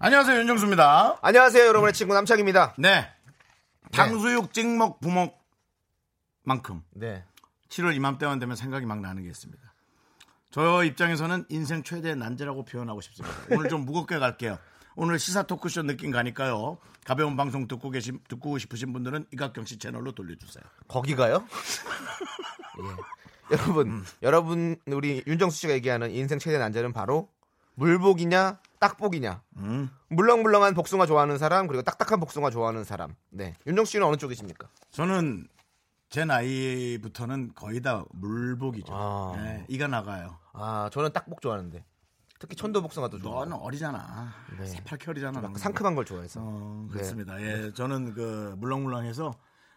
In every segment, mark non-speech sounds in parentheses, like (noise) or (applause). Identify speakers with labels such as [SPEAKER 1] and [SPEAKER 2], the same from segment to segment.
[SPEAKER 1] 안녕하세요 윤정수입니다
[SPEAKER 2] 안녕하세요, 여러분의 친구 남창입니다.
[SPEAKER 1] 네 당수육 찍먹 부먹 만큼
[SPEAKER 2] 네.
[SPEAKER 1] 7월 이맘때만 되면 생각이 막 나는 게 있습니다 저 입장에서는 인생 최대의 난제라고 표현하고 싶습니다
[SPEAKER 2] 네.
[SPEAKER 1] 오늘 좀 무겁게 갈게요 오늘 시사 토크쇼 느낌 가니까요 가벼운 방송 듣고 계신 듣고 싶으신 분들은 이각경 씨 채널로 돌려주세요
[SPEAKER 2] 거기가요? (laughs) 예. 여러분, 여러분 우리 윤정수 씨가 얘기하는 인생 최대 난제는 바로 물복이냐 딱복이냐. 물렁물렁한 복숭아 좋아하는 사람 그리고 딱딱한 복숭아 좋아하는 사람. 네. 윤정수 씨는 어느 쪽이십니까?
[SPEAKER 1] 저는 제 나이부터는 거의 다 물복이죠
[SPEAKER 2] 아.
[SPEAKER 1] 네, 이가 나가요
[SPEAKER 2] 아, 저는 딱복 좋아하는데. 특히 천도 복숭아도
[SPEAKER 1] 너는
[SPEAKER 2] 좋아해요.
[SPEAKER 1] 어리잖아
[SPEAKER 2] 음. 네.
[SPEAKER 1] 새팔결이잖아 방금.
[SPEAKER 2] 상큼한 걸 좋아해서.
[SPEAKER 1] 어,
[SPEAKER 2] 네.
[SPEAKER 1] 그렇습니다. 예, 저는 그 물렁물렁해서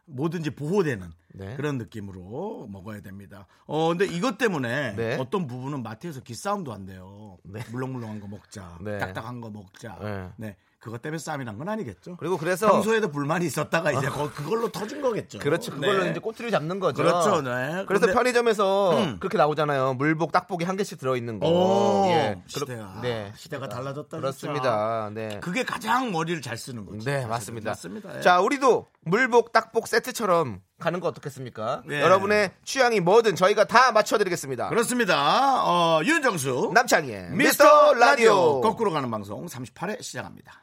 [SPEAKER 1] 뭐든지 보호되는
[SPEAKER 2] 네.
[SPEAKER 1] 그런 느낌으로 먹어야 됩니다. 어, 근데 이것 때문에
[SPEAKER 2] 네.
[SPEAKER 1] 어떤 부분은 마트에서 기싸움도 안 돼요.
[SPEAKER 2] 네.
[SPEAKER 1] 물렁물렁한 거 먹자,
[SPEAKER 2] 네.
[SPEAKER 1] 딱딱한 거 먹자. 네.
[SPEAKER 2] 네.
[SPEAKER 1] 그것 때문에 싸움이란 건 아니겠죠.
[SPEAKER 2] 그리고 그래서
[SPEAKER 1] 평소에도 불만이 있었다가
[SPEAKER 2] (laughs)
[SPEAKER 1] 이제 거- 그걸로 터진 거겠죠.
[SPEAKER 2] 그렇죠. 그걸로
[SPEAKER 1] 네.
[SPEAKER 2] 이제 꼬투리를 잡는 거죠.
[SPEAKER 1] 그렇죠, 네.
[SPEAKER 2] 그래서
[SPEAKER 1] 근데-
[SPEAKER 2] 편의점에서
[SPEAKER 1] 음.
[SPEAKER 2] 그렇게 나오잖아요. 물복, 딱복이 한 개씩 들어있는 거.
[SPEAKER 1] 오,
[SPEAKER 2] 예. 그러-
[SPEAKER 1] 시대가
[SPEAKER 2] 네.
[SPEAKER 1] 시대가 달라졌다.
[SPEAKER 2] 그렇습니다.
[SPEAKER 1] 진짜.
[SPEAKER 2] 네.
[SPEAKER 1] 그게 가장 머리를 잘 쓰는 거죠.
[SPEAKER 2] 네,
[SPEAKER 1] 사실은.
[SPEAKER 2] 맞습니다.
[SPEAKER 1] 맞습니다. 예.
[SPEAKER 2] 자, 우리도 물복, 딱복 세트처럼 가는 거 어떻겠습니까?
[SPEAKER 1] 네.
[SPEAKER 2] 여러분의 취향이 뭐든 저희가 다 맞춰드리겠습니다.
[SPEAKER 1] 그렇습니다. 어, 윤정수.
[SPEAKER 2] 남창희의
[SPEAKER 1] 미스터 라디오
[SPEAKER 2] 거꾸로
[SPEAKER 1] 거꾸로 가는 방송 38회 시작합니다.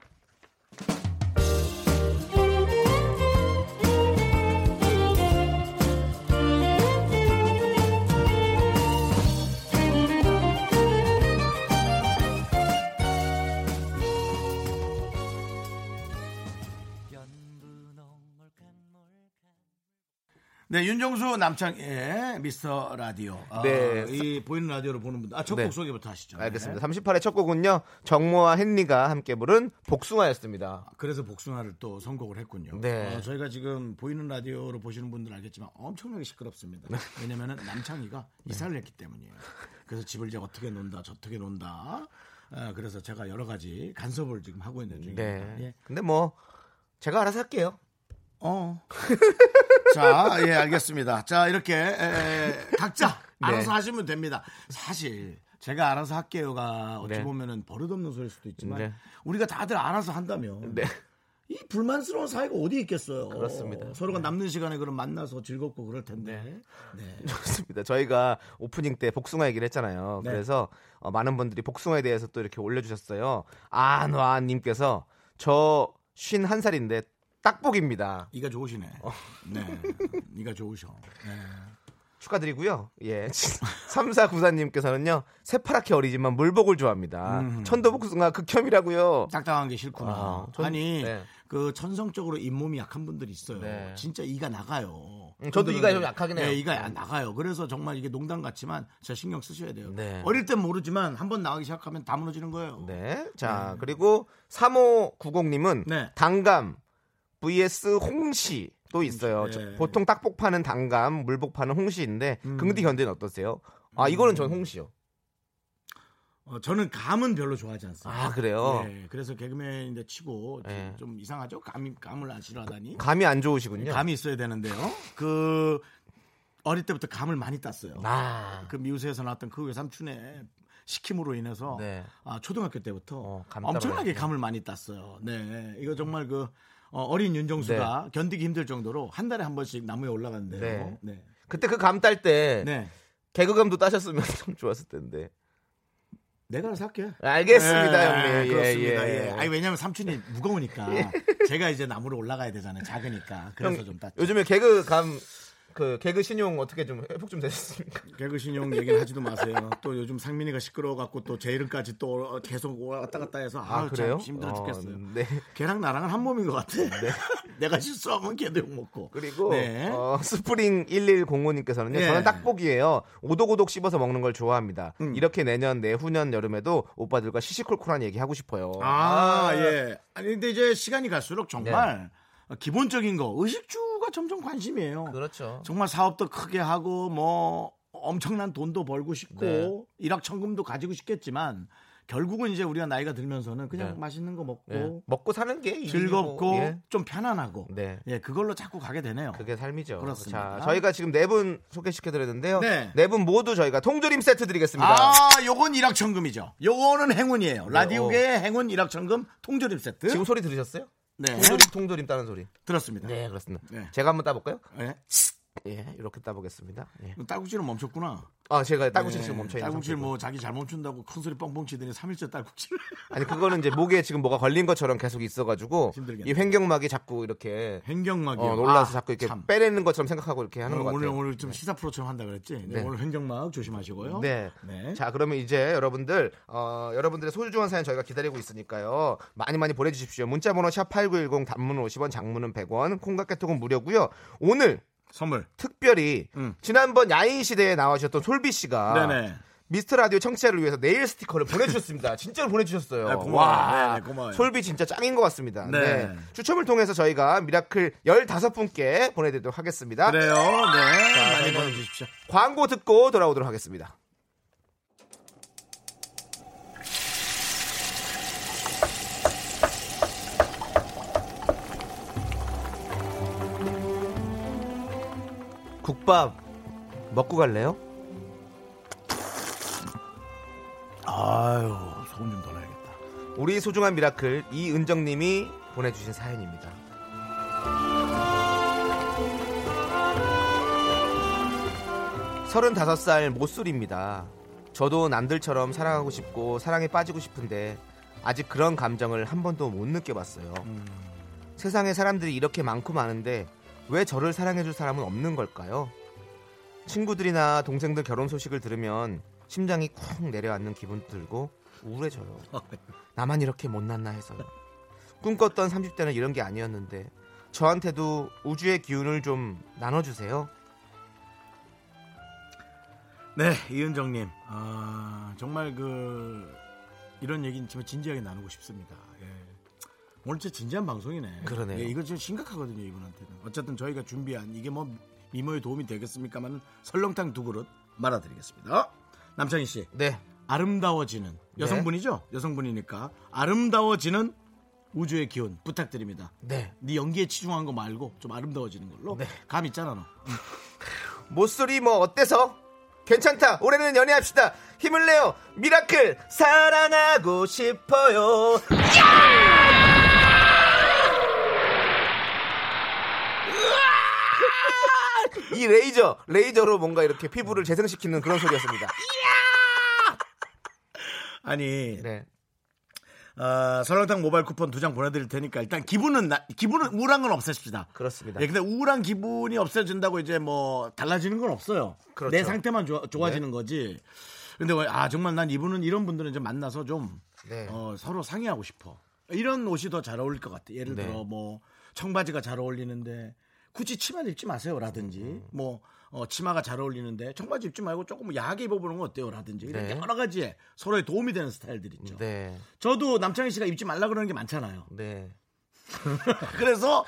[SPEAKER 1] 네, 윤정수 남창의 미스터 라디오. 아,
[SPEAKER 2] 네.
[SPEAKER 1] 이 보이는 라디오로 보는 분들. 아, 첫 곡
[SPEAKER 2] 네.
[SPEAKER 1] 소개부터 하시죠.
[SPEAKER 2] 알겠습니다.
[SPEAKER 1] 네.
[SPEAKER 2] 38의 첫 곡은요. 정모와 헨리가 함께 부른 복숭아였습니다.
[SPEAKER 1] 네. 그래서 복숭아를 또 선곡을 했군요.
[SPEAKER 2] 네.
[SPEAKER 1] 어, 저희가 지금 보이는 라디오로 보시는 분들 알겠지만 엄청나게 시끄럽습니다. 왜냐면은
[SPEAKER 2] (laughs)
[SPEAKER 1] 남창희가
[SPEAKER 2] 네.
[SPEAKER 1] 이사를 했기 때문이에요. 그래서 집을 이제 어떻게 논다, 저떻게 논다. 아, 그래서 제가 여러 가지 간섭을 지금 하고 있는 중입니다.
[SPEAKER 2] 네.
[SPEAKER 1] 예.
[SPEAKER 2] 근데 뭐 제가 알아서 할게요.
[SPEAKER 1] 어. (laughs) 자, 예, 알겠습니다. 자, 이렇게 에, 각자
[SPEAKER 2] 네.
[SPEAKER 1] 알아서 하시면 됩니다. 사실 제가 알아서 할게요가 어찌
[SPEAKER 2] 네.
[SPEAKER 1] 보면은 버릇없는 소리일 수도 있지만
[SPEAKER 2] 네.
[SPEAKER 1] 우리가 다들 알아서 한다면
[SPEAKER 2] 네.
[SPEAKER 1] 이 불만스러운 사이가 어디 있겠어요.
[SPEAKER 2] 그렇습니다.
[SPEAKER 1] 서로가 남는 시간에 그럼 만나서 즐겁고 그럴 텐데. 네.
[SPEAKER 2] 좋습니다. 저희가 오프닝 때 복숭아 얘기를 했잖아요.
[SPEAKER 1] 네.
[SPEAKER 2] 그래서 어, 많은 분들이 복숭아에 대해서 또 이렇게 올려주셨어요. 안와님께서 저 51살인데 딱복입니다.
[SPEAKER 1] 이가 좋으시네. 네. 이가 좋으셔. 네.
[SPEAKER 2] 축하드리고요. 예. (laughs) 3494님께서는요. 새파랗게 어리지만 물복을 좋아합니다. 천도복숭아 극혐이라고요.
[SPEAKER 1] 딱딱한 게 싫구나. 아,
[SPEAKER 2] 아, 전-
[SPEAKER 1] 니
[SPEAKER 2] 네.
[SPEAKER 1] 그 천성적으로 잇몸이 약한 분들이 있어요.
[SPEAKER 2] 네.
[SPEAKER 1] 진짜 이가 나가요.
[SPEAKER 2] 음, 저도
[SPEAKER 1] 그분들은-
[SPEAKER 2] 이가 좀 약하긴 해요.
[SPEAKER 1] 네, 이가 야- 나가요. 그래서 정말 이게 농담 같지만 진짜 신경 쓰셔야 돼요.
[SPEAKER 2] 네.
[SPEAKER 1] 어릴 땐 모르지만 한번 나가기 시작하면 다 무너지는 거예요.
[SPEAKER 2] 네. 자, 그리고 3590님은
[SPEAKER 1] 네.
[SPEAKER 2] 당감 vs 홍시 또 있어요.
[SPEAKER 1] 홍시, 네. 음.
[SPEAKER 2] 저- 보통 딱복 파는 당감, 물복 파는 홍시인데 긍디 견디는 어떠세요? 아, 이거는 전 홍시요.
[SPEAKER 1] 어, 저는 감은 별로 좋아하지 않습니다.
[SPEAKER 2] 아, 그래요?
[SPEAKER 1] 네, 그래서 개그맨인데 치고 좀-
[SPEAKER 2] 네.
[SPEAKER 1] 좀 이상하죠. 감이 감을 안 싫어하다니.
[SPEAKER 2] 감이 안 좋으시군요.
[SPEAKER 1] 감이 있어야 되는데요. 그 어릴 때부터 감을 많이 땄어요.
[SPEAKER 2] 아.
[SPEAKER 1] 그 미우새에서 나왔던 그 외삼촌의 시킴으로 인해서
[SPEAKER 2] 네.
[SPEAKER 1] 아, 초등학교 때부터
[SPEAKER 2] 어, 감
[SPEAKER 1] 엄청나게
[SPEAKER 2] 따라가지고.
[SPEAKER 1] 감을 많이 땄어요. 네, 이거 정말 그 어, 린 윤정수가 견디기 힘들 정도로 한 달에 한 번씩 나무에 올라갔는데요. 네.
[SPEAKER 2] 네. 그때 그 감 딸 때
[SPEAKER 1] 네.
[SPEAKER 2] 개그감도 따셨으면 (laughs) 참 좋았을 텐데.
[SPEAKER 1] 내가 알아서 할게.
[SPEAKER 2] 알겠습니다,
[SPEAKER 1] 예,
[SPEAKER 2] 형님.
[SPEAKER 1] 그렇습니다.
[SPEAKER 2] 예,
[SPEAKER 1] 예.
[SPEAKER 2] 예.
[SPEAKER 1] 아니 왜냐면 삼촌이
[SPEAKER 2] (laughs)
[SPEAKER 1] 무거우니까 제가 이제 나무로 올라가야 되잖아요. 작으니까. 그래서
[SPEAKER 2] 형,
[SPEAKER 1] 좀 땄죠.
[SPEAKER 2] 요즘에 개그 감 그 개그 신용 어떻게 좀 회복 좀 되셨습니까?
[SPEAKER 1] 개그 신용 얘기를 하지도 마세요. 또 요즘 상민이가 시끄러워 갖고 또 제 이름까지 또 계속 왔다 갔다 해서 아, 참 힘들어
[SPEAKER 2] 어,
[SPEAKER 1] 죽겠어요.
[SPEAKER 2] 네.
[SPEAKER 1] 걔랑 나랑은 한 몸인 것 같아. (laughs) 내가 실수하면 걔도 욕먹고.
[SPEAKER 2] 그리고
[SPEAKER 1] 네.
[SPEAKER 2] 어, 스프링 1105님께서는요.
[SPEAKER 1] 예.
[SPEAKER 2] 저는 딱복이에요. 오독오독 씹어서 먹는 걸 좋아합니다.
[SPEAKER 1] 음.
[SPEAKER 2] 이렇게 내년 내후년 여름에도 오빠들과 시시콜콜한 얘기 하고 싶어요.
[SPEAKER 1] 아, 예. 아니, 근데 이제 시간이 갈수록 정말 기본적인 거, 의식주가 점점 관심이에요.
[SPEAKER 2] 네. 그렇죠.
[SPEAKER 1] 정말 사업도 크게 하고 뭐 엄청난 돈도 벌고 싶고
[SPEAKER 2] 네.
[SPEAKER 1] 일확천금도 가지고 싶겠지만 결국은 이제 우리가 나이가 들면서는 그냥
[SPEAKER 2] 네.
[SPEAKER 1] 맛있는 거 먹고
[SPEAKER 2] 예. 먹고 사는 게 이-
[SPEAKER 1] 음. 즐겁고
[SPEAKER 2] 예.
[SPEAKER 1] 좀 편안하고
[SPEAKER 2] 네.
[SPEAKER 1] 예 그걸로 자꾸 가게 되네요.
[SPEAKER 2] 그게 삶이죠.
[SPEAKER 1] 그렇습니다.
[SPEAKER 2] 자, 저희가 지금 네 분 소개시켜 드렸는데요.
[SPEAKER 1] 네.
[SPEAKER 2] 네. 분 모두 저희가 통조림 세트 드리겠습니다. 네,
[SPEAKER 1] 아, 요건 일확천금이죠. 요거는 행운이에요. 라디오계의 행운 일확천금 통조림 세트.
[SPEAKER 2] 지금 소리 들으셨어요?
[SPEAKER 1] 그? 네,
[SPEAKER 2] 통조림 통조림 따는 소리.
[SPEAKER 1] 들었습니다.
[SPEAKER 2] 네, 그렇습니다.
[SPEAKER 1] 네.
[SPEAKER 2] 제가 한번 따볼까요?
[SPEAKER 1] 예?
[SPEAKER 2] 예, 이렇게 따보겠습니다. 예.
[SPEAKER 1] 딸꾹질은 멈췄구나.
[SPEAKER 2] 아, 제가 딸꾹질 지금
[SPEAKER 1] 네,
[SPEAKER 2] 멈춰 있는
[SPEAKER 1] 딸꾹질 뭐 자기 잘 멈춘다고 큰 소리 뻥뻥 치더니 3일째 딸꾹질. (laughs)
[SPEAKER 2] 아니 그거는 이제 목에 지금 뭐가 걸린 것처럼 계속 있어가지고
[SPEAKER 1] 아, 힘들겠네.
[SPEAKER 2] 이 횡격막이 자꾸 이렇게
[SPEAKER 1] 행경막이
[SPEAKER 2] 어, 놀라서 자꾸 이렇게 빼내는 것처럼 생각하고 이렇게
[SPEAKER 1] 아,
[SPEAKER 2] 하는
[SPEAKER 1] 음, 오늘,
[SPEAKER 2] 것 같아요.
[SPEAKER 1] 오늘 오늘 좀 시사 프로처럼 한다 그랬지. 네,
[SPEAKER 2] 네.
[SPEAKER 1] 오늘 횡경막 조심하시고요.
[SPEAKER 2] 네.
[SPEAKER 1] 네.
[SPEAKER 2] 자 그러면 이제 여러분들 어, 여러분들의 소중한 사연 저희가 기다리고 있으니까요 많이 많이 보내주십시오 문자번호 샵 #8910 단문은 50원, 장문은 100원, 콩깍개톡은 무료고요 오늘
[SPEAKER 1] 선물.
[SPEAKER 2] 특별히
[SPEAKER 1] 음.
[SPEAKER 2] 지난번 야인 시대에 나와주셨던 솔비 씨가
[SPEAKER 1] 네네.
[SPEAKER 2] 미스터 라디오 청취자를 위해서 네일 스티커를 보내주셨습니다. (laughs) 진짜로 보내주셨어요.
[SPEAKER 1] 네, 고마워요. 네, 네, 고마워요.
[SPEAKER 2] 솔비 진짜 짱인 것 같습니다.
[SPEAKER 1] 네.
[SPEAKER 2] 네. 추첨을 통해서 저희가 미라클 15분께 보내드리도록 하겠습니다.
[SPEAKER 1] 그래요. 네. 많이
[SPEAKER 2] 그러면-
[SPEAKER 1] 보내주십시오.
[SPEAKER 2] 광고 듣고 돌아오도록 하겠습니다. 국밥 먹고 갈래요?
[SPEAKER 1] 아유 소금 좀 더 넣어야겠다.
[SPEAKER 2] 우리 소중한 미라클 이은정님이 보내주신 사연입니다. 서른다섯 살 모쏠입니다. 저도 남들처럼 사랑하고 싶고 사랑에 빠지고 싶은데 아직 그런 감정을 한 번도 못 느껴봤어요. 세상에 사람들이 이렇게 많고 많은데 왜 저를 사랑해줄 사람은 없는 걸까요? 친구들이나 동생들 결혼 소식을 들으면 심장이 쿵 내려앉는 기분 들고 우울해져요. 나만 이렇게 못났나 해서요. 꿈꿨던 30대는 이런 게 아니었는데 저한테도 우주의 기운을 좀 나눠주세요.
[SPEAKER 1] 네 이은정님 아, 정말 그 이런 얘기는 정말 진지하게 나누고 싶습니다. 예. 오늘 진짜 진지한 방송이네.
[SPEAKER 2] 그러네요.
[SPEAKER 1] 예, 이거 좀 심각하거든요 이분한테는. 어쨌든 저희가 준비한 이게 뭐 미모에 도움이 되겠습니까만 설렁탕 두 그릇 말아드리겠습니다. 남창희 씨
[SPEAKER 2] 네,
[SPEAKER 1] 아름다워지는 여성분이죠? 여성분이니까 아름다워지는 우주의 기운 부탁드립니다.
[SPEAKER 2] 네.
[SPEAKER 1] 네 연기에 치중한 거 말고 좀 아름다워지는 걸로. 감 있잖아 너.
[SPEAKER 2] 모쏠이 뭐 어때서? 괜찮다. 올해는 연애합시다. 힘을 내요. 미라클 사랑하고 싶어요. 이 레이저, 레이저로 뭔가 이렇게 피부를 재생시키는 그런 소리였습니다.
[SPEAKER 1] 아니
[SPEAKER 2] 네.
[SPEAKER 1] 어, 설렁탕 모바일 쿠폰 두 장 보내드릴 테니까 일단 기분은 나- 기분은 우울한 건 없애십시다.
[SPEAKER 2] 그렇습니다.
[SPEAKER 1] 예, 근데 우울한 기분이 없어진다고 이제 뭐 달라지는 건 없어요.
[SPEAKER 2] 그렇죠. 네.
[SPEAKER 1] 내 상태만 좋아, 지는 거지. 근데 왜- 아 정말 난 이분은 이런 분들은 좀 만나서 좀
[SPEAKER 2] 네.
[SPEAKER 1] 어, 서로 상의하고 싶어. 이런 옷이 더 잘 어울릴 것 같아. 예를
[SPEAKER 2] 네.
[SPEAKER 1] 들어 뭐 청바지가 잘 어울리는데 굳이 치마를 입지 마세요라든지
[SPEAKER 2] 음.
[SPEAKER 1] 뭐 어, 치마가 잘 어울리는데 청바지 입지 말고 조금 야하게 입어보는 건 어때요라든지 이런
[SPEAKER 2] 네.
[SPEAKER 1] 여러 가지에 서로의 도움이 되는 스타일들 있죠.
[SPEAKER 2] 네.
[SPEAKER 1] 저도 남창희 씨가 입지 말라 그러는 게 많잖아요.
[SPEAKER 2] 네.
[SPEAKER 1] 네. 그래서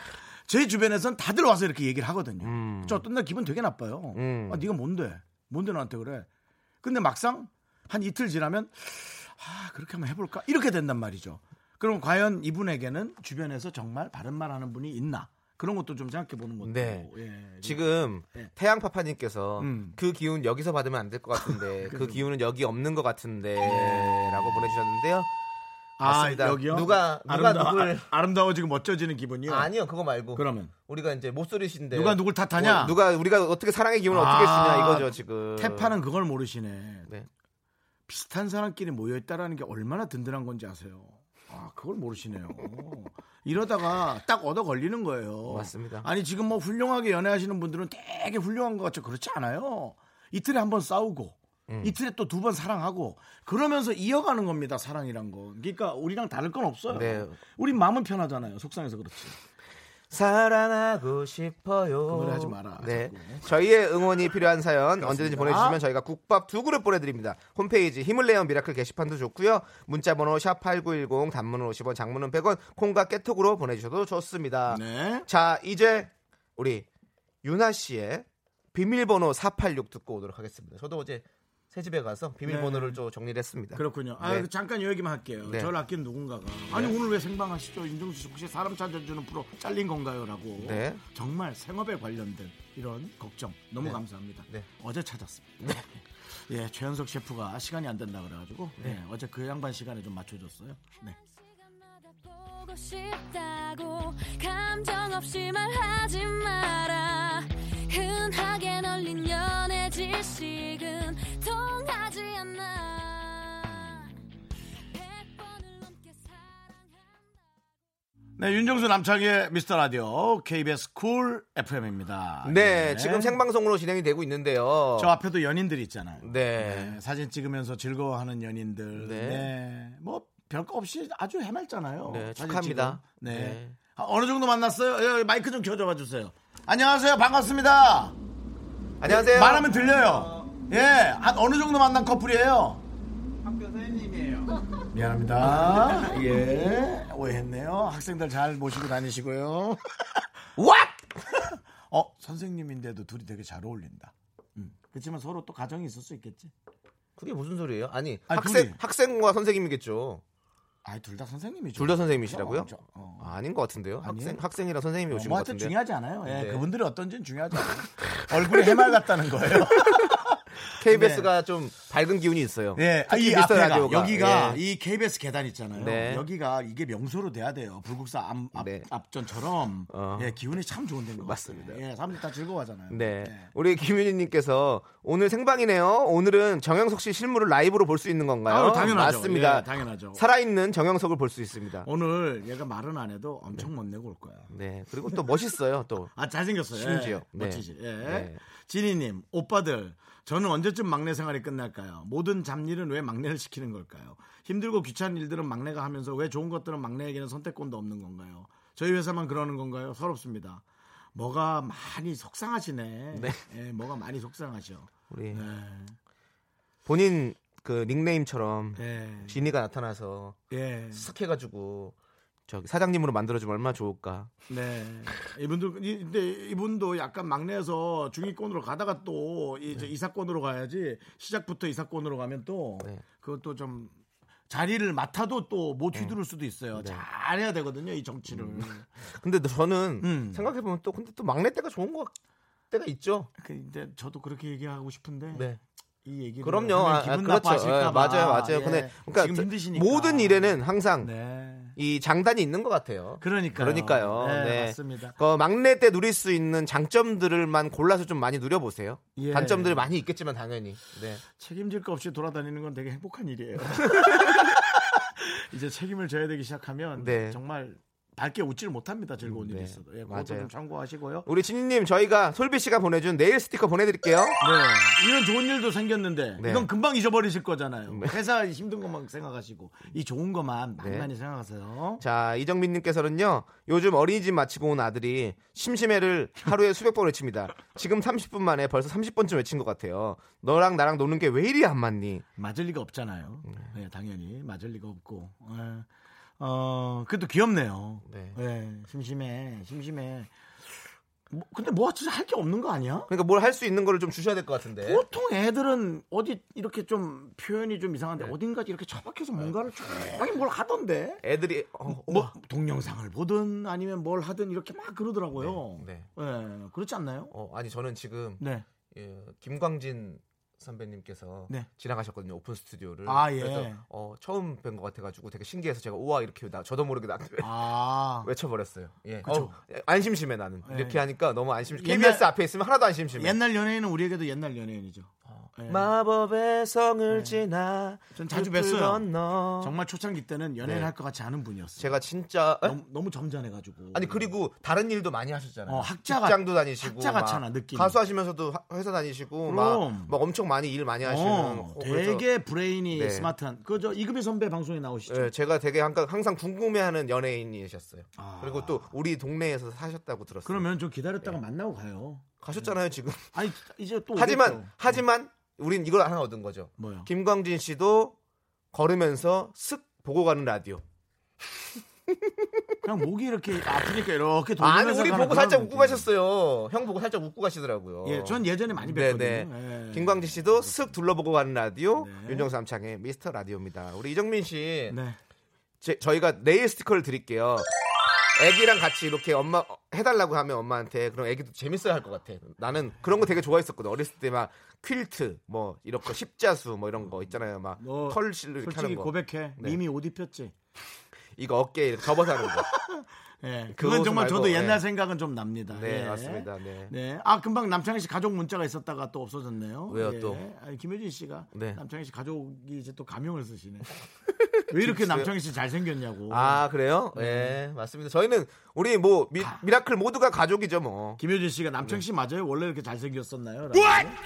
[SPEAKER 1] 제 주변에선 다들 와서 이렇게 얘기를 하거든요. 저 어떤 날 기분 되게 나빠요.
[SPEAKER 2] 음.
[SPEAKER 1] 아, 네가 뭔데? 뭔데 나한테 그래? 근데 막상 한 이틀 지나면 아 그렇게 한번 해볼까? 이렇게 된단 말이죠. 그럼 과연 이분에게는 주변에서 정말 바른 말 하는 분이 있나? 그런 것도 좀 생각해 보는 것도.
[SPEAKER 2] 네.
[SPEAKER 1] 예.
[SPEAKER 2] 지금
[SPEAKER 1] 네.
[SPEAKER 2] 태양파파님께서
[SPEAKER 1] 음.
[SPEAKER 2] 그 기운 여기서 받으면 안 될 것
[SPEAKER 1] (laughs)
[SPEAKER 2] 같은데 그 기운은 여기 없는 것
[SPEAKER 1] 네.
[SPEAKER 2] 같은데라고 보내주셨는데요. 맞습니다.
[SPEAKER 1] 아, 여기요?
[SPEAKER 2] 누가- 누가
[SPEAKER 1] 아름다워,
[SPEAKER 2] 누굴-
[SPEAKER 1] 아, 아름다워지고 멋져지는 기분이요?
[SPEAKER 2] 아니요 그거 말고
[SPEAKER 1] 예. 그러면
[SPEAKER 2] 우리가 이제 못소리신데 뭐,
[SPEAKER 1] 누가 누굴 탓하냐?
[SPEAKER 2] 누가 우리가 어떻게 사랑의 기운을
[SPEAKER 1] 아,
[SPEAKER 2] 어떻게 쓰냐 이거죠 지금.
[SPEAKER 1] 태파는 그걸 모르시네.
[SPEAKER 2] 네.
[SPEAKER 1] 비슷한 사람끼리 모여 있다라는 게 얼마나 든든한 건지 아세요? 아, 그걸 모르시네요. 이러다가 딱 얻어 걸리는 거예요.
[SPEAKER 2] 맞습니다.
[SPEAKER 1] 아니, 지금 뭐 훌륭하게 연애하시는 분들은 되게 훌륭한 것 같죠. 그렇지 않아요. 이틀에 한 번 싸우고,
[SPEAKER 2] 음.
[SPEAKER 1] 이틀에 또 두 번 사랑하고, 그러면서 이어가는 겁니다. 사랑이란 건. 그러니까 우리랑 다를 건 없어요.
[SPEAKER 2] 네.
[SPEAKER 1] 우리 마음은 편하잖아요. 속상해서 그렇지.
[SPEAKER 2] 사랑하고 싶어요.
[SPEAKER 1] 그 노래 하지 마라,
[SPEAKER 2] 네.
[SPEAKER 1] 자꾸.
[SPEAKER 2] 저희의 응원이 필요한 사연 언제든지 보내주시면 저희가 국밥 두 그릇 보내드립니다. 홈페이지 힘을 내요 미라클 게시판도 좋고요. 문자번호 샵 #8910 단문은 50원, 장문은 100원, 콩과 깨톡으로 보내주셔도 좋습니다.
[SPEAKER 1] 네.
[SPEAKER 2] 자 이제 우리 유나 씨의 비밀번호 486 듣고 오도록 하겠습니다. 저도 어제 새 집에 가서 비밀번호를 좀 정리했습니다.
[SPEAKER 1] 네. 그렇군요. 아,
[SPEAKER 2] 네.
[SPEAKER 1] 그 잠깐 이 얘기만 할게요.
[SPEAKER 2] 네.
[SPEAKER 1] 저를 아끼는 누군가가 아니 오늘 왜 생방하시죠? 윤정수 씨 혹시 사람 찾아주는 프로 잘린 건가요?라고
[SPEAKER 2] 네.
[SPEAKER 1] 정말 생업에 관련된 이런 걱정 너무
[SPEAKER 2] 네.
[SPEAKER 1] 감사합니다.
[SPEAKER 2] 네.
[SPEAKER 1] 어제 찾았습니다. 예, 최현석 셰프가 시간이 안 된다 그래가지고
[SPEAKER 2] 네.
[SPEAKER 1] 예, 어제 그 양반 시간에 좀 맞춰줬어요. 네.
[SPEAKER 3] 시간마다 보고 싶다고 감정 없이 말하지 마라 흔하게 널린 연애 지식은 통하지 않아 백 번을 넘게 사랑한다
[SPEAKER 1] 네, 윤정수 남창의 미스터 라디오 KBS 쿨 FM입니다.
[SPEAKER 2] 네, 지금 생방송으로 진행이 되고 있는데요.
[SPEAKER 1] 아, 저 앞에도 연인들 있잖아요.
[SPEAKER 2] 네.
[SPEAKER 1] 네, 사진 찍으면서 즐거워하는 연인들.
[SPEAKER 2] 네.
[SPEAKER 1] 네. 뭐 별거 없이 아주 해맑잖아요.
[SPEAKER 2] 네,
[SPEAKER 1] 사진 찍으면.
[SPEAKER 2] 축하합니다.
[SPEAKER 1] 네.
[SPEAKER 2] 네.
[SPEAKER 1] 아, 어느 정도 만났어요? 예, 마이크 좀 켜줘봐 주세요. 안녕하세요. 반갑습니다.
[SPEAKER 2] 안녕하세요.
[SPEAKER 1] 네, 말하면 들려요. 예. 한 어느 정도 만난 커플이에요? 학교 선생님이에요. 미안합니다. 예. 오해했네요. 학생들 잘 모시고 다니시고요. (laughs)
[SPEAKER 2] What?
[SPEAKER 1] 어, 선생님인데도 둘이 되게 잘 어울린다. 음. 그렇지만 서로 또 가정이 있을 수 있겠지.
[SPEAKER 2] 그게 무슨 소리예요? 아니,
[SPEAKER 1] 아니,
[SPEAKER 2] 학생
[SPEAKER 1] 그게-
[SPEAKER 2] 학생과 선생님이겠죠.
[SPEAKER 1] 아이 둘 다 선생님이죠.
[SPEAKER 2] 둘 다 선생님이시라고요?
[SPEAKER 1] 어, 저- 어.
[SPEAKER 2] 아, 아닌 것 같은데요.
[SPEAKER 1] 아니에요?
[SPEAKER 2] 학생 학생이랑 선생님이 오신
[SPEAKER 1] 뭐
[SPEAKER 2] 것
[SPEAKER 1] 하여튼
[SPEAKER 2] 같은데.
[SPEAKER 1] 중요하지 않아요. 예,
[SPEAKER 2] 네.
[SPEAKER 1] 그분들이 어떤지는 중요하지 않아요. 얼굴이 해맑았다는 거예요.
[SPEAKER 2] KBS가 좀 밝은 기운이 있어요.
[SPEAKER 1] 예, 아,
[SPEAKER 2] 특히
[SPEAKER 1] 이
[SPEAKER 2] 미스터
[SPEAKER 1] 앞에가
[SPEAKER 2] 라디오가.
[SPEAKER 1] 여기가
[SPEAKER 2] 예.
[SPEAKER 1] 이 KBS 계단 있잖아요.
[SPEAKER 2] 네.
[SPEAKER 1] 여기가 이게 명소로 돼야 돼요. 불국사 앞, 앞,
[SPEAKER 2] 네.
[SPEAKER 1] 전처럼
[SPEAKER 2] 어.
[SPEAKER 1] 예, 기운이 참 좋은 데인 것
[SPEAKER 2] 맞습니다.
[SPEAKER 1] 같아요. 예, 사람들 다 즐거워하잖아요.
[SPEAKER 2] 네.
[SPEAKER 1] 예.
[SPEAKER 2] 우리 김윤희님께서 오늘 생방이네요. 오늘은 정영석 씨 실물을 라이브로 볼 수 있는 건가요?
[SPEAKER 1] 아유, 당연하죠.
[SPEAKER 2] 어, 맞습니다.
[SPEAKER 1] 예, 당연하죠. 어.
[SPEAKER 2] 살아있는 정영석을 볼 수 있습니다.
[SPEAKER 1] 오늘 얘가 말은 안 해도 엄청 멋내고 올 거야.
[SPEAKER 2] 네. 그리고 또 멋있어요. 또.
[SPEAKER 1] 아 잘생겼어요. 예.
[SPEAKER 2] 심지어. 네.
[SPEAKER 1] 멋지지. 예.
[SPEAKER 2] 네.
[SPEAKER 1] 진희님 오빠들 저는 언제쯤 막내 생활이 끝날까요? 모든 잡일은 왜 막내를 시키는 걸까요? 힘들고 귀찮은 일들은 막내가 하면서 왜 좋은 것들은 막내에게는 선택권도 없는 건가요? 저희 회사만 그러는 건가요? 서럽습니다. 뭐가 많이 속상하시네.
[SPEAKER 2] 네.
[SPEAKER 1] 예, 뭐가 많이 속상하셔.
[SPEAKER 2] 우리
[SPEAKER 1] 예.
[SPEAKER 2] 본인 그 닉네임처럼
[SPEAKER 1] 예.
[SPEAKER 2] 진이가 나타나서
[SPEAKER 1] 예.
[SPEAKER 2] 쓱 해가지고 저기 사장님으로 만들어주면 얼마나 좋을까.
[SPEAKER 1] 네. 이분도 이- 근데 이분도 약간 막내에서 중위권으로 가다가 또 이제 이사권으로 가야지 시작부터 이사권으로 가면 또
[SPEAKER 2] 네.
[SPEAKER 1] 그것도 좀 자리를 맡아도 또 못
[SPEAKER 2] 네.
[SPEAKER 1] 휘두를 수도 있어요. 잘해야 되거든요, 이 정치를.
[SPEAKER 2] 음. 근데 저는
[SPEAKER 1] 음.
[SPEAKER 2] 생각해보면 또 근데 또 막내 때가 좋은 것 같- 때가 있죠.
[SPEAKER 1] 근데 저도 그렇게 얘기하고 싶은데
[SPEAKER 2] 네.
[SPEAKER 1] 이 얘기를
[SPEAKER 2] 그럼요.
[SPEAKER 1] 하면
[SPEAKER 2] 아,
[SPEAKER 1] 기분
[SPEAKER 2] 아, 그렇죠.
[SPEAKER 1] 나빠하실까
[SPEAKER 2] 예,
[SPEAKER 1] 봐.
[SPEAKER 2] 맞아요, 맞아요.
[SPEAKER 1] 예.
[SPEAKER 2] 근데 그러니까
[SPEAKER 1] 지금
[SPEAKER 2] 저-
[SPEAKER 1] 힘드시니까
[SPEAKER 2] 모든 일에는 항상
[SPEAKER 1] 네.
[SPEAKER 2] 이 장단이 있는 것 같아요.
[SPEAKER 1] 그러니까요.
[SPEAKER 2] 그러니까요.
[SPEAKER 1] 네,
[SPEAKER 2] 네.
[SPEAKER 1] 맞습니다.
[SPEAKER 2] 그 막내 때 누릴 수 있는 장점들을만 골라서 좀 많이 누려보세요.
[SPEAKER 1] 예.
[SPEAKER 2] 단점들이 많이 있겠지만 당연히. 네.
[SPEAKER 1] 책임질 거 없이 돌아다니는 건 되게 행복한
[SPEAKER 2] (laughs)
[SPEAKER 1] 일이에요. 이제 책임을 져야 되기 시작하면
[SPEAKER 2] 네.
[SPEAKER 1] 정말 밝게 웃지를 못합니다. 즐거운
[SPEAKER 2] 네.
[SPEAKER 1] 일이 있어도. 예, 그것도
[SPEAKER 2] 맞아요.
[SPEAKER 1] 좀 참고하시고요.
[SPEAKER 2] 우리 진희님 저희가 솔비 씨가 보내준 네일 스티커 보내드릴게요.
[SPEAKER 1] 네. 이런 좋은 일도 생겼는데
[SPEAKER 2] 어. 네.
[SPEAKER 1] 이건 금방 잊어버리실 거잖아요.
[SPEAKER 2] 네.
[SPEAKER 1] 회사 힘든 것만 생각하시고 이 좋은 것만 많이
[SPEAKER 2] 네.
[SPEAKER 1] 많이 생각하세요.
[SPEAKER 2] 자 이정민님께서는요 요즘 어린이집 마치고 온 아들이 심심해를 하루에 수백 번 외칩니다. 지금 30분 만에 벌써 30번쯤 외친 것 같아요. 너랑 나랑 노는 게 왜 이리 안 맞니?
[SPEAKER 1] 맞을 리가 없잖아요.
[SPEAKER 2] 음.
[SPEAKER 1] 예, 당연히 맞을 리가 없고. 예. 어, 그래도 귀엽네요.
[SPEAKER 2] 네.
[SPEAKER 1] 예, 심심해, 심심해. 뭐, 근데 뭐 진짜 할 게 없는 거 아니야?
[SPEAKER 2] 그러니까 뭘 할 수 있는 거를 좀 주셔야 될 것 같은데.
[SPEAKER 1] 보통 애들은 어디 이렇게 좀 표현이 좀 이상한데
[SPEAKER 2] 예.
[SPEAKER 1] 어딘가 이렇게 처박혀서 뭔가를 조용히 뭘 하던데
[SPEAKER 2] 애들이 어,
[SPEAKER 1] 뭐 동영상을 보든 아니면 뭘 하든 이렇게 막 그러더라고요.
[SPEAKER 2] 네,
[SPEAKER 1] 예, 그렇지 않나요?
[SPEAKER 2] 어, 아니 저는 지금
[SPEAKER 1] 네.
[SPEAKER 2] 예, 김광진 선배님께서
[SPEAKER 1] 네.
[SPEAKER 2] 지나가셨거든요 오픈 스튜디오를.
[SPEAKER 1] 아, 예.
[SPEAKER 2] 그래서 어, 처음 뵌 것 같아가지고 되게 신기해서 제가 우와 이렇게 나 저도 모르게 나
[SPEAKER 1] 아.
[SPEAKER 2] 외쳐버렸어요. 예.
[SPEAKER 1] 그쵸.
[SPEAKER 2] 어, 안 심심해 나는
[SPEAKER 1] 예.
[SPEAKER 2] 이렇게 하니까 너무 안 심심.
[SPEAKER 1] 옛날-
[SPEAKER 2] KBS 앞에 있으면 하나도 안 심심해.
[SPEAKER 1] 옛날 연예인은 우리에게도 옛날 연예인이죠. 예,
[SPEAKER 2] 어. 마법의 성을
[SPEAKER 1] 네.
[SPEAKER 2] 지나
[SPEAKER 1] 전 자주
[SPEAKER 2] 늪을
[SPEAKER 1] 뵀어요.
[SPEAKER 2] 건너.
[SPEAKER 1] 정말 초창기 때는 연애를
[SPEAKER 2] 네.
[SPEAKER 1] 할 것 같지 않은 분이었어요.
[SPEAKER 2] 제가 진짜 에?
[SPEAKER 1] 너무, 너무 점잖해가지고.
[SPEAKER 2] 아니 그리고 다른 일도 많이 하셨잖아요.
[SPEAKER 1] 어, 학자가-
[SPEAKER 2] 직장도 다니시고
[SPEAKER 1] 학자
[SPEAKER 2] 막
[SPEAKER 1] 같잖아, 느낌이.
[SPEAKER 2] 가수 하시면서도 하- 회사 다니시고 막,
[SPEAKER 1] 그럼.
[SPEAKER 2] 막 엄청 많이 일 많이 하시는
[SPEAKER 1] 어,
[SPEAKER 2] 어, 그래서,
[SPEAKER 1] 되게 브레인이
[SPEAKER 2] 네.
[SPEAKER 1] 스마트한. 그저 이금희 선배 방송에 나오시죠.
[SPEAKER 2] 예, 제가 되게 항상, 항상 궁금해하는 연예인이셨어요.
[SPEAKER 1] 아.
[SPEAKER 2] 그리고 또 우리 동네에서 사셨다고 들었어요.
[SPEAKER 1] 그러면 좀 기다렸다가
[SPEAKER 2] 네.
[SPEAKER 1] 만나고 가요.
[SPEAKER 2] 가셨잖아요 지금.
[SPEAKER 1] 아니 이제 또
[SPEAKER 2] 하지만
[SPEAKER 1] 오겠죠.
[SPEAKER 2] 하지만 우린 이걸 하나 얻은 거죠.
[SPEAKER 1] 뭐요?
[SPEAKER 2] 김광진 씨도 걸으면서 슥 보고 가는 라디오.
[SPEAKER 1] 그냥 목이 이렇게 아프니까 이렇게 돌면서
[SPEAKER 2] 아니 우리
[SPEAKER 1] 가는
[SPEAKER 2] 보고
[SPEAKER 1] 그런
[SPEAKER 2] 살짝 웃고
[SPEAKER 1] 느낌.
[SPEAKER 2] 가셨어요. 형 보고 살짝 웃고 가시더라고요.
[SPEAKER 1] 예, 전 예전에 많이
[SPEAKER 2] 네,
[SPEAKER 1] 뵀거든요.
[SPEAKER 2] 네.
[SPEAKER 1] 예.
[SPEAKER 2] 김광진 씨도 슥 둘러보고 가는 라디오
[SPEAKER 1] 네.
[SPEAKER 2] 윤정수 남창의 미스터 라디오입니다. 우리 이정민 씨,
[SPEAKER 1] 네.
[SPEAKER 2] 제- 저희가 네일 스티커를 드릴게요. 애기랑 같이 이렇게 엄마 어, 해달라고 하면 엄마한테 그럼 애기도 재밌어야 할 것 같아. 나는 그런 거 되게 좋아했었거든. 어렸을 때 막 퀼트 뭐 이런 거 십자수 뭐 이런 거 있잖아요. 막
[SPEAKER 1] 너
[SPEAKER 2] 털 실로 이렇게
[SPEAKER 1] 뭐 솔직히
[SPEAKER 2] 하는 거.
[SPEAKER 1] 고백해.
[SPEAKER 2] 네.
[SPEAKER 1] 이미 옷 입혔지.
[SPEAKER 2] 이거 어깨에 이렇게 접어서 하는 거.
[SPEAKER 1] 예.
[SPEAKER 2] 그
[SPEAKER 1] 그건
[SPEAKER 2] 옷은
[SPEAKER 1] 정말 저도
[SPEAKER 2] 말고,
[SPEAKER 1] 옛날
[SPEAKER 2] 예.
[SPEAKER 1] 생각은 좀 납니다.
[SPEAKER 2] 네
[SPEAKER 1] 예.
[SPEAKER 2] 맞습니다. 네.
[SPEAKER 1] 네. 아, 금방 남창희 씨 가족 문자가 있었다가 또 없어졌네요. 예.
[SPEAKER 2] 왜요, 또?
[SPEAKER 1] 아니, 김효진 씨가
[SPEAKER 2] 네.
[SPEAKER 1] 남창희 씨 가족이 이제 또 감명을
[SPEAKER 2] (laughs)
[SPEAKER 1] 쓰시네. 왜 이렇게 남창희 씨 잘생겼냐고.
[SPEAKER 2] 아 그래요? 네. 맞습니다. 저희는 우리 뭐 미,
[SPEAKER 1] 아.
[SPEAKER 2] 라클 모두가 가족이죠 뭐.
[SPEAKER 1] 김효진 씨가 남창희 씨 맞아요? 원래 이렇게 잘생겼었나요? 라고.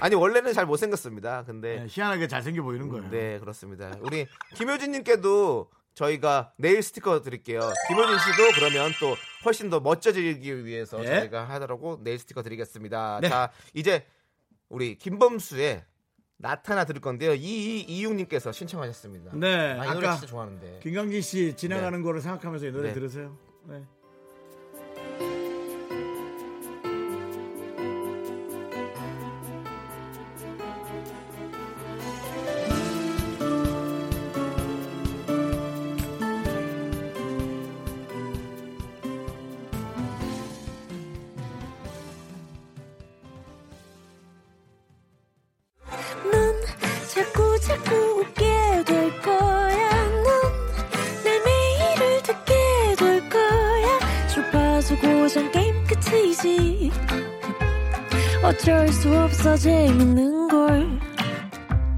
[SPEAKER 2] 아니 원래는 잘 못생겼습니다. 근데
[SPEAKER 1] 예, 희한하게 잘생겨 보이는 거예요.
[SPEAKER 2] 네 그렇습니다. 우리 김효진님께도 저희가 네일 스티커 드릴게요. 김효진 씨도 그러면 또 훨씬 더 멋져지기 위해서
[SPEAKER 1] 네.
[SPEAKER 2] 저희가 하더라고 네일 스티커 드리겠습니다.
[SPEAKER 1] 네.
[SPEAKER 2] 자 이제 우리 김범수의 나타나 드릴 건데요. 이이이육님께서 신청하셨습니다.
[SPEAKER 1] 네,
[SPEAKER 2] 아, 이 노래
[SPEAKER 1] 아까 그
[SPEAKER 2] 진짜 좋아하는데.
[SPEAKER 1] 김광진 씨 지나가는 거를 생각하면서 이 노래
[SPEAKER 2] 네.
[SPEAKER 1] 들으세요. 네.
[SPEAKER 3] 넌 자꾸 자꾸 웃게 될 거야. 넌내 매일을 듣게 될 거야. 주파수 고정 게임 끝이지. 어쩔 수 없어 재밌는 걸.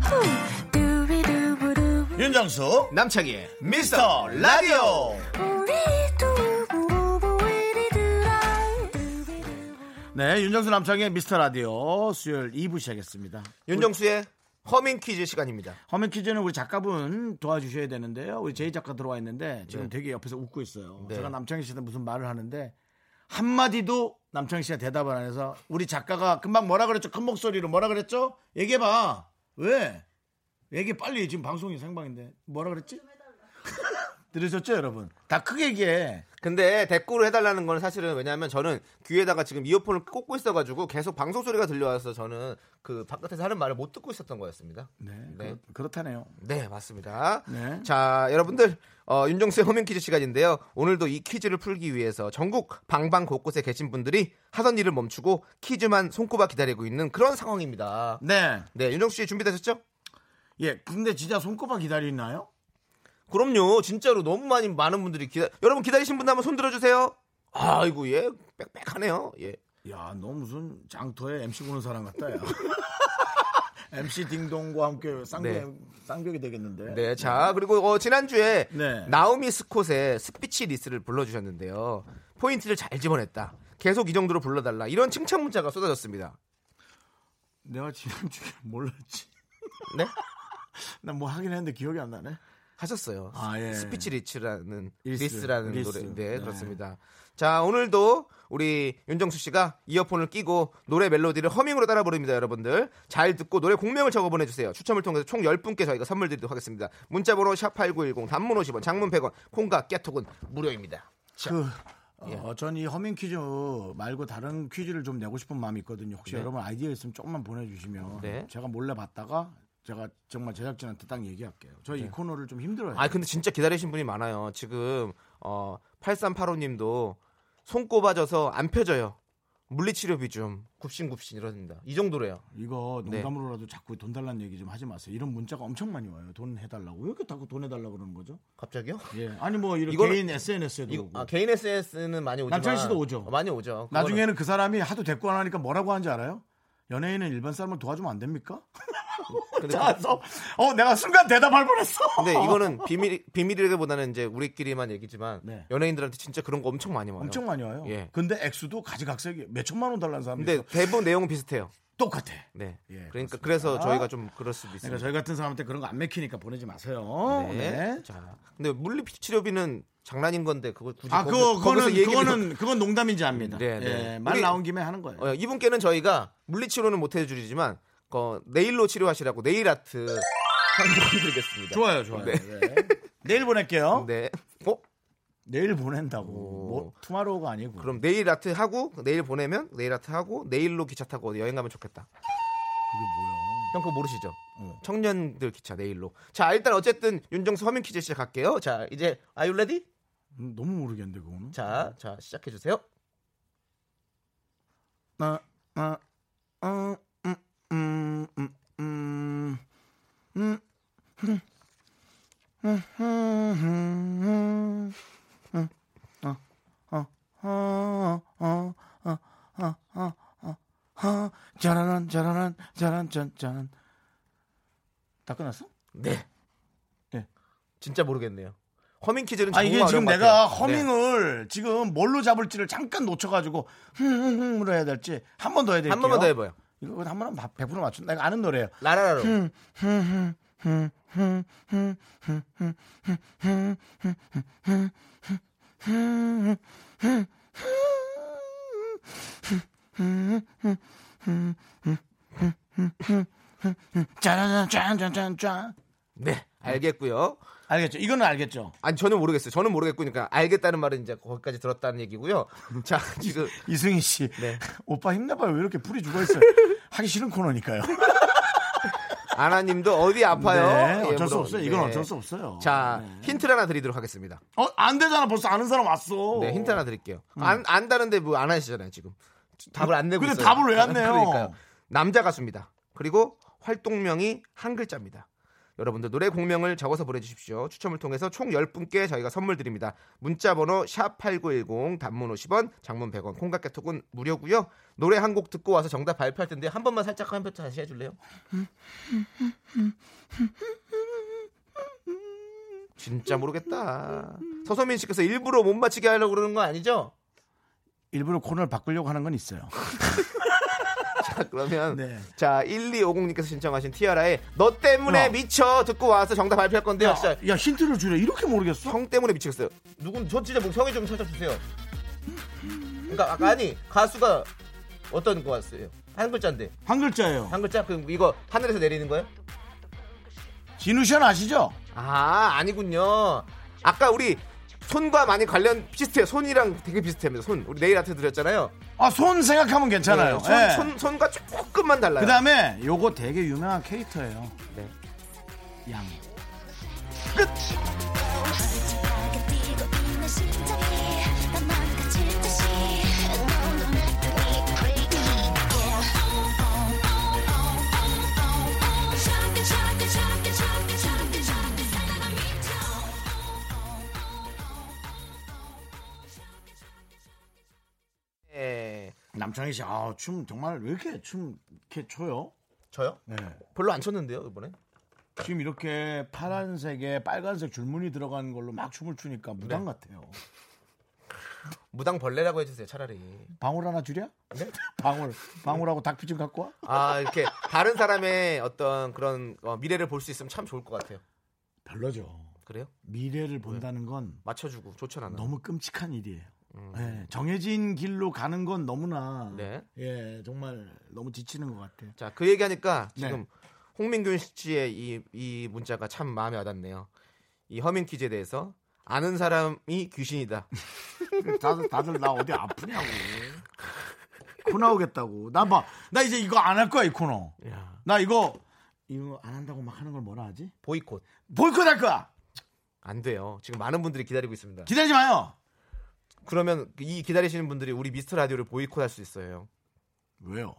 [SPEAKER 3] 후. 두비두부두.
[SPEAKER 1] 윤정수
[SPEAKER 2] 남창희의 미스터 라디오.
[SPEAKER 3] 우리 두부부부 우리 두라. 두비두부.
[SPEAKER 1] 네, 윤정수 남창의 미스터 라디오 수요일 2부 시작했습니다.
[SPEAKER 2] 윤정수의 허밍 퀴즈 시간입니다.
[SPEAKER 1] 화면 퀴즈는 우리 작가분 도와주셔야 되는데요. 우리 제이 작가 들어와 있는데 지금
[SPEAKER 2] 네.
[SPEAKER 1] 되게 옆에서 웃고 있어요.
[SPEAKER 2] 네.
[SPEAKER 1] 제가 남창희 씨한테 무슨 말을 하는데 한마디도 남창희 씨가 대답을 안 해서 우리 작가가 금방 뭐라 그랬죠? 큰 목소리로 뭐라 그랬죠? 얘기해봐. 왜? 얘기 빨리 지금 방송이 생방인데 뭐라 그랬지? (laughs) 들으셨죠 여러분? 다 크게 얘기해.
[SPEAKER 2] 근데 댓글을 해달라는 건 사실은 왜냐하면 저는 귀에다가 지금 이어폰을 꽂고 있어가지고 계속 방송 소리가 들려와서 저는 그 바깥에서 하는 말을 못 듣고 있었던 거였습니다.
[SPEAKER 1] 네,
[SPEAKER 2] 네.
[SPEAKER 1] 그렇- 그렇다네요.
[SPEAKER 2] 네, 맞습니다.
[SPEAKER 1] 네.
[SPEAKER 2] 자, 여러분들 어, 윤정수의 허밍 퀴즈 시간인데요. 오늘도 이 퀴즈를 풀기 위해서 전국 방방 곳곳에 계신 분들이 하던 일을 멈추고 퀴즈만 손꼽아 기다리고 있는 그런 상황입니다.
[SPEAKER 1] 네,
[SPEAKER 2] 네, 윤정수 씨 준비되셨죠?
[SPEAKER 1] 예, 근데 진짜 손꼽아 기다리나요?
[SPEAKER 2] 그럼요. 진짜로 너무 많이 많은 분들이 기다. 여러분 기다리신 분들 한번 손 들어주세요. 아이고 예, 빽빽하네요. 예.
[SPEAKER 1] 야, 너 무슨 장터에 MC 보는 사람 같다,
[SPEAKER 2] (laughs)
[SPEAKER 1] 야. MC 딩동과 함께 쌍벽,
[SPEAKER 2] 네.
[SPEAKER 1] 쌍벽이 되겠는데.
[SPEAKER 2] 네, 자 그리고 어, 지난주에
[SPEAKER 1] 네.
[SPEAKER 2] 나오미 스콧의 스피치 리스를 불러주셨는데요. 포인트를 잘 집어냈다. 계속 이 정도로 불러달라. 이런 칭찬 문자가 쏟아졌습니다.
[SPEAKER 1] 내가 지난주에 (laughs) 몰랐지.
[SPEAKER 2] 네,
[SPEAKER 1] 나 뭐 하긴 했는데 기억이 안 나네.
[SPEAKER 2] 하셨어요.
[SPEAKER 1] 아, 예.
[SPEAKER 2] 스피치 리치라는
[SPEAKER 1] 리스,
[SPEAKER 2] 리스, 라는
[SPEAKER 1] 리스.
[SPEAKER 2] 노래. 네,
[SPEAKER 1] 네.
[SPEAKER 2] 그렇습니다. 자 오늘도 우리 윤정수 씨가 이어폰을 끼고 노래 멜로디를 허밍으로 따라 부릅니다, 여러분들. 잘 듣고 노래 공명을 적어 보내주세요. 추첨을 통해서 총 10분께 저희가 선물 드리도록 하겠습니다. 문자번호 샵8910 단문 50원, 장문 100원, 콩과 깨톡은 무료입니다. 자. 예.
[SPEAKER 1] 그, 어, 전 이 허밍 퀴즈 말고 다른 퀴즈를 좀 내고 싶은 마음이 있거든요. 혹시 여러분 아이디어 있으면 조금만 보내주시면
[SPEAKER 2] 네.
[SPEAKER 1] 제가 몰래 봤다가 제가 정말 제작진한테 딱 얘기할게요. 저희 이 코너를 좀 힘들어요.
[SPEAKER 2] 네. 아 근데 진짜 기다리신 분이 많아요. 지금 어 8385님도 손 꼽아져서 안 펴져요. 물리치료비 좀 굽신굽신 이러는다. 이 정도래요.
[SPEAKER 1] 이거
[SPEAKER 2] 네.
[SPEAKER 1] 농담으로라도 자꾸 돈 달라는 얘기 좀 하지 마세요. 이런 문자가 엄청 많이 와요. 돈 해달라고. 왜 이렇게 자꾸 돈 해달라고 그러는 거죠?
[SPEAKER 2] 갑자기요?
[SPEAKER 1] 예. 아니 뭐 이런
[SPEAKER 2] 이거는-
[SPEAKER 1] 개인 SNS에도 뭐.
[SPEAKER 2] 이거,
[SPEAKER 1] 오고.
[SPEAKER 2] 아, 개인 SNS는 많이 오지만
[SPEAKER 1] 남창희 씨도 오죠?
[SPEAKER 2] 어, 많이 오죠. 그거는-
[SPEAKER 1] 나중에는 (laughs) 그 사람이 하도 대꾸 안 하니까 뭐라고 하는지 알아요? 연예인은 일반 사람을 도와주면 안 됩니까?
[SPEAKER 2] 근데,
[SPEAKER 1] 자서 어 내가 순간 대답할 (laughs) 뻔했어.
[SPEAKER 2] 근데 이거는 비밀 비밀이라기보다는 이제 우리끼리만 얘기지만
[SPEAKER 1] 네.
[SPEAKER 2] 연예인들한테 진짜 그런 거 엄청 많이 와요.
[SPEAKER 1] 엄청 많이 와요.
[SPEAKER 2] 예.
[SPEAKER 1] 근데 액수도 가지각색이 몇 천만 원 달라는 사람들
[SPEAKER 2] 근데 대부분 내용은 비슷해요.
[SPEAKER 1] 똑같아.
[SPEAKER 2] 네.
[SPEAKER 1] 예,
[SPEAKER 2] 그러니까 그래서 저희가 좀 그럴 수도
[SPEAKER 1] 그러니까
[SPEAKER 2] 있습니다.
[SPEAKER 1] 저희 같은 사람한테 그런 거 안 맥히니까 보내지 마세요. 네.
[SPEAKER 2] 자, 근데 물리 치료비는 장난인 건데 그걸 굳이
[SPEAKER 1] 아, 그거,
[SPEAKER 2] 거기-
[SPEAKER 1] 그거는,
[SPEAKER 2] 거기서 얘기를-
[SPEAKER 1] 그거는, 그건 농담인지 압니다.
[SPEAKER 2] 네, 네.
[SPEAKER 1] 예, 말
[SPEAKER 2] 우리-
[SPEAKER 1] 나온 김에 하는 거예요.
[SPEAKER 2] 어, 이분께는 저희가 물리 치료는 못 해드리지만 어, 네일로 치료하시라고 네일 아트 한번 드리겠습니다.
[SPEAKER 1] 좋아요, 좋아요.
[SPEAKER 2] 네.
[SPEAKER 1] 네. 내일 보낼게요.
[SPEAKER 2] 네. 어?
[SPEAKER 1] 내일 보낸다고. 뭐, 투마로우가 아니고.
[SPEAKER 2] 그럼 네일 아트 하고 네일 보내면 네일 아트 하고 네일로 기차 타고 어디 여행 가면 좋겠다. 형 그거 모르시죠?
[SPEAKER 1] 어.
[SPEAKER 2] 청년들 기차 네일로. 자 일단 어쨌든 윤정수 화면 퀴즈 시작할게요. 자 이제 아유 레디?
[SPEAKER 1] 음, 너무 모르겠는데, 그거는.
[SPEAKER 2] 자, 자 시작해 주세요.
[SPEAKER 1] 아, 아, 아, 음, 음, 음, 음, 음, 음, 음, 음, 음, 어, 어, 어, 어, 어, 어, 어, 어, 어, 짜라란, 짜라란, 짜란, 짠, 짠. 다 끝났어?
[SPEAKER 2] 네.
[SPEAKER 1] 예.
[SPEAKER 2] 진짜 모르겠네요. 허밍 퀴즈는
[SPEAKER 1] 아 이게
[SPEAKER 2] 정말
[SPEAKER 1] 지금
[SPEAKER 2] 어려운 것
[SPEAKER 1] 내가
[SPEAKER 2] 같아요. 네.
[SPEAKER 1] 허밍을 지금 뭘로 잡을지를 잠깐 놓쳐가지고 흥흥흥으로 해야 될지 한 번 더 해야 될게요.
[SPEAKER 2] 한 번만 더 해봐요.
[SPEAKER 1] 이거 한번 하면 100% 맞춘다. 내가 아는 노래예요.
[SPEAKER 2] 라라라로.
[SPEAKER 1] 짜라짠짠짠짠
[SPEAKER 2] 네. 알겠고요.
[SPEAKER 1] 알겠죠? 이거는 알겠죠?
[SPEAKER 2] 아니 저는 모르겠어요. 저는 모르겠고 그러니까 알겠다는 말은 이제 거기까지
[SPEAKER 1] (laughs)
[SPEAKER 2] 들었다는 얘기고요. 자 지금
[SPEAKER 1] 이승희 씨,
[SPEAKER 2] 네.
[SPEAKER 1] (laughs) 오빠 힘내봐요. 왜 이렇게 불이 죽어
[SPEAKER 2] (laughs)
[SPEAKER 1] 있어요? 하기 싫은 코너니까요.
[SPEAKER 2] 아나님도 어디 아파요?
[SPEAKER 1] 네,
[SPEAKER 2] 예,
[SPEAKER 1] 어쩔 수
[SPEAKER 2] 물어-
[SPEAKER 1] 없어요. 이건
[SPEAKER 2] 네.
[SPEAKER 1] 어쩔 수 없어요.
[SPEAKER 2] 자
[SPEAKER 1] 네.
[SPEAKER 2] 힌트를 하나 드리도록 하겠습니다.
[SPEAKER 1] 어, 안 되잖아. 벌써 아는 사람 왔어.
[SPEAKER 2] 네 힌트 하나 드릴게요.
[SPEAKER 1] 음.
[SPEAKER 2] 안 안다는데 뭐 안 하시잖아요 지금 답을 안 내고
[SPEAKER 1] 근데
[SPEAKER 2] 있어요.
[SPEAKER 1] 답을 왜안 내요?
[SPEAKER 2] 그러니까요. 남자 가수입니다. 그리고 활동명이 한 글자입니다. 여러분들 노래 공명을 적어서 보내주십시오. 추첨을 통해서 총 10분께 저희가 선물 드립니다. 문자 번호 샵8910 단문 50원 장문 100원 콩깍개톡은 무료고요. 노래 한 곡 듣고 와서 정답 발표할 텐데 한 번만 살짝 한표 다시 해줄래요? 진짜 모르겠다. 서소민 씨께서 일부러 못 맞히게 하려고 그러는 거 아니죠?
[SPEAKER 1] 일부러 코너를 바꾸려고 하는 건 있어요.
[SPEAKER 2] 자, (laughs) 그러면
[SPEAKER 1] 네.
[SPEAKER 2] 자 1250님께서 신청하신 티아라의 너 때문에
[SPEAKER 1] 어.
[SPEAKER 2] 미쳐 듣고 와서 정답 발표할 건데요. 진짜
[SPEAKER 1] 야, 힌트를 주래. 이렇게 모르겠어?
[SPEAKER 2] 형 때문에 미치겠어요. 어. 누군 저 진짜 뭐 형이 좀 찾아주세요. 그러니까 아까 아니 가수가 어떤 거 같아요? 한 글자인데
[SPEAKER 1] 한 글자예요.
[SPEAKER 2] 한 글자 그럼 이거 하늘에서 내리는 거예요?
[SPEAKER 1] 진우션 아시죠?
[SPEAKER 2] 아 아니군요. 아까 우리 손과 많이 관련 비슷해요. 손이랑 되게 비슷합니다. 손 우리 네일 아트 드렸잖아요.
[SPEAKER 1] 아, 손 생각하면 괜찮아요.
[SPEAKER 2] 네, 손,
[SPEAKER 1] 예.
[SPEAKER 2] 손, 손과 조금만 달라요.
[SPEAKER 1] 그 다음에 요거 되게 유명한 캐릭터예요.
[SPEAKER 2] 네.
[SPEAKER 1] 양.
[SPEAKER 2] 예.
[SPEAKER 1] 남창희 씨, 아, 춤 정말 왜 이렇게 춤 이렇게 춰요?
[SPEAKER 2] 저요?
[SPEAKER 1] 네.
[SPEAKER 2] 별로 안 쳤는데요 이번에?
[SPEAKER 1] 지금 이렇게 파란색에 빨간색 줄무늬 들어간 걸로 막 춤을 추니까 무당 같아요.
[SPEAKER 2] 무당 벌레라고 해주세요 차라리
[SPEAKER 1] 방울 하나 줄여?
[SPEAKER 2] 네?
[SPEAKER 1] (laughs) 방울, 방울하고 닭피 좀 갖고 와?
[SPEAKER 2] 아 이렇게 다른 사람의 어떤 그런 어, 미래를 볼 수 있으면 참 좋을 것 같아요
[SPEAKER 1] 별로죠. 네.
[SPEAKER 2] 그래요
[SPEAKER 1] 미래를 본다는 건
[SPEAKER 2] 맞춰주고 좋잖아 요
[SPEAKER 1] 너무 끔찍한 일이에요. 예, 정해진 길로 가는 건 너무나
[SPEAKER 2] 네.
[SPEAKER 1] 예 정말 너무 지치는 것 같아요.
[SPEAKER 2] 자 그 얘기하니까
[SPEAKER 1] 네.
[SPEAKER 2] 지금 홍민균 씨의 이, 이 문자가 참 마음에 와닿네요 이 허밍 퀴즈에 대해서 아는 사람이 귀신이다
[SPEAKER 1] 다들 다들 나 어디 아프냐고 코 나오겠다고 나 봐 나 이제 이거 안 할 거야 이 코너.
[SPEAKER 2] 야.
[SPEAKER 1] 나 이거 이거 안 한다고 막 하는 걸 뭐라 하지?
[SPEAKER 2] 보이콧
[SPEAKER 1] 보이콧할 거야.
[SPEAKER 2] 안 돼요 지금 많은 분들이 기다리고 있습니다
[SPEAKER 1] 기다리지 마요.
[SPEAKER 2] 그러면 이 기다리시는 분들이 우리 미스터 라디오를 보이콧할 수 있어요
[SPEAKER 1] 왜요?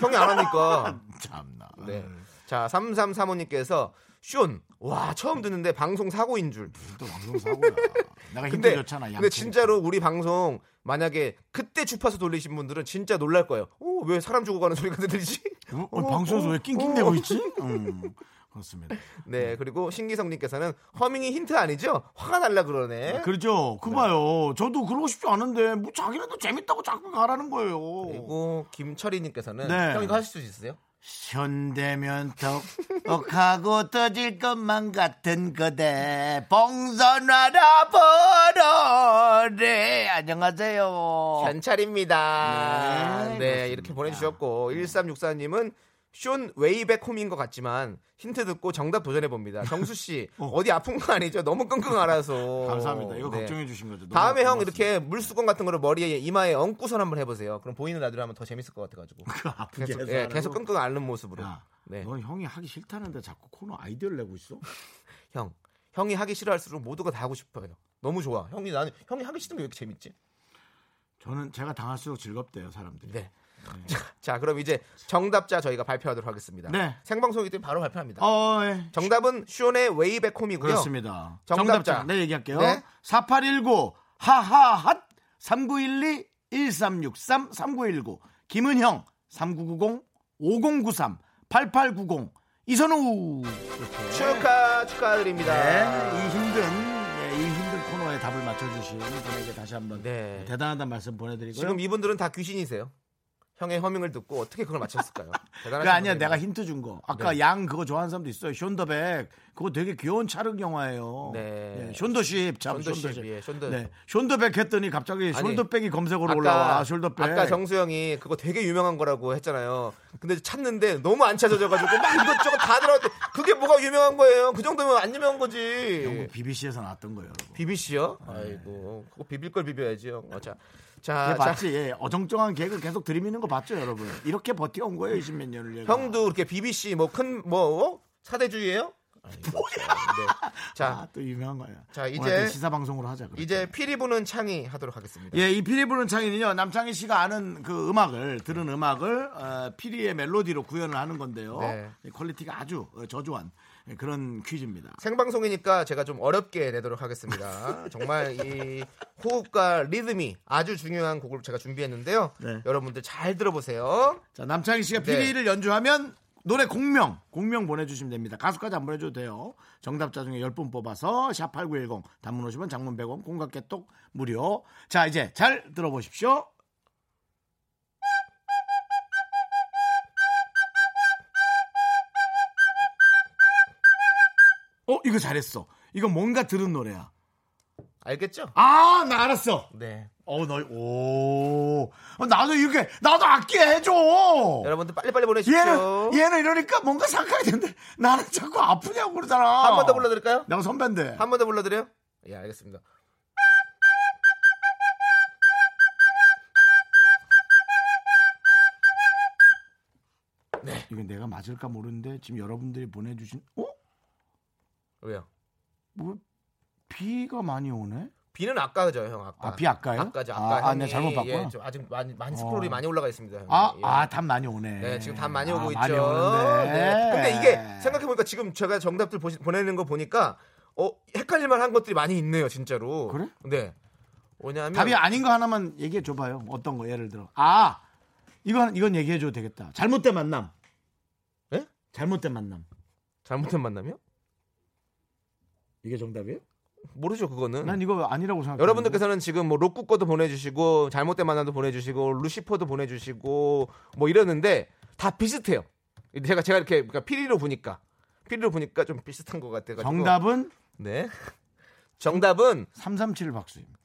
[SPEAKER 2] 형이 안 하니까
[SPEAKER 1] (laughs) 참나. 음,
[SPEAKER 2] 네. 자, 3335님께서 쇼. 와 처음 듣는데 방송 사고인 줄.
[SPEAKER 1] 또 방송사고야. 내가 힘들
[SPEAKER 2] 근데
[SPEAKER 1] 줬잖아.
[SPEAKER 2] 근데 진짜로 우리 방송 만약에 그때 주파수 돌리신 분들은 진짜 놀랄 거예요. 오 왜 사람 죽어가는 소리가 들리지? (laughs)
[SPEAKER 1] 어,
[SPEAKER 2] 어,
[SPEAKER 1] 방송에서
[SPEAKER 2] 어,
[SPEAKER 1] 왜
[SPEAKER 2] 어.
[SPEAKER 1] 낑낑대고 있지? 음, 그렇습니다. 음.
[SPEAKER 2] 네 그리고 신기성님께서는 허밍이 힌트 아니죠? 화가 날라 그러네.
[SPEAKER 1] 그렇죠. 그 봐요. 저도 그러고 싶지 않은데 뭐 자기네도 재밌다고 자꾸 가라는 거예요.
[SPEAKER 2] 그리고 김철희님께서는
[SPEAKER 1] 네.
[SPEAKER 2] 형 이거 하실 수 있으세요?
[SPEAKER 1] 현대면 덕덕하고 터질 것만 같은 그대 봉선 알아보러래 안녕하세요.
[SPEAKER 2] 현찰입니다.
[SPEAKER 1] 어. 네,
[SPEAKER 2] 네,
[SPEAKER 1] 그렇습니다.
[SPEAKER 2] 이렇게 보내주셨고 1364님은 쇼 웨이백 홈인 것 같지만 힌트 듣고 정답 도전해 봅니다.
[SPEAKER 1] (laughs)
[SPEAKER 2] 정수 씨 어. 디 아픈 거 아니죠? 너무 끙끙 앓아서.
[SPEAKER 1] 감사합니다. 이거
[SPEAKER 2] 네.
[SPEAKER 1] 걱정해 주신 거죠. 너무
[SPEAKER 2] 다음에 형
[SPEAKER 1] 고맙습니다.
[SPEAKER 2] 이렇게 물수건 같은 거를 머리에 이마에 얹고선 한번 해보세요. 그럼 보이는 라디오 하면 더 재밌을 것
[SPEAKER 1] (laughs)
[SPEAKER 2] 같아가지고.
[SPEAKER 1] 그 아프게
[SPEAKER 2] 계속,
[SPEAKER 1] 해서
[SPEAKER 2] 예,
[SPEAKER 1] 하라고.
[SPEAKER 2] 계속 끙끙 앓는 모습으로.
[SPEAKER 1] 야,
[SPEAKER 2] 네.
[SPEAKER 1] 넌 형이 하기 싫다는데 자꾸 코너 아이디어를 내고 있어?
[SPEAKER 2] 형, 형이 하기 싫어할수록 모두가 다 하고 싶어요. 너무 좋아. 형이 나는 형이 하기 싫은 게 왜 이렇게 재밌지?
[SPEAKER 1] 저는 제가 당할수록 즐겁대요 사람들이.
[SPEAKER 2] 네. 자, 그럼 이제 정답자 저희가 발표하도록 하겠습니다.
[SPEAKER 1] 네.
[SPEAKER 2] 생방송이기 때문에 바로 발표합니다.
[SPEAKER 1] 어, 예.
[SPEAKER 2] 정답은 쇼의 웨이백 홈이고요.
[SPEAKER 1] 그렇습니다.
[SPEAKER 2] 네. 정답자.
[SPEAKER 1] 정답자. 네, 얘기할게요.
[SPEAKER 2] 네.
[SPEAKER 1] 4819 하하핫 3912 1363 3919 김은형 3990 5093 8890 이선우
[SPEAKER 2] 축하 축하드립니다.
[SPEAKER 1] 네, 이 힘든 네, 이 힘든 코너에 답을 맞춰주신 분에게 다시 한번
[SPEAKER 2] 네.
[SPEAKER 1] 대단하단 말씀 보내드리고요.
[SPEAKER 2] 지금 이분들은 다 귀신이세요. 형의 허밍을 듣고 어떻게 그걸 맞췄을까요? 네. 대단한
[SPEAKER 1] (laughs) 그 아니야 내가 힌트 준 거. 아까 양 그거 좋아하는 사람도 있어요. 션더백 그거 되게 귀여운 찰흙 영화예요.
[SPEAKER 2] 네.
[SPEAKER 1] 션더십 참
[SPEAKER 2] 션더십,
[SPEAKER 1] 션더십.
[SPEAKER 2] 예, 션더-
[SPEAKER 1] 네. 션더백 했더니 갑자기
[SPEAKER 2] 아니,
[SPEAKER 1] 숄더백이 검색으로 올라와. 숄더백.
[SPEAKER 2] 아까 정수 형이 그거 되게 유명한 거라고 했잖아요. 근데 찾는데 너무 안 찾아져가지고 막 이것저것 다 들어왔대. 그게 뭐가 유명한 거예요? 그 정도면 안 유명한 거지.
[SPEAKER 1] BBC에서 어, 나왔던 거예요.
[SPEAKER 2] 비비씨요? 아이고 그거 비빌 걸 비벼야지 형. 어, 자, 자,
[SPEAKER 1] 아,
[SPEAKER 2] 자,
[SPEAKER 1] 봤지. 예. 어정쩡한 개그 계속 들이미는 거 봤죠, 여러분. 이렇게 버텨온 거예요, 20몇 년을. 얘가.
[SPEAKER 2] 형도 이렇게 BBC 뭐 큰 뭐 사대주의예요? (laughs) 네.
[SPEAKER 1] 아,
[SPEAKER 2] 자
[SPEAKER 1] 또 유명한 거야.
[SPEAKER 2] 자, 이제-
[SPEAKER 1] 시사 방송으로 하자. 그러니까. 그래.
[SPEAKER 2] 이제 피리 부는 창이 하도록 하겠습니다.
[SPEAKER 1] 예, 이 피리 부는 창이는요, 남창희 씨가 아는 그 음악을, 들은 음악을, 어, 피리의 멜로디로 구현을 하는 건데요.
[SPEAKER 2] 네.
[SPEAKER 1] 이 퀄리티가 아주 어, 저조한 그런 퀴즈입니다.
[SPEAKER 2] 생방송이니까 제가 좀 어렵게 내도록
[SPEAKER 1] (laughs)
[SPEAKER 2] 하겠습니다. 정말 이 호흡과 리듬이 아주 중요한 곡을 제가 준비했는데요.
[SPEAKER 1] 네.
[SPEAKER 2] 여러분들 잘 들어보세요.
[SPEAKER 1] 자, 남창희 씨가
[SPEAKER 2] 네.
[SPEAKER 1] 피리를 연주하면 노래 공명, 공명 보내주시면 됩니다. 가수까지 안 보내줘도 돼요. 정답자 중에 10분 뽑아서 샵8910, 단문 50원, 장문 100원, 공각개톡 무료. 자, 이제 잘 들어보십시오. 어, 이거 잘했어. 이거 뭔가 들은 노래야.
[SPEAKER 2] 알겠죠?
[SPEAKER 1] 아, 나 알았어.
[SPEAKER 2] 네.
[SPEAKER 1] 어, 너, 오. 어, 나도 이렇게, 나도 악기 해줘!
[SPEAKER 2] 여러분들 빨리빨리 보내십시오.
[SPEAKER 1] 얘는 얘는 이러니까 뭔가 생각이 되는데 나는 자꾸 아프냐고 그러잖아.
[SPEAKER 2] 한 번 더 불러드릴까요?
[SPEAKER 1] 내가 선배인데.
[SPEAKER 2] 한 번 더 불러드려요? 예, 알겠습니다.
[SPEAKER 1] 이거 내가 맞을까 모르는데 지금 여러분들이 보내주신 어?
[SPEAKER 2] 왜요?
[SPEAKER 1] 뭐 비가 많이 오네?
[SPEAKER 2] 비는 아까죠, 형. 아까.
[SPEAKER 1] 아, 비 아까요?
[SPEAKER 2] 아까죠.
[SPEAKER 1] 아,
[SPEAKER 2] 아까
[SPEAKER 1] 아, 내가 잘못 봤구나. 어.
[SPEAKER 2] 예, 좀 아직 많이 많이 스크롤이 많이 올라가 있습니다. 형님.
[SPEAKER 1] 아,
[SPEAKER 2] 예.
[SPEAKER 1] 아, 답 많이 오네.
[SPEAKER 2] 네, 지금 다 많이
[SPEAKER 1] 아,
[SPEAKER 2] 오고 있죠.
[SPEAKER 1] 많이 오는데.
[SPEAKER 2] 네. 근데 이게 생각해 보니까 지금 제가 정답들 보시, 보내는 거 보니까 어 헷갈릴만 한 것들이 많이 있네요, 진짜로.
[SPEAKER 1] 그래?
[SPEAKER 2] 네. 왜냐하면
[SPEAKER 1] 답이 아닌 거 하나만 얘기해 줘봐요. 어떤 거 예를 들어. 아, 이건 이건 얘기해 줘도 되겠다. 잘못된 만남.
[SPEAKER 2] 예?
[SPEAKER 1] 잘못된 만남.
[SPEAKER 2] 잘못된 만남이요?
[SPEAKER 1] 이게 정답이에요?
[SPEAKER 2] 모르죠, 그거는.
[SPEAKER 1] 난 이거 아니라고 생각.
[SPEAKER 2] 음. 여러분들께서는 지금 뭐 로쿠 거도 보내주시고 잘못된 만남도 보내주시고 루시퍼도 보내주시고 뭐 이러는데 다 비슷해요. 제가 제가 이렇게 그러니까 피리로 보니까 피리로 보니까 좀 비슷한 것 같아가지고
[SPEAKER 1] 정답은
[SPEAKER 2] 네 정답은
[SPEAKER 1] 337 (laughs) 박수입니다.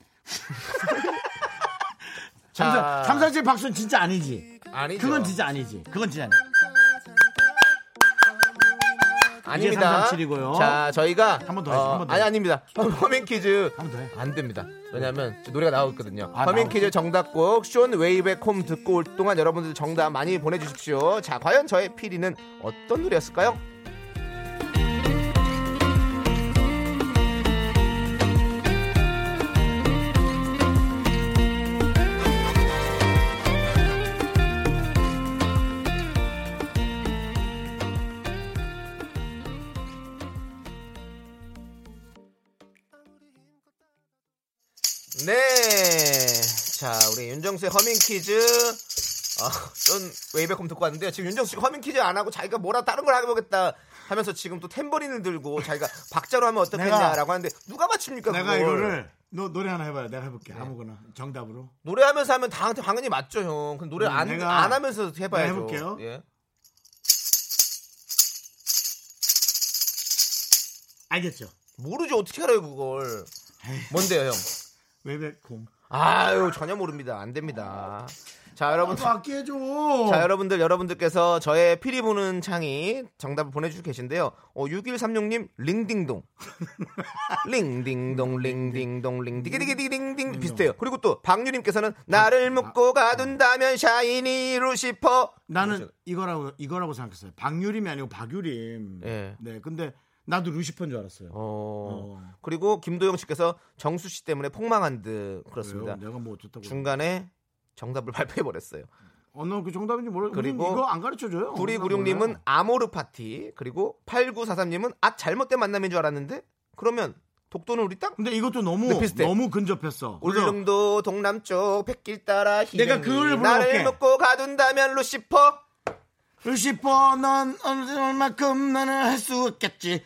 [SPEAKER 2] 자.
[SPEAKER 1] 337 박수는 진짜 아니지.
[SPEAKER 2] 아니죠.
[SPEAKER 1] 그건 진짜 아니지. 그건 진짜 아니.
[SPEAKER 2] 아닙니다.
[SPEAKER 1] 337이고요.
[SPEAKER 2] 자, 저희가 어,
[SPEAKER 1] 한번더 해줘, 한번 더
[SPEAKER 2] 아니
[SPEAKER 1] 해줘.
[SPEAKER 2] 아닙니다. 허밍 퀴즈
[SPEAKER 1] 한번더 해.
[SPEAKER 2] 안 됩니다. 왜냐하면 지금 노래가 나오고 있거든요.
[SPEAKER 1] 아,
[SPEAKER 2] 허밍
[SPEAKER 1] 나오고
[SPEAKER 2] 퀴즈 정답곡 쇼 웨이백 홈 듣고 올 동안 여러분들 정답 많이 보내주십시오. 자, 과연 저의 피리는 어떤 노래였을까요? 네. 자, 우리 윤정수의 허밍 퀴즈. 아, 전 웨이백홈 듣고 왔는데요. 지금 윤정수 씨가 허밍 퀴즈 안 하고 자기가 뭐라 다른 걸 해보겠다 하면서 지금 또 탬버린을 들고 자기가 박자로 하면 어떻겠냐라고 하는데 누가 맞춥니까?
[SPEAKER 1] 내가
[SPEAKER 2] 그러니까 그걸?
[SPEAKER 1] 이거를 너, 노래 하나 해봐요. 내가 해볼게. 아무거나 정답으로.
[SPEAKER 2] 노래하면서 하면 당한테 당연히 맞죠, 형. 그 노래
[SPEAKER 1] 음,
[SPEAKER 2] 안,
[SPEAKER 1] 내가-
[SPEAKER 2] 안 하면서 해봐야죠.
[SPEAKER 1] 내가 해볼게요.
[SPEAKER 2] 예.
[SPEAKER 1] 알겠죠?
[SPEAKER 2] 모르죠. 어떻게 알아요, 그걸. 뭔데요, 형?
[SPEAKER 1] 웨백홈.
[SPEAKER 2] 아유, 전혀 모릅니다. 안 됩니다. 자, 여러분.
[SPEAKER 1] 또 아끼 해줘.
[SPEAKER 2] 자, 여러분들, 여러분들께서 저의 피리 보는 창이 정답을 보내주고 계신데요. 어, 6136님,
[SPEAKER 1] (laughs)
[SPEAKER 2] 링딩동. 링딩동, 링딩동, 링디기디기딩딩 비슷해요. 그리고 또, 박유님께서는,
[SPEAKER 1] 아.
[SPEAKER 2] 나를 묶고 가둔다면 샤이니로 싶어.
[SPEAKER 1] 나는 이거라고 이거라고 생각했어요. 박유림이 아니고 박유림.
[SPEAKER 2] 예.
[SPEAKER 1] 네. 근데 나도 루시퍼인 줄 알았어요.
[SPEAKER 2] 어.
[SPEAKER 1] 어.
[SPEAKER 2] 그리고 김도영 씨께서 정수 씨 때문에 폭망한 듯
[SPEAKER 1] 그래요?
[SPEAKER 2] 그렇습니다.
[SPEAKER 1] 내가 뭐 어쨌다고.
[SPEAKER 2] 중간에 정답을 (laughs) 발표해 버렸어요.
[SPEAKER 1] 어, 너그 정답인지 모르.
[SPEAKER 2] 그리고
[SPEAKER 1] 그리고 이거 안 가르쳐 줘요.
[SPEAKER 2] 구리구룡님은 아모르 파티 그리고 8943님은 아 잘못된 만남인 줄 알았는데 그러면 독도는 우리 땅?
[SPEAKER 1] 근데 이것도 너무
[SPEAKER 2] 근데 비슷해.
[SPEAKER 1] 너무 근접했어. 그래서
[SPEAKER 2] 울릉도 동남쪽 백길 따라 희망이
[SPEAKER 1] 내가 그걸
[SPEAKER 2] 나를
[SPEAKER 1] 불러볼게.
[SPEAKER 2] 먹고 가둔다면 루시퍼
[SPEAKER 1] 루시퍼 넌 얼마큼 나는 할 수 없겠지.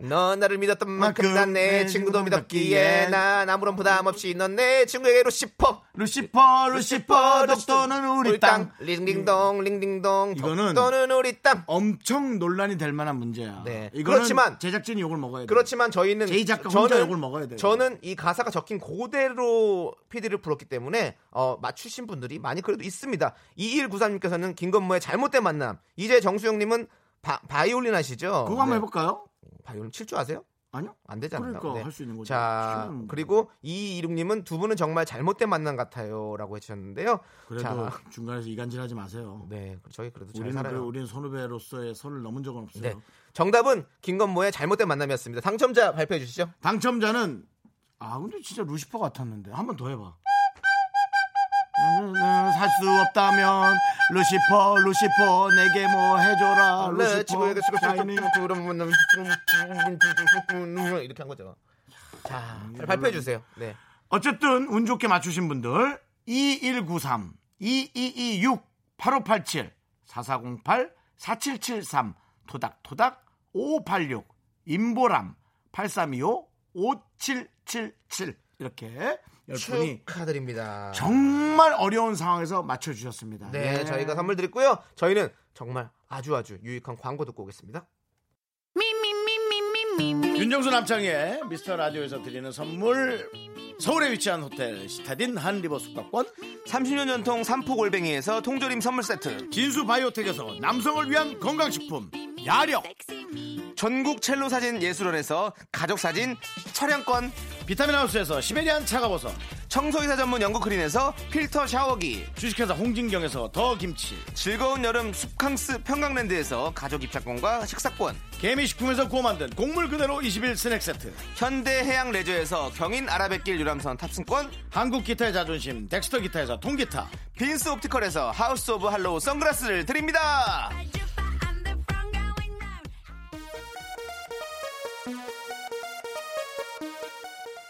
[SPEAKER 2] 너 나를 믿었던 만큼
[SPEAKER 1] 만큼
[SPEAKER 2] 난 내
[SPEAKER 1] 내
[SPEAKER 2] 친구도
[SPEAKER 1] 친구도
[SPEAKER 2] 믿었기에
[SPEAKER 1] 믿었기에
[SPEAKER 2] 난 아무런 부담 없이 넌 내 친구에게 루시퍼
[SPEAKER 1] 루시퍼 루시퍼 독도는 우리 땅. 음.
[SPEAKER 2] 링딩동 링딩동
[SPEAKER 1] 이거는- 어.
[SPEAKER 2] 독도는 우리 땅
[SPEAKER 1] 엄청 논란이 될 만한 문제야.
[SPEAKER 2] 네.
[SPEAKER 1] 이거는
[SPEAKER 2] 그렇지만-
[SPEAKER 1] 제작진이 욕을 먹어야 돼.
[SPEAKER 2] 그렇지만 저희는
[SPEAKER 1] 제이 작가 혼자 욕을 먹어야 돼요.
[SPEAKER 2] 저는 이 가사가 적힌 그대로 PD를 불렀기 때문에 어, 맞추신 분들이 많이 그래도 있습니다. 2193님께서는 김건모의 잘못된 만남. 이제 정수영님은 바, 바이올린 하시죠?
[SPEAKER 1] 그거 한번
[SPEAKER 2] 네.
[SPEAKER 1] 해볼까요?
[SPEAKER 2] 바이올린 칠 줄 아세요?
[SPEAKER 1] 아니요.
[SPEAKER 2] 안 되잖아요. 네.
[SPEAKER 1] 그러니까 할수 있는 뭐. 거죠.
[SPEAKER 2] 자,
[SPEAKER 1] 시원한 거.
[SPEAKER 2] 그리고 2216님은 두 분은 정말 잘못된 만남 같아요라고 해주셨는데요.
[SPEAKER 1] 그래도
[SPEAKER 2] 자,
[SPEAKER 1] 중간에서 이간질하지 마세요.
[SPEAKER 2] 네, 저희 그래도 잘
[SPEAKER 1] 우리는 그
[SPEAKER 2] 살아요.
[SPEAKER 1] 우리는 선후배로서의 선을 넘은 적은 없어요.
[SPEAKER 2] 네, 정답은 김건모의 잘못된 만남이었습니다. 당첨자 발표해 주시죠.
[SPEAKER 1] 당첨자는 아 근데 진짜 루시퍼 같았는데 한 번 더 해봐. 음, 살 수 없다면 루시퍼 루시퍼 내게 뭐 해줘라
[SPEAKER 2] 네, 지금
[SPEAKER 1] 루시퍼
[SPEAKER 2] 여기 지금
[SPEAKER 1] 샤이니.
[SPEAKER 2] 지금 이렇게 한 거죠. 뭐. 자, 발표해 주세요. 네.
[SPEAKER 1] 어쨌든 운 좋게 맞추신 분들 2193 2226 8587 4408 4773 토닥토닥 5586 임보람 8325 5777 이렇게 열 분이
[SPEAKER 2] 축하드립니다.
[SPEAKER 1] 정말 어려운 상황에서 맞춰 주셨습니다. 예.
[SPEAKER 2] 네, 저희가 선물 드리고요. 저희는 정말 아주 아주 유익한 광고 듣고 오겠습니다.
[SPEAKER 1] 윤정수 남창의 미스터 라디오에서 드리는 선물 서울에 위치한 호텔 시타딘 한 리버 숙박권
[SPEAKER 2] 30년 전통 삼포골뱅이에서 통조림 선물 세트,
[SPEAKER 1] 진수 바이오텍에서 남성을 위한 건강식품 야력
[SPEAKER 2] 전국 첼로 사진 예술원에서 가족 사진 촬영권,
[SPEAKER 1] 비타민 하우스에서 시베리안 차가워서
[SPEAKER 2] 청소이사 전문 영국 크린에서 필터 샤워기,
[SPEAKER 1] 주식회사 홍진경에서 더 김치
[SPEAKER 2] 즐거운 여름 숲캉스 평강랜드에서 가족 입장권과 식사권.
[SPEAKER 1] 개미식품에서 구워 만든 곡물 그대로 21 스낵 세트
[SPEAKER 2] 현대해양 레저에서 경인 아라뱃길 유람선 탑승권,
[SPEAKER 1] 한국 기타의 자존심 덱스터 기타에서 통기타
[SPEAKER 2] 빈스 옵티컬에서 하우스 오브 할로우 선글라스를 드립니다.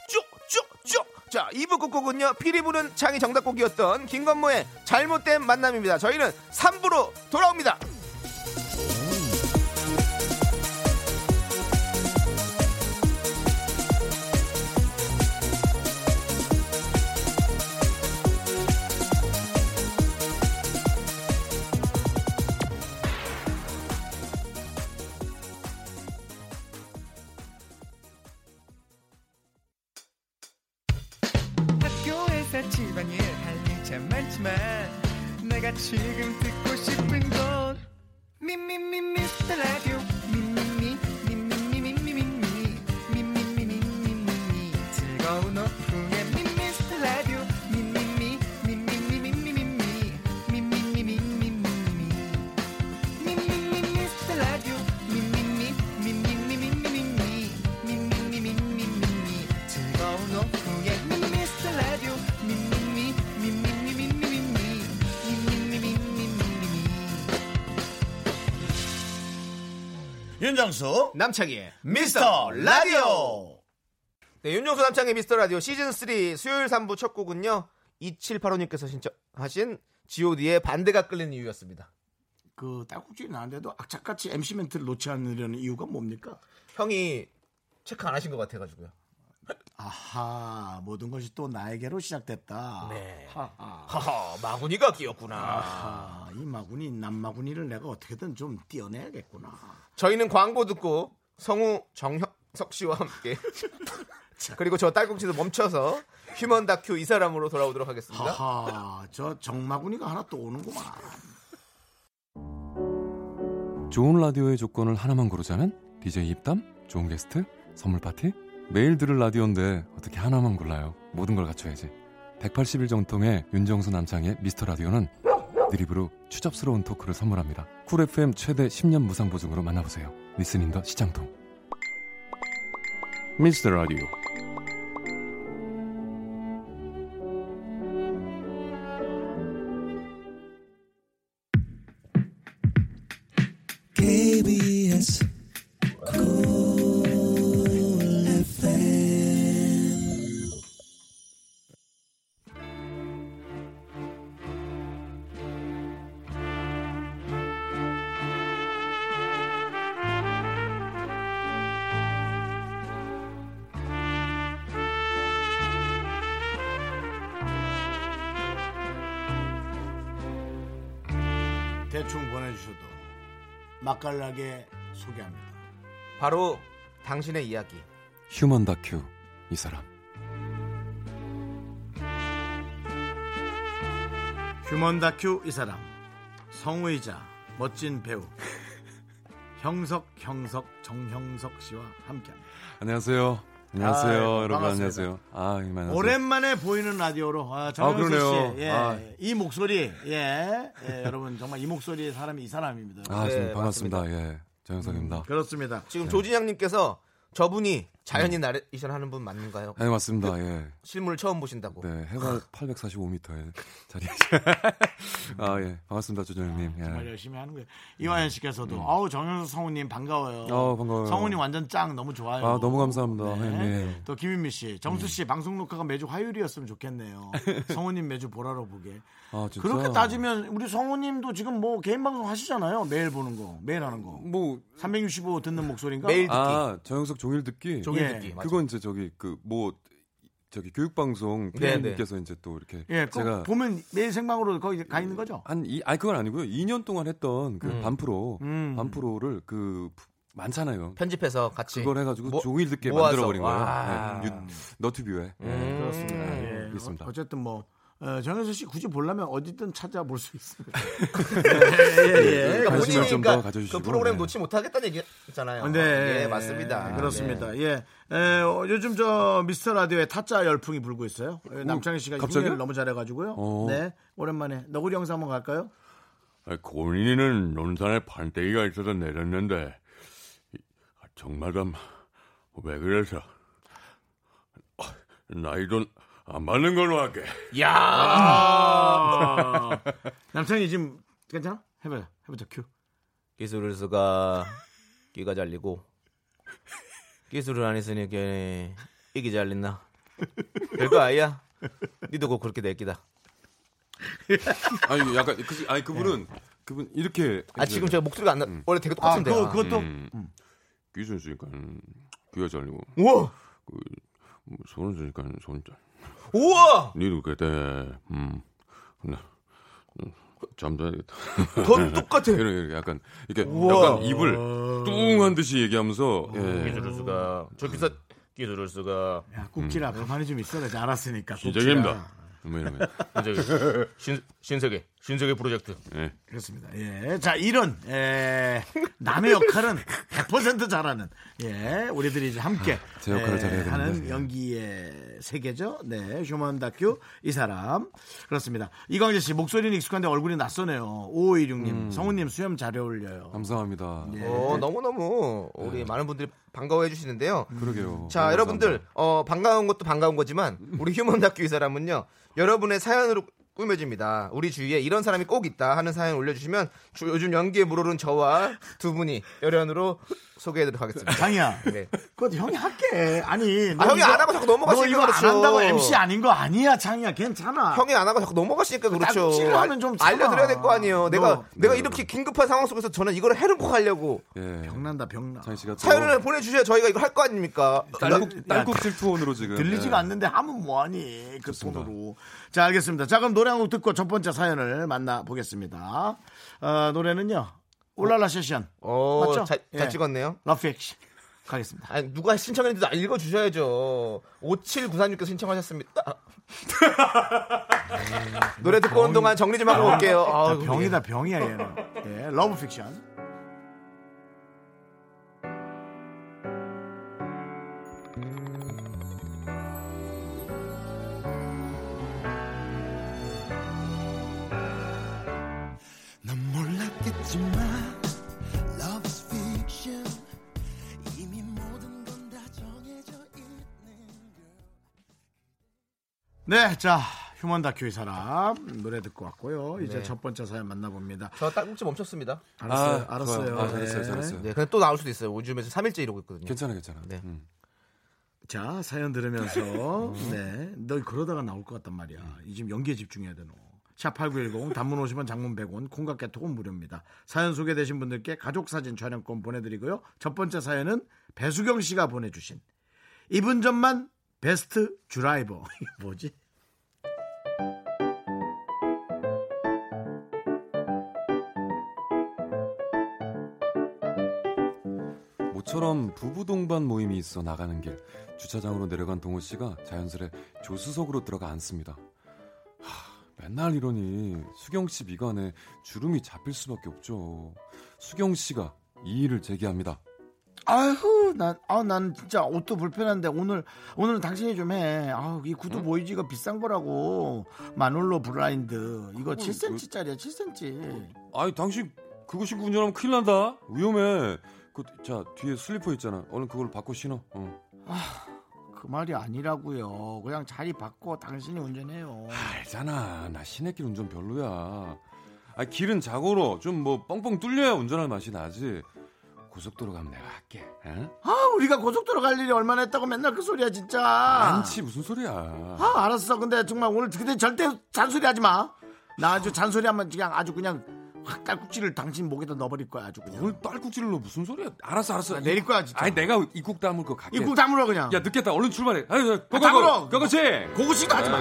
[SPEAKER 2] 쭉쭉쭉. 자, 2부 끝곡은요. 피리 부는 창의 정답곡이었던 김건모의 잘못된 만남입니다. 저희는 3부로 돌아옵니다.
[SPEAKER 4] 학교에서 집안일 할 일 참 많지만 내가 지금 듣고 싶은 건 미미미 미스터 라디오 미미미 미미미 미미미 미미미 미미미 미미미 즐거운 오후에 미미스터 라디오 미미미 미미미 미미미 미미미 미미미 미미미
[SPEAKER 1] 윤정수
[SPEAKER 2] 남창희의
[SPEAKER 1] 미스터 라디오
[SPEAKER 2] 네, 윤정수 남창의 미스터 라디오 시즌 3 수요일 3부 첫 곡은요. 2785님께서 신청하신 G.O.D의 반대가 끌린 이유였습니다.
[SPEAKER 1] 그 딸꾹질이 나는데도 악착같이 MC 멘트를 놓지 않으려는 이유가 뭡니까?
[SPEAKER 2] 형이 체크 안 하신 것 같아가지고요.
[SPEAKER 1] 아하 모든 것이 또 나에게로 시작됐다.
[SPEAKER 2] 네.
[SPEAKER 1] 하하.
[SPEAKER 2] 하하, 마구니가 끼었구나.
[SPEAKER 1] 아하, 이 마구니 남마구니를 내가 어떻게든 좀 띄어내야겠구나.
[SPEAKER 2] 저희는 광고 듣고 성우 정혁석 씨와 (laughs) 함께 그리고 저 딸꾹질도 멈춰서 휴먼 다큐 이 사람으로 돌아오도록
[SPEAKER 1] 그러니까?
[SPEAKER 2] 하겠습니다.
[SPEAKER 1] 하하 저 정마구니가 하나 또 오는구만.
[SPEAKER 5] 좋은 라디오의 조건을 하나만 고르자면 DJ 입담, 좋은 게스트, 선물 파티 매일 들을 라디오인데 어떻게 하나만 골라요 모든 걸 갖춰야지 180일 정통의 윤정수 남창의 미스터 라디오는 드립으로 추접스러운 토크를 선물합니다 쿨 FM 최대 10년 무상 보증으로 만나보세요 리스닝더 시장통 미스터 라디오
[SPEAKER 6] KBS Cool FM
[SPEAKER 1] 대충 보내주셔도 맛깔나게 소개합니다.
[SPEAKER 2] 바로 당신의 이야기.
[SPEAKER 5] 휴먼 다큐 이 사람
[SPEAKER 1] 휴먼 다큐 이 사람 성우이자 멋진 배우 (laughs) 형석 형석 정형석 씨와 함께합니다.
[SPEAKER 5] 안녕하세요 안녕하세요
[SPEAKER 1] 아이고, 예,
[SPEAKER 5] 여러분
[SPEAKER 1] 반갑습니다.
[SPEAKER 5] 안녕하세요 아 이만
[SPEAKER 1] 오랜만에 보이는 라디오로 아, 정영석
[SPEAKER 5] 그러네요.
[SPEAKER 1] 씨, 예,
[SPEAKER 5] 아.
[SPEAKER 1] 이 목소리, 예, 예, 여러분 정말 이 목소리의 사람이 이 사람입니다. 음.
[SPEAKER 5] 아 지금
[SPEAKER 2] 네,
[SPEAKER 5] 반갑습니다 예 정영석입니다
[SPEAKER 1] 그렇습니다.
[SPEAKER 5] 네.
[SPEAKER 2] 지금 조진양님께서 저분이 자연인 나레이션 하는 분 맞는가요?
[SPEAKER 5] 네
[SPEAKER 1] 그
[SPEAKER 5] 맞습니다 예
[SPEAKER 2] 실물을 처음 보신다고.
[SPEAKER 5] 네,
[SPEAKER 1] 아.
[SPEAKER 5] 해가 845m에 (laughs) 자리. 아 예, 반갑습니다 조정님.
[SPEAKER 1] 아, 정말
[SPEAKER 5] 예.
[SPEAKER 1] 열심히 하는 거예요. 이화연 씨께서도 아우 정영석 성우님 반가워요.
[SPEAKER 5] 어, 음. 반가워요.
[SPEAKER 1] 성우님 완전 짱 너무 좋아요.
[SPEAKER 5] 아 너무 네. 감사합니다. 예,
[SPEAKER 1] 네.
[SPEAKER 5] 예.
[SPEAKER 1] 또 김인미 씨, 정수 씨 방송 녹화가 매주 화요일이었으면
[SPEAKER 5] (laughs)
[SPEAKER 1] 좋겠네요. 성우님 매주 보라로 보게.
[SPEAKER 5] 아, 진짜?
[SPEAKER 1] 그렇게 따지면 우리 성우님도 지금 뭐 개인 방송 하시잖아요. 매일 보는 거, 매일 하는 거.
[SPEAKER 5] 뭐,
[SPEAKER 1] 365 듣는 목소리인가?
[SPEAKER 2] 매일
[SPEAKER 5] 아 정영석 종일 듣기.
[SPEAKER 1] 예.
[SPEAKER 2] 종일 듣기. 맞아요.
[SPEAKER 5] 그건 이제 저기 그 뭐 저기 교육방송
[SPEAKER 2] 네,
[SPEAKER 5] PD님께서 이제 또 이렇게
[SPEAKER 1] 예, 그거
[SPEAKER 5] 제가
[SPEAKER 1] 보면 매일 생방으로 거기 가 있는 거죠.
[SPEAKER 5] 한이 아니 그건 아니고요. 2년 동안 했던 그
[SPEAKER 2] 음.
[SPEAKER 5] 반프로
[SPEAKER 1] 음.
[SPEAKER 5] 반프로를 그 많잖아요.
[SPEAKER 2] 편집해서 같이.
[SPEAKER 5] 그걸 해가지고
[SPEAKER 1] 뭐
[SPEAKER 2] 모-
[SPEAKER 5] 종일 듣게
[SPEAKER 2] 모아서.
[SPEAKER 5] 만들어 버린 거예요.
[SPEAKER 2] 와.
[SPEAKER 5] 예, 유- 너튜브에. 예.
[SPEAKER 2] 음.
[SPEAKER 1] 그렇습니다. 예.
[SPEAKER 5] 있습니다.
[SPEAKER 1] 어, 쨌든뭐 어, 정현수 씨 굳이 보려면 어디든 찾아볼 수
[SPEAKER 2] (laughs)
[SPEAKER 1] 있습니다.
[SPEAKER 2] 그러니까
[SPEAKER 5] 네, 관심을
[SPEAKER 2] 본인이
[SPEAKER 5] 좀더
[SPEAKER 2] 그러니까
[SPEAKER 5] 가져주시고,
[SPEAKER 2] 그 프로그램
[SPEAKER 5] 네.
[SPEAKER 2] 놓지 못하겠다는 얘기잖아요.
[SPEAKER 1] 네,
[SPEAKER 2] 예, 맞습니다. 네.
[SPEAKER 1] 그렇습니다. 예, 에, 어, 요즘 저 미스터 라디오에 타짜 열풍이 불고 있어요. 예, 남창희 씨가
[SPEAKER 5] 갑자기요?
[SPEAKER 1] 흉내를 너무 잘해가지고요.
[SPEAKER 5] 어.
[SPEAKER 1] 네, 오랜만에 너구리 영상 한번 갈까요?
[SPEAKER 7] 아, 고은이는 논산에 판때기가 있어서 내렸는데 이, 아, 정마담 왜 그래서 아, 나이도 안 맞는 걸로 하게
[SPEAKER 2] 예. 야
[SPEAKER 1] 남창희 지금 괜찮아? 해봐요, 해보자 큐.
[SPEAKER 5] 음.
[SPEAKER 2] 기술을 쓰가 귀가 잘리고 기술을 안 했으니 걔 이기 잘린나. (laughs) 별거 아니야. 니도 곧 그렇게 될 기다.
[SPEAKER 5] (laughs) 아니 약간 그, 아니 그분은
[SPEAKER 7] 네.
[SPEAKER 5] 그렇죠, 그분 이렇게.
[SPEAKER 2] 아 지금 제가 목소리가 안 나.
[SPEAKER 5] 음.
[SPEAKER 2] 원래 되게
[SPEAKER 1] 아,
[SPEAKER 2] 똑같은데.
[SPEAKER 1] 그 그것도
[SPEAKER 7] 귀순 쓰니까 귀가 잘리고
[SPEAKER 2] 우와.
[SPEAKER 7] 뭐, 손을 쓰니까 손 잘.
[SPEAKER 2] 우와.
[SPEAKER 7] 니도 그때 음, 나, 음, 잠자야겠다. (laughs)
[SPEAKER 5] 음.
[SPEAKER 2] 더 똑같아.
[SPEAKER 7] 이런 이렇게 약간 이렇게 약간 입을
[SPEAKER 5] 아.
[SPEAKER 7] 뚱한 듯이
[SPEAKER 5] 어,
[SPEAKER 7] 얘기하면서 예.
[SPEAKER 2] 기술을 쓰가 저 기사 기술을 쓰가
[SPEAKER 1] 야, 꼭지라 가만히 좀 있어라. 이제 알았으니까. 꼭지라.
[SPEAKER 7] 시작입니다. 뭐 이런 거.
[SPEAKER 2] (laughs) 신 신세계 신세계 프로젝트.
[SPEAKER 7] 예.
[SPEAKER 1] 그렇습니다. 예. 자, 이런, 에, 남의 역할은 100% 잘하는, 예, 우리들이 이제 함께.
[SPEAKER 5] 아, 제 역할을
[SPEAKER 1] 예,
[SPEAKER 5] 잘해야 되는데.
[SPEAKER 1] 하는
[SPEAKER 5] 예.
[SPEAKER 1] 연기의 세계죠. 네. 휴먼 다큐, 이 사람. 그렇습니다. 이광재 씨, 목소리는 익숙한데 얼굴이 낯서네요. 5516님,
[SPEAKER 5] 음.
[SPEAKER 1] 성우님 수염 잘 어울려요.
[SPEAKER 5] 감사합니다.
[SPEAKER 1] 네.
[SPEAKER 2] 어 너무 너무 우리 많은 분들이 반가워해 주시는데요.
[SPEAKER 1] 음,
[SPEAKER 5] 그러게요.
[SPEAKER 2] 자,
[SPEAKER 5] 너무
[SPEAKER 2] 여러분들
[SPEAKER 5] 감사합니다.
[SPEAKER 2] 어, 반가운 것도 반가운 거지만 우리 휴먼 다큐 이 사람은요. 여러분의 사연으로 꾸며집니다. 우리 주위에 이런 사람이 꼭 있다 하는 사연 올려주시면 주- 요즘 연기에 물오른 저와 두 분이 열연으로 소개해드리도록 하겠습니다.
[SPEAKER 1] 장이야.
[SPEAKER 2] (laughs) 네.
[SPEAKER 1] 그건 형이 할게. 아니. 너
[SPEAKER 2] 아, 형이
[SPEAKER 1] 이거-
[SPEAKER 2] 안 하고 자꾸
[SPEAKER 1] 너
[SPEAKER 2] 넘어가시니까
[SPEAKER 1] 이거 안
[SPEAKER 2] 그렇죠.
[SPEAKER 1] 한다고 MC 아닌 거 아니야, 장이야. 괜찮아.
[SPEAKER 2] 형이 안 하고 자꾸 넘어가시니까 그렇죠.
[SPEAKER 1] 찔러 하면 좀 참아.
[SPEAKER 2] 알려드려야 될 거 아니에요.
[SPEAKER 1] 너-
[SPEAKER 2] 내가 내가 이렇게 긴급한 상황 속에서 저는 이걸 해놓고 가려고
[SPEAKER 5] 예.
[SPEAKER 1] 병난다, 병나.
[SPEAKER 5] 장희 씨가 또
[SPEAKER 2] 사연을 네. 보내주셔야 저희가 이거 할 거 아닙니까?
[SPEAKER 1] 야,
[SPEAKER 5] 딸꾹 딸꾹질 투혼으로 지금
[SPEAKER 1] 들리지가
[SPEAKER 5] 예.
[SPEAKER 1] 않는데 하면 뭐하니 그 톤으로 자 알겠습니다 자 그럼 노래 한 곡 듣고 첫 번째 사연을 만나보겠습니다 어, 노래는요 올랄라 세션
[SPEAKER 2] 어,
[SPEAKER 1] 맞죠?
[SPEAKER 2] 잘,
[SPEAKER 1] 예.
[SPEAKER 2] 잘 찍었네요.
[SPEAKER 1] 러프 액션 가겠습니다
[SPEAKER 2] 아니 누가 신청했는지도 읽어주셔야죠. 5794님께서 신청하셨습니다. 아. 노래 듣고 온 동안 정리 좀 하고 올게요.
[SPEAKER 1] 자,
[SPEAKER 2] 아,
[SPEAKER 1] 음, 병이다 병이야 얘는 네, 러브 픽션
[SPEAKER 8] 난 몰랐겠지만 Love's fiction 이미 모든 건 다 정해져 있는
[SPEAKER 1] 네자 휴먼 다큐의 사람 노래 듣고 왔고요 이제
[SPEAKER 2] 네.
[SPEAKER 1] 첫 번째 사연 만나봅니다
[SPEAKER 2] 저 딸꾹질 멈췄습니다.
[SPEAKER 1] 알았어요
[SPEAKER 5] 아,
[SPEAKER 1] 알았어요
[SPEAKER 5] 좋아요. 아, 잘했어요,
[SPEAKER 1] 네.
[SPEAKER 5] 잘했어요.
[SPEAKER 2] 네, 근데 또 나올 수도 있어요. 요즘에 지금 3일째 이러고 있거든요.
[SPEAKER 5] 괜찮아, 괜찮아.
[SPEAKER 2] 네.
[SPEAKER 5] 음.
[SPEAKER 1] 자 사연 들으면서 (laughs) 네너 그러다가 나올 것 같단 말이야 이 지금 연기에 집중해야 되노 샵8910 단문 50원 장문 100원 콩과 깨톡은 무료입니다 사연 소개되신 분들께 가족사진 촬영권 보내드리고요 첫 번째 사연은 배수경 씨가 보내주신 이분 전만 베스트 드라이버 (laughs) 이게 뭐지?
[SPEAKER 5] 모처럼 부부 동반 모임이 있어 나가는 길 주차장으로 내려간 동호 씨가 자연스레 조수석으로 들어가 앉습니다. 하, 맨날 이러니 수경 씨 미간에 주름이 잡힐 수밖에 없죠. 수경 씨가 이의를 제기합니다.
[SPEAKER 1] 아휴 난, 아, 난 진짜 옷도 불편한데 오늘 오늘은 당신이 좀해아이 구두 보이지가 비싼 거라고 마놀로 블라인드 이거 7cm 짜리야 7cm
[SPEAKER 5] 아니 당신 그거 신고 운전하면 큰일 난다. 위험해. 그 자 뒤에 슬리퍼 있잖아. 얼른 그걸 바꿔 신어. 어.
[SPEAKER 1] 그 말이 아니라고요. 그냥 자리 바꿔 당신이 운전해요.
[SPEAKER 5] 알잖아. 나 시내길 운전 별로야. 아 길은 자고로 좀 뭐 뻥뻥 뚫려야 운전할 맛이 나지. 고속도로 가면 내가 할게. 어? 응?
[SPEAKER 1] 아 우리가 고속도로 갈 일이 얼마나 했다고 맨날 그 소리야 진짜.
[SPEAKER 5] 안치 무슨 소리야.
[SPEAKER 1] 아 알았어. 근데 정말 오늘 근데 절대 잔소리 하지 마. 나 아주 잔소리하면 그냥 아주 그냥 확 딸꾹질을 당신 목에다 넣어버릴 거야 아주 그냥.
[SPEAKER 5] 오늘 딸꾹질로 무슨 소리야? 알았어, 알았어.
[SPEAKER 1] 내릴 거야, 진짜.
[SPEAKER 5] 아니 내가 입국 다물 거 갈게.
[SPEAKER 1] 입국 다물어 그냥.
[SPEAKER 5] 야 늦겠다. 얼른 출발해. 아유,
[SPEAKER 1] 아,
[SPEAKER 5] 고고
[SPEAKER 1] 다물어!
[SPEAKER 5] 고. 고고치.
[SPEAKER 1] 고고식도 하지 마.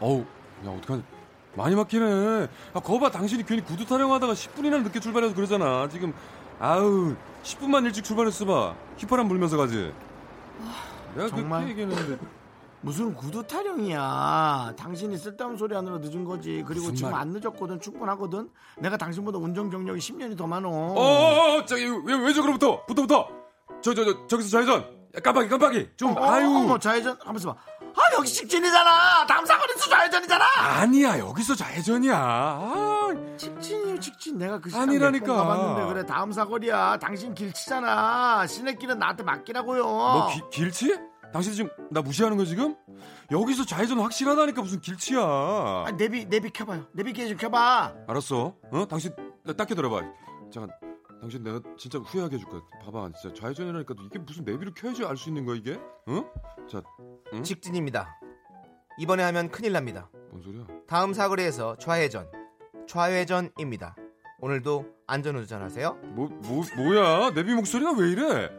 [SPEAKER 5] 어우, 야 어떡하지? 많이 막히네. 아, 거봐 당신이 괜히 구두 타령하다가 10분이나 늦게 출발해서 그러잖아. 지금 아우 10분만 일찍 출발했어 봐. 휘파람 불면서 가지. 내가
[SPEAKER 1] 정말?
[SPEAKER 5] 그렇게 얘기했는데
[SPEAKER 1] 무슨 구두 타령이야. 당신이 쓸데없는 소리 하느라 늦은 거지. 그리고
[SPEAKER 5] 무슨
[SPEAKER 1] 지금
[SPEAKER 5] 말-
[SPEAKER 1] 안 늦었거든. 충분하거든. 내가 당신보다 운전 경력이 10년이 더 많어.
[SPEAKER 5] 어어어 저기 왜, 왜 저기로부터 부터부터 저 저 저 저기서 좌회전 야, 깜빡이 깜빡이 좀
[SPEAKER 1] 어,
[SPEAKER 5] 아유
[SPEAKER 1] 어머 좌회전 하면서 봐. 아 여기 직진이잖아. 담사거리에서 좌회전이잖아.
[SPEAKER 5] 아니야 여기서 좌회전이야 아,
[SPEAKER 1] 직진이요 직진 내가 그 시장
[SPEAKER 5] 아니라니까.
[SPEAKER 1] 몇번 가봤는데 그래 다음 사거리야 당신 길치잖아 시내길은 나한테 뭐 맡기라고요
[SPEAKER 5] 너 기- 길치? 당신 지금 나 무시하는 거 지금? 여기서 좌회전 확실하다니까 무슨 길치야
[SPEAKER 1] 아, 내비 내비 켜봐요 내비게이션 켜봐
[SPEAKER 5] 알았어 어? 당신 나 딱히 들어봐 잠깐 당신 내가 진짜 후회하게 해줄 거야 봐봐 진짜 좌회전이라니까 이게 무슨 내비를 켜야지 알 수 있는 거야 이게? 어? 응? 응?
[SPEAKER 2] 직진입니다. 이번에 하면 큰일 납니다.
[SPEAKER 5] 뭔 소리야
[SPEAKER 2] 다음 사거리에서 좌회전. 좌회전입니다. 오늘도 안전운전하세요.
[SPEAKER 5] 뭐, 뭐, 뭐야 내비 목소리가 왜 이래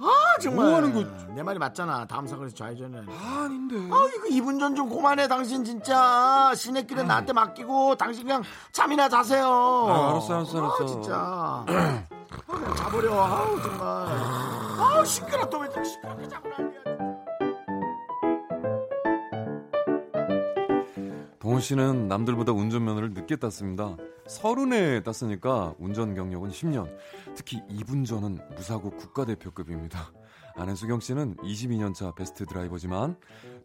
[SPEAKER 1] 아 정말
[SPEAKER 5] 뭐 하는 거지?
[SPEAKER 1] 내 말이 맞잖아 다음 사거리에서 좌회전이라니까
[SPEAKER 5] 아닌데
[SPEAKER 1] 아 이거 이분전 좀 고만해 당신 진짜 시내길은 나한테 맡기고 당신 그냥 잠이나 자세요
[SPEAKER 5] 아, 알았어, 알았어, 알았어.
[SPEAKER 1] 아, 진짜 (clears throat) 아, 그냥 자버려 아우 정말 아우 시끄러 또왜 이렇게 시끄럽게 자꾸 난리야
[SPEAKER 5] 동호 씨는 남들보다 운전면허를 늦게 땄습니다. 서른에 땄으니까 운전 경력은 10년. 특히 이분전은 무사고 국가대표급입니다. 아내 수경 씨는 22년 차 베스트 드라이버지만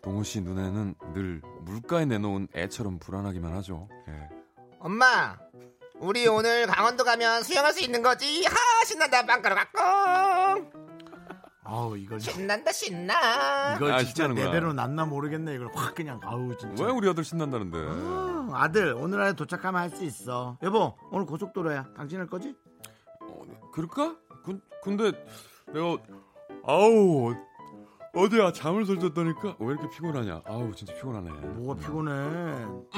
[SPEAKER 5] 동호 씨 눈에는 늘 물가에 내놓은 애처럼 불안하기만 하죠. 예.
[SPEAKER 2] 엄마, 우리 오늘 강원도 가면 수영할 수 있는 거지? 하 신난다 빵가루 갖고.
[SPEAKER 1] 아, 아우 이걸
[SPEAKER 2] 신난다 신나.
[SPEAKER 1] 이걸
[SPEAKER 5] 아,
[SPEAKER 1] 진짜
[SPEAKER 5] 신나는구나.
[SPEAKER 1] 내배로 났나 모르겠네 이걸 확 그냥 아우 진짜
[SPEAKER 5] 왜 우리 아들 신난다는데?
[SPEAKER 1] 음, 아들 오늘 안에 도착하면 할 수 있어 여보 오늘 고속도로야 당신 할 거지?
[SPEAKER 5] 어, 그럴까? 군, 근데 내가 아우 어디야 잠을 설쳤다니까 왜 이렇게 피곤하냐? 아우 진짜 피곤하네.
[SPEAKER 1] 뭐가 피곤해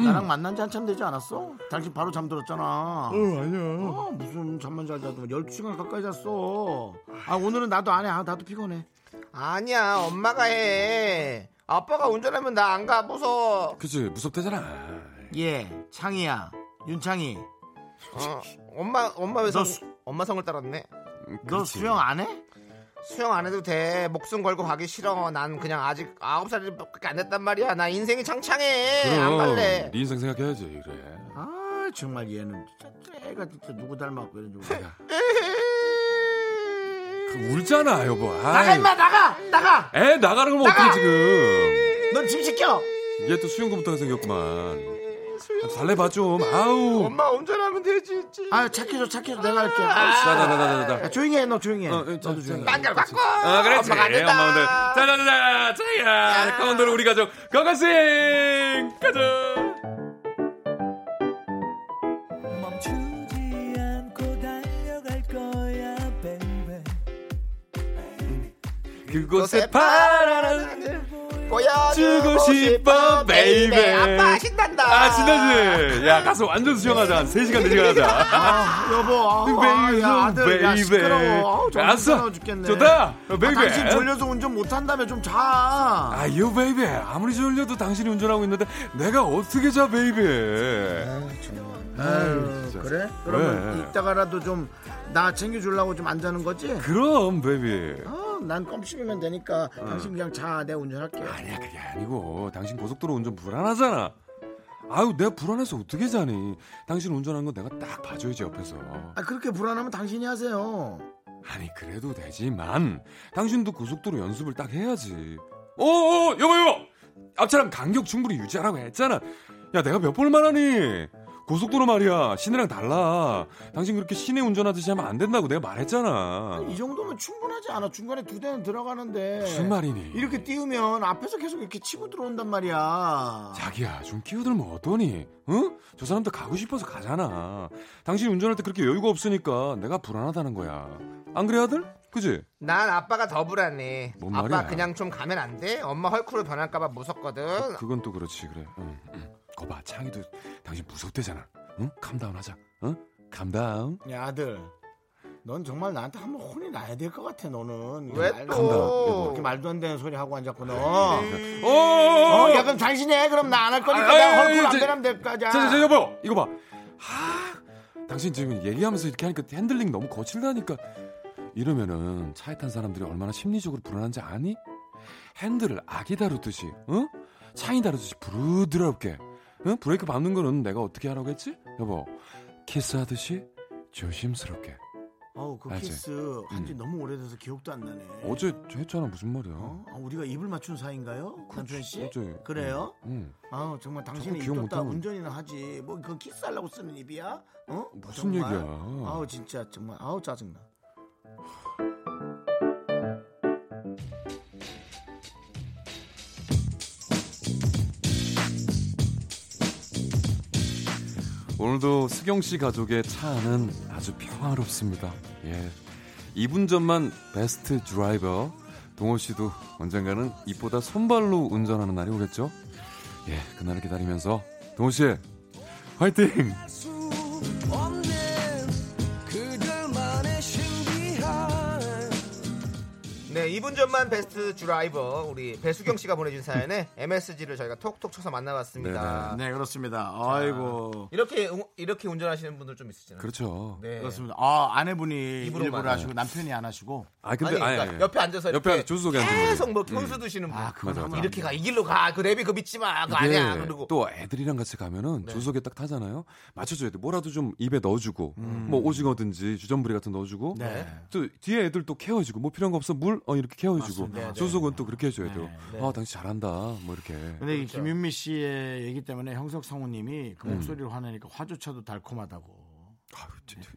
[SPEAKER 1] 나랑 만난 지 한참 되지 않았어? 당신 바로 잠들었잖아
[SPEAKER 5] 어, 아니야.
[SPEAKER 1] 어, 무슨 잠만 잘 자도 12시간 가까이 잤어 아 오늘은 나도 안해 아, 나도 피곤해
[SPEAKER 2] 아니야 엄마가 해. 아빠가 운전하면 나 안 가 무서워.
[SPEAKER 5] 그치 무섭대잖아.
[SPEAKER 1] 예 창희야 윤창희
[SPEAKER 2] 어, 엄마 엄마 왜 성,
[SPEAKER 1] 너 수-
[SPEAKER 2] 엄마 성을 따랐네.
[SPEAKER 5] 음,
[SPEAKER 1] 너 수영 안 해?
[SPEAKER 2] 수영 안 해도 돼. 목숨 걸고 가기 싫어. 난 그냥 아직 아홉 살밖에 안 됐단 말이야. 나 인생이 창창해. 안 갈래.
[SPEAKER 5] 네 인생 생각해야지 그래.
[SPEAKER 1] 아 정말 얘는 진짜 애가 진짜 누구 닮았고 이런 줄 몰라.
[SPEAKER 5] 그 울잖아 여보.
[SPEAKER 1] 음. 나가
[SPEAKER 5] 아이,
[SPEAKER 1] 임마 나가 나가
[SPEAKER 5] 애 나가는 걸 어떻게 지금?
[SPEAKER 1] 넌 짐 시켜 음,
[SPEAKER 5] 얘 또 수영도 못하게 생겼구만. 달래봐 좀. 아우. 어,
[SPEAKER 2] 엄마 운전하면 되지.
[SPEAKER 1] 아 착해줘 착해줘 내가 할게 아,
[SPEAKER 5] 자자자자자자.
[SPEAKER 1] 야, 조용히 해너 조용히 해
[SPEAKER 5] 어, 어, 자,
[SPEAKER 1] 너도
[SPEAKER 5] 자,
[SPEAKER 1] 조용히
[SPEAKER 5] 자.
[SPEAKER 1] 해
[SPEAKER 2] 딴걸 바꿔.
[SPEAKER 5] 아, 그렇지.
[SPEAKER 2] 엄마가 안 된다.
[SPEAKER 5] 엄마들. 짜자자자, 짜야. 강원도로 우리 가족, 건강생! 가자!
[SPEAKER 9] 멈추지 않고 달려갈 거야, baby.
[SPEAKER 5] 그곳에 파란 하늘
[SPEAKER 2] 보여주고
[SPEAKER 5] 주고 싶어,
[SPEAKER 2] baby.
[SPEAKER 5] baby.
[SPEAKER 2] 아빠 신난다.
[SPEAKER 5] 아, 진짜지? 야, 가서 완전 수영하자. 한 3시간, 4시간 하자.
[SPEAKER 1] (laughs) 아, 여보 아, 아,
[SPEAKER 5] 베이베,
[SPEAKER 1] 야 아들 야
[SPEAKER 5] 베이베.
[SPEAKER 1] 시끄러워 아우
[SPEAKER 5] 알았어.
[SPEAKER 1] 정신 죽겠네
[SPEAKER 5] 좋다. 어,
[SPEAKER 1] 아,
[SPEAKER 5] 베이베.
[SPEAKER 1] 당신 졸려서 운전 못한다며 좀자
[SPEAKER 5] 아유, 베이비. 아무리 졸려도 당신이 운전하고 있는데, 내가 어떻게 자, 베이비.
[SPEAKER 1] 아유 그래? 그러면
[SPEAKER 5] 왜?
[SPEAKER 1] 이따가라도 좀 나 챙겨주려고 좀 안 자는 거지?
[SPEAKER 5] 그럼, 베이비.
[SPEAKER 1] 아, 난 껌씹으면 되니까 당신 그냥 자 내가 운전할게
[SPEAKER 5] 아니야 그게 아니고 당신 고속도로 운전 불안하잖아 아유 내가 불안해서 어떻게 자니 당신 운전하는 거 내가 딱 봐줘야지 옆에서
[SPEAKER 1] 아 그렇게 불안하면 당신이 하세요
[SPEAKER 5] 아니 그래도 되지만 당신도 고속도로 연습을 딱 해야지 어어 여보 여보 앞차랑 간격 충분히 유지하라고 했잖아 야 내가 몇 번을 말하니 고속도로 말이야 시내랑 달라 당신 그렇게 시내 운전하듯이 하면 안 된다고 내가 말했잖아
[SPEAKER 1] 이 정도면 충분하지 않아 중간에 두 대는 들어가는데
[SPEAKER 5] 무슨 말이니
[SPEAKER 1] 네. 이렇게 띄우면 앞에서 계속 이렇게 치고 들어온단 말이야.
[SPEAKER 5] 자기야 좀 끼어들면 어떠니? 응? 저 사람들 가고 싶어서 가잖아. 당신이 운전할 때 그렇게 여유가 없으니까 내가 불안하다는 거야. 안 그래 아들? 그지?
[SPEAKER 2] 난 아빠가 더 불안해.
[SPEAKER 5] 뭔
[SPEAKER 2] 아빠
[SPEAKER 5] 말이야?
[SPEAKER 2] 그냥 좀 가면 안 돼? 엄마 헐크로 변할까봐 무섭거든.
[SPEAKER 5] 그건 또 그렇지 그래. 응, 응. 거봐 창이도 당신 무섭대잖아. 응? 캄다운하자. 응? 캄다운.
[SPEAKER 1] 야 아들, 넌 정말 나한테 한번 혼이 나야 될 것 같아. 너는
[SPEAKER 2] 왜
[SPEAKER 1] 그 이렇게 말도- 뭐
[SPEAKER 2] 또?
[SPEAKER 1] 이렇게 말도 안 되는 소리 하고 앉았구나. 어,
[SPEAKER 5] 오. 어,
[SPEAKER 1] 야 그럼 당신이 해. 그럼 나 안 할 거니까
[SPEAKER 5] 아, 아,
[SPEAKER 1] 내가
[SPEAKER 5] 아,
[SPEAKER 1] 헐크로
[SPEAKER 5] 아,
[SPEAKER 1] 안
[SPEAKER 5] 저-
[SPEAKER 1] 되면 될거자
[SPEAKER 5] 자자자 여보 이거 봐. 하. 당신 지금 얘기하면서 이렇게 하니까 핸들링 너무 거칠다니까. 이러면은 차에 탄 사람들이 얼마나 심리적으로 불안한지 아니? 핸들을 아기 다루듯이, 응? 차이 다루듯이 부드럽게, 응? 브레이크 밟는 거는 내가 어떻게 하라고 했지? 여보, 키스하듯이 조심스럽게.
[SPEAKER 1] 어우 그
[SPEAKER 5] 알지?
[SPEAKER 1] 키스 한지 너무 오래돼서 기억도 안 나네.
[SPEAKER 5] 어제 저 했잖아 무슨 말이야?
[SPEAKER 1] 어? 아, 우리가 입을 맞춘 사이인가요, 남준 씨?
[SPEAKER 5] 어제.
[SPEAKER 1] 그래요?
[SPEAKER 5] 응.
[SPEAKER 1] 아 정말 당신이
[SPEAKER 5] 네. 기억
[SPEAKER 1] 입었다
[SPEAKER 5] 못하고.
[SPEAKER 1] 운전이나 하지. 뭐 그건 키스하려고 쓰는 입이야? 어?
[SPEAKER 5] 무슨
[SPEAKER 1] 정말?
[SPEAKER 5] 얘기야?
[SPEAKER 1] 아우 진짜 정말 아우 짜증나.
[SPEAKER 5] 오늘도 수경 씨 가족의 차는 아주 평화롭습니다. 예. 2분 전만 베스트 드라이버. 동호 씨도 언젠가는 입보다 손발로 운전하는 날이 오겠죠? 예, 그날을 기다리면서 동호 씨 화이팅!
[SPEAKER 10] 수 없는 그들만의 신비한
[SPEAKER 2] 네, 2분 전만 베스트 드라이버 우리 배수경 씨가 보내준 사연에 MSG를 저희가 톡톡 쳐서 만나봤습니다.
[SPEAKER 1] 네 그렇습니다. 아이고
[SPEAKER 2] 이렇게 응- 이렇게 운전하시는 분들 좀 있으시나요?
[SPEAKER 5] 그렇죠.
[SPEAKER 2] 네.
[SPEAKER 1] 그렇습니다. 아 아내분이
[SPEAKER 2] 입으로만.
[SPEAKER 1] 일부러 하시고 남편이 안 하시고
[SPEAKER 5] 아
[SPEAKER 2] 아니,
[SPEAKER 5] 근데 아니,
[SPEAKER 2] 그러니까
[SPEAKER 5] 아니,
[SPEAKER 2] 옆에 앉아서
[SPEAKER 5] 옆에
[SPEAKER 2] 이렇게
[SPEAKER 5] 조수석에 앉은 거예요.
[SPEAKER 2] 계속 뭐 평수 드시는 분.
[SPEAKER 5] 맞아, 맞아.
[SPEAKER 2] 이렇게 가 이 길로 가. 그 랩이 그 믿지 마. 그거
[SPEAKER 5] 이게
[SPEAKER 2] 아니야. 그리고
[SPEAKER 5] 예.
[SPEAKER 2] 네.
[SPEAKER 5] 또 애들이랑 같이 가면은 조석에 딱 타잖아요. 맞춰줘야 돼. 뭐라도 좀 입에 넣어주고,
[SPEAKER 2] 음.
[SPEAKER 5] 뭐 오징어든지 주전부리 같은 거 넣어주고,
[SPEAKER 2] 네.
[SPEAKER 5] 또 뒤에 애들 또 케어해주고, 뭐 필요한 거 없어 물 어 이렇게 케어해주고,
[SPEAKER 1] 맞습니다. 네,
[SPEAKER 5] 조석은 또 그렇게 해줘야 돼요. 아 당신 잘한다, 뭐 이렇게.
[SPEAKER 1] 근데 이 김윤미 씨의 얘기 때문에 형석
[SPEAKER 5] 음.
[SPEAKER 1] 성우님이 그 목소리를 화내니까 화조차도 달콤하다고.
[SPEAKER 5] 아유, 진짜.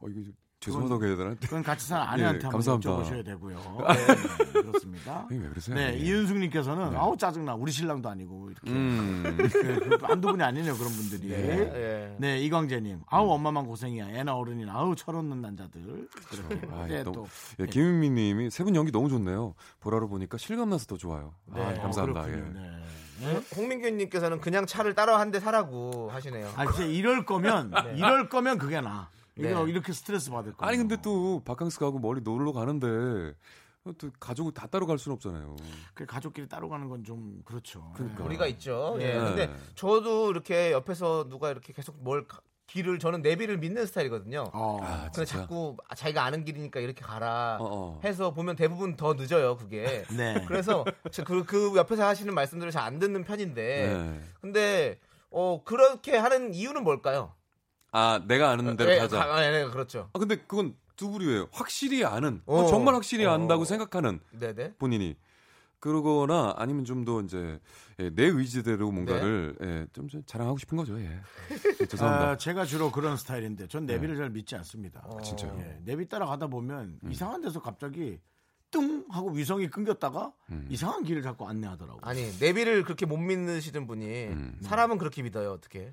[SPEAKER 5] 어, 이거 죄송하다고 해야 되나?
[SPEAKER 1] 그건 같이 사는 아내한테
[SPEAKER 5] 예,
[SPEAKER 1] 한번
[SPEAKER 5] 감사합니다.
[SPEAKER 1] 여쭤보셔야
[SPEAKER 5] (laughs)
[SPEAKER 1] 되고요. 네, 그렇습니다.
[SPEAKER 5] 형님 왜 그러세요?
[SPEAKER 1] 네,
[SPEAKER 5] 예.
[SPEAKER 1] 이윤숙님께서는 아우 짜증나 우리 신랑도 아니고 (laughs) 이렇게
[SPEAKER 5] 음.
[SPEAKER 1] 네, 그 한두 분이 아니네요 그런 분들이. 네,
[SPEAKER 2] 예.
[SPEAKER 1] 이광재님 아우
[SPEAKER 5] 음.
[SPEAKER 1] 엄마만 고생이야 애나 어른이나 아우 철없는 남자들. 그렇게.
[SPEAKER 5] 아,
[SPEAKER 1] 네,
[SPEAKER 5] 너무-
[SPEAKER 1] 또
[SPEAKER 5] 예, 김윤미 님이 세 분 연기 너무 좋네요. 보라로 보니까 실감나서 더 좋아요. 아,
[SPEAKER 1] 네,
[SPEAKER 5] 감사합니다.
[SPEAKER 1] 그렇군요.
[SPEAKER 5] 예.
[SPEAKER 1] 네.
[SPEAKER 2] 홍민규님께서는 그냥 차를 따라 한 대 사라고 하시네요.
[SPEAKER 1] 아, 진짜 이럴 거면 이럴 거면 그게 나. 이거
[SPEAKER 2] 네.
[SPEAKER 1] 이렇게 스트레스 받을 거.
[SPEAKER 5] 아니 근데 또 바캉스 가고 멀리 놀러 가는데 어, 또 가족을 다 따로 갈 수는 없잖아요.
[SPEAKER 1] 그 가족끼리 따로 가는 건 좀 그렇죠.
[SPEAKER 5] 그러니까.
[SPEAKER 1] 네.
[SPEAKER 2] 우리가 있죠. 예.
[SPEAKER 5] 네.
[SPEAKER 2] 근데 저도 이렇게 옆에서 누가 이렇게 계속 뭘 가- 길을 저는 내비를 믿는 스타일이거든요.
[SPEAKER 1] 어.
[SPEAKER 5] 아,
[SPEAKER 2] 근데
[SPEAKER 5] 진짜?
[SPEAKER 2] 자꾸 자기가 아는 길이니까 이렇게 가라
[SPEAKER 5] 어, 어.
[SPEAKER 2] 해서 보면 대부분 더 늦어요 그게.
[SPEAKER 1] 네.
[SPEAKER 5] (laughs) 그러니까
[SPEAKER 2] 그래서 저 그, 그 옆에서 하시는 말씀들을 잘 안 듣는 편인데
[SPEAKER 5] 네.
[SPEAKER 2] 근데 어 그렇게 하는 이유는 뭘까요?
[SPEAKER 5] 아, 내가 아는 대로
[SPEAKER 2] 예,
[SPEAKER 5] 가자.
[SPEAKER 2] 가- 예, 네, 그렇죠.
[SPEAKER 5] 아, 근데 그건 두 부류예요. 확실히 아는.
[SPEAKER 2] 어.
[SPEAKER 5] 정말 확실히
[SPEAKER 2] 어.
[SPEAKER 5] 안다고 생각하는
[SPEAKER 2] 네네.
[SPEAKER 5] 본인이 그러거나 아니면 좀 더 이제 예, 내 의지대로 뭔가를
[SPEAKER 2] 네.
[SPEAKER 5] 예, 좀좀 자랑하고 싶은 거죠.
[SPEAKER 2] (laughs)
[SPEAKER 5] 예. 예, 죄송합니다.
[SPEAKER 1] 아, 제가 주로 그런 스타일인데 전 내비를 잘 믿지 않습니다.
[SPEAKER 5] 네. 아, 진짜요? 음.
[SPEAKER 1] 예, 내비 따라가다 보면 이상한 데서 갑자기 뚱 하고 위성이 끊겼다가
[SPEAKER 5] 음.
[SPEAKER 1] 이상한 길을 자꾸 안내하더라고. 요
[SPEAKER 2] 아니 내비를 그렇게 못 믿으시는 분이
[SPEAKER 5] 음,
[SPEAKER 2] 사람은 그렇게 믿어요 어떻게?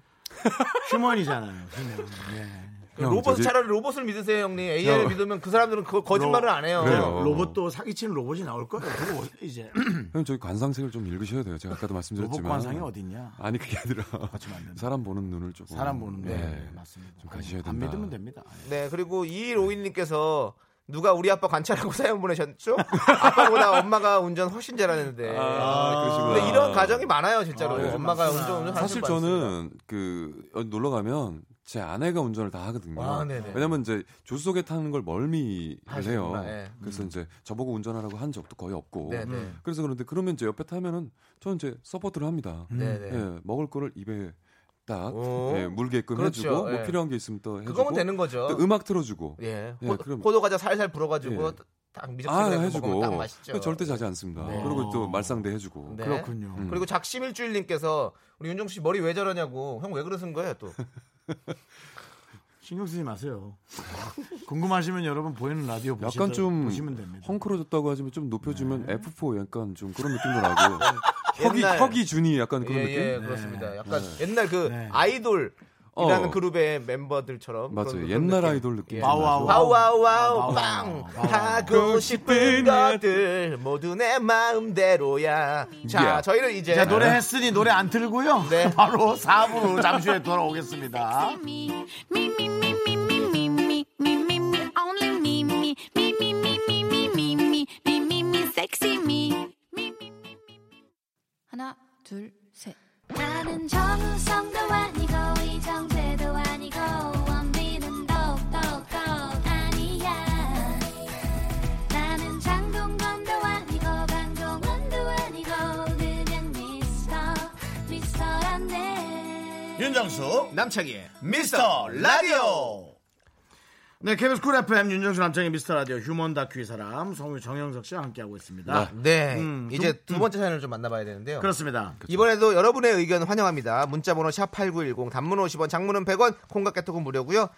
[SPEAKER 1] 휴먼이잖아요. 휴먼. 예.
[SPEAKER 5] 형,
[SPEAKER 2] 로봇
[SPEAKER 5] 저기-
[SPEAKER 2] 차라리 로봇을 믿으세요 형님. AI를
[SPEAKER 5] 형.
[SPEAKER 2] 믿으면 그 사람들은 그 거짓말을 안 해요.
[SPEAKER 5] 그래요.
[SPEAKER 1] 네, 로봇도 사기치는 로봇이 나올 거예요. 그거 어디- 이제
[SPEAKER 5] 형 저기 관상색을 좀 읽으셔야 돼요. 제가 아까도
[SPEAKER 1] 로봇
[SPEAKER 5] 말씀드렸지만
[SPEAKER 2] 뭐
[SPEAKER 1] 관상이 어딨냐?
[SPEAKER 5] 아니 그게 아니라 (laughs)
[SPEAKER 1] 같이 만든다.
[SPEAKER 5] 사람 보는 눈을 조금
[SPEAKER 1] 사람 보는 거
[SPEAKER 5] 예.
[SPEAKER 1] 네, 맞습니다.
[SPEAKER 5] 좀 가셔야
[SPEAKER 1] 안
[SPEAKER 5] 된다.
[SPEAKER 1] 믿으면 됩니다. 예.
[SPEAKER 2] 네, 그리고 2152님께서 누가 우리 아빠 관찰하고 (laughs) 사연 보내셨죠? 아빠보다 엄마가 운전 훨씬 잘하는데.
[SPEAKER 5] 아, 그러시구나.
[SPEAKER 2] 근데 이런 가정이 많아요, 진짜로.
[SPEAKER 1] 아, 네.
[SPEAKER 2] 엄마가
[SPEAKER 1] 맞습니다.
[SPEAKER 2] 운전 운전 잘하는
[SPEAKER 5] 사실
[SPEAKER 2] 분 많습니다.
[SPEAKER 5] 저는 그 어디 놀러 가면 제 아내가 운전을 다 하거든요.
[SPEAKER 2] 아, 네네.
[SPEAKER 5] 왜냐면 이제 조수석에 타는 걸 멀미 해요.
[SPEAKER 2] 하시구나, 예.
[SPEAKER 5] 그래서 이제 저보고 운전하라고 한 적도 거의 없고.
[SPEAKER 2] 네네.
[SPEAKER 5] 그래서 그런데 그러면 이제 옆에 타면은 저는 이제 서포트를 합니다.
[SPEAKER 2] 네네.
[SPEAKER 5] 예, 먹을 거를 입에 딱
[SPEAKER 2] 오.
[SPEAKER 5] 예, 물게끔
[SPEAKER 2] 그렇죠.
[SPEAKER 5] 해주고
[SPEAKER 2] 예.
[SPEAKER 5] 뭐 필요한 게 있으면 또 해주고
[SPEAKER 2] 그거면 되는 거죠.
[SPEAKER 5] 또 음악 틀어주고
[SPEAKER 2] 예.
[SPEAKER 5] 예,
[SPEAKER 2] 호,
[SPEAKER 5] 그럼-
[SPEAKER 2] 도 과자 살살 불어가지고
[SPEAKER 5] 예.
[SPEAKER 2] 딱
[SPEAKER 5] 아
[SPEAKER 2] 미적지근하게 네, 먹으면
[SPEAKER 5] 해주고
[SPEAKER 2] 딱 맛있죠.
[SPEAKER 5] 절대 자지 않습니다.
[SPEAKER 1] 네.
[SPEAKER 5] 그리고 또 말상대 해주고
[SPEAKER 2] 네.
[SPEAKER 1] 그렇군요.
[SPEAKER 5] 음.
[SPEAKER 2] 그리고 작심일주일님께서 우리 윤정 씨 머리 왜 저러냐고 형 왜 그러신 거예요 또?
[SPEAKER 1] 신경 쓰지 마세요. 궁금하시면 여러분 보이는 라디오 보시
[SPEAKER 5] 약간 좀
[SPEAKER 1] 보시면 됩니다.
[SPEAKER 5] 헝클어졌다고 하지만 좀 높여주면 F4 약간 좀 그런 느낌도
[SPEAKER 2] (laughs)
[SPEAKER 5] 나고 혁이
[SPEAKER 2] 네. 옛날-
[SPEAKER 5] 혁이 준이 약간 그런
[SPEAKER 2] 예,
[SPEAKER 5] 느낌.
[SPEAKER 2] 예, 그렇습니다. 약간 옛날 그
[SPEAKER 1] 네.
[SPEAKER 2] 아이돌. 이라는
[SPEAKER 5] 어.
[SPEAKER 2] 그룹의 멤버들처럼 그런-
[SPEAKER 5] 맞아요.
[SPEAKER 2] 그런
[SPEAKER 5] 옛날
[SPEAKER 2] 느낌.
[SPEAKER 5] 아이돌 느낌.
[SPEAKER 2] 예.
[SPEAKER 5] 좀
[SPEAKER 1] 와우,
[SPEAKER 5] 나죠.
[SPEAKER 2] 와우 와우 와우
[SPEAKER 1] 와우,
[SPEAKER 2] 빵
[SPEAKER 1] 와우.
[SPEAKER 2] 하고 싶은 것들 모두 내 마음대로야 자
[SPEAKER 5] 예.
[SPEAKER 2] 저희는 이제
[SPEAKER 1] 자, 노래 했으니 노래 안 틀고요. (laughs)
[SPEAKER 2] 네.
[SPEAKER 1] 바로 4부로 잠시 후에 돌아오겠습니다.
[SPEAKER 11] Me, me, me, me, me, me, me, me, me, me, me, only me, me, me, me, me, me, me, me, me, me, me, me, sexy me. Me, me, me, me, me.
[SPEAKER 3] 하나, 둘, 셋.
[SPEAKER 11] 나는 정우성도 아니고 이정재도 아니고 원빈은 더욱더 아니야 나는 장동건도 아니고 강동원도 아니고 그냥 미스터 미스터란데
[SPEAKER 1] 윤정수
[SPEAKER 2] 남창희의
[SPEAKER 1] 미스터 라디오. 네, KBS 쿨 FM 윤정수 남창의 미스터 라디오 휴먼 다큐의 사람 성우 정영석 씨와 함께하고 있습니다.
[SPEAKER 2] 네
[SPEAKER 1] 음,
[SPEAKER 2] 이제
[SPEAKER 1] 좀-
[SPEAKER 2] 두 번째 사연을 좀 만나봐야 되는데요
[SPEAKER 1] 그렇습니다.
[SPEAKER 2] 이번에도 여러분의 의견 환영합니다 문자번호 샵8910 단문 50원 장문은 100원 콩과 깨톡은 무료고요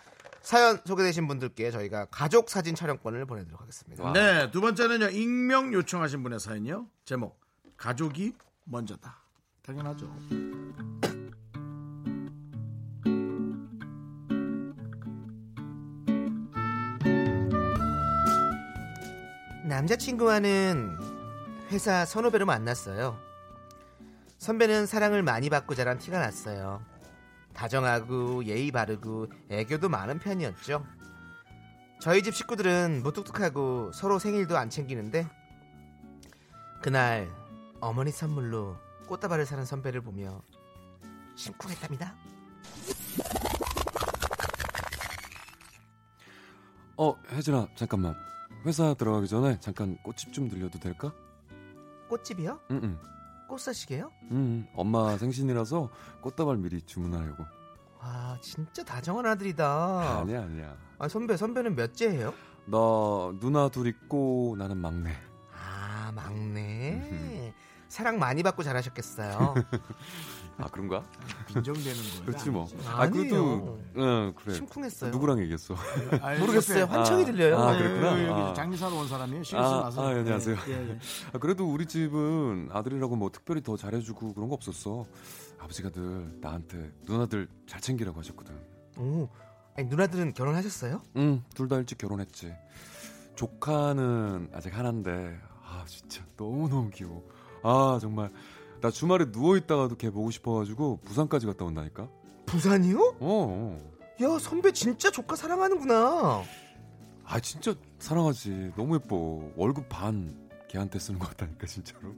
[SPEAKER 2] 사연 소개되신 분들께 저희가 가족 사진 촬영권을 보내드리도록 하겠습니다
[SPEAKER 1] 네, 두 번째는요. 익명 요청하신 분의 사연이요. 제목 가족이 먼저다. 당연하죠.
[SPEAKER 2] 남자친구와는 회사 선후배로 만났어요. 선배는 사랑을 많이 받고 자란 티가 났어요. 다정하고 예의 바르고 애교도 많은 편이었죠. 저희 집 식구들은 무뚝뚝하고 서로 생일도 안 챙기는데 그날 어머니 선물로 꽃다발을 사는 선배를 보며 심쿵했답니다.
[SPEAKER 5] 어 혜진아 잠깐만 회사 들어가기 전에 잠깐 꽃집 좀 들려도 될까?
[SPEAKER 2] 꽃집이요?
[SPEAKER 5] 응응
[SPEAKER 2] 꽃사시게요?
[SPEAKER 5] 응 엄마 생신이라서 꽃다발 미리 주문하려고.
[SPEAKER 2] 와 진짜 다정한 아들이다.
[SPEAKER 5] 아니야 아니야.
[SPEAKER 2] 아, 선배 선배는 몇째예요?
[SPEAKER 5] 나 누나 둘 있고 나는 막내.
[SPEAKER 2] (laughs) 아 막내 사랑 많이 받고 잘하셨겠어요
[SPEAKER 5] 아 그런가?
[SPEAKER 1] 빈정되는 거예요.
[SPEAKER 5] 그렇지 뭐. 아
[SPEAKER 2] 아니에요.
[SPEAKER 5] 그래도 응 그래.
[SPEAKER 2] 심쿵했어요.
[SPEAKER 5] 누구랑 얘기했어?
[SPEAKER 1] (laughs) 아니,
[SPEAKER 2] 모르겠어요.
[SPEAKER 1] 옆에
[SPEAKER 2] 환청이
[SPEAKER 5] 아,
[SPEAKER 2] 들려요.
[SPEAKER 5] 아,
[SPEAKER 2] 네.
[SPEAKER 5] 그렇구나.
[SPEAKER 1] 여기
[SPEAKER 5] 아.
[SPEAKER 1] 장미사로 온 사람이에요. 실수
[SPEAKER 5] 아,
[SPEAKER 1] 나서.
[SPEAKER 5] 아, 예, 안녕하세요.
[SPEAKER 1] 예, 예.
[SPEAKER 5] 아, 그래도 우리 집은 아들이라고 뭐 특별히 더 잘해주고 그런 거 없었어. 아버지가 늘 나한테 누나들 잘 챙기라고 하셨거든.
[SPEAKER 2] 오, 아니, 누나들은 결혼하셨어요?
[SPEAKER 5] 응, 둘 다 일찍 결혼했지. 조카는 아직 하나인데, 아, 진짜 너무너무 귀여워. 아, 정말. 나 주말에 누워있다가도 걔 보고 싶어가지고 부산까지 갔다 온다니까? 어,
[SPEAKER 2] 부산이요?
[SPEAKER 5] 어.
[SPEAKER 2] 야 선배 진짜 조카 사랑하는구나.
[SPEAKER 5] 아, 진짜 사랑하지. 너무 예뻐. 월급 반 걔한테 쓰는 것 같다니까, 진짜로.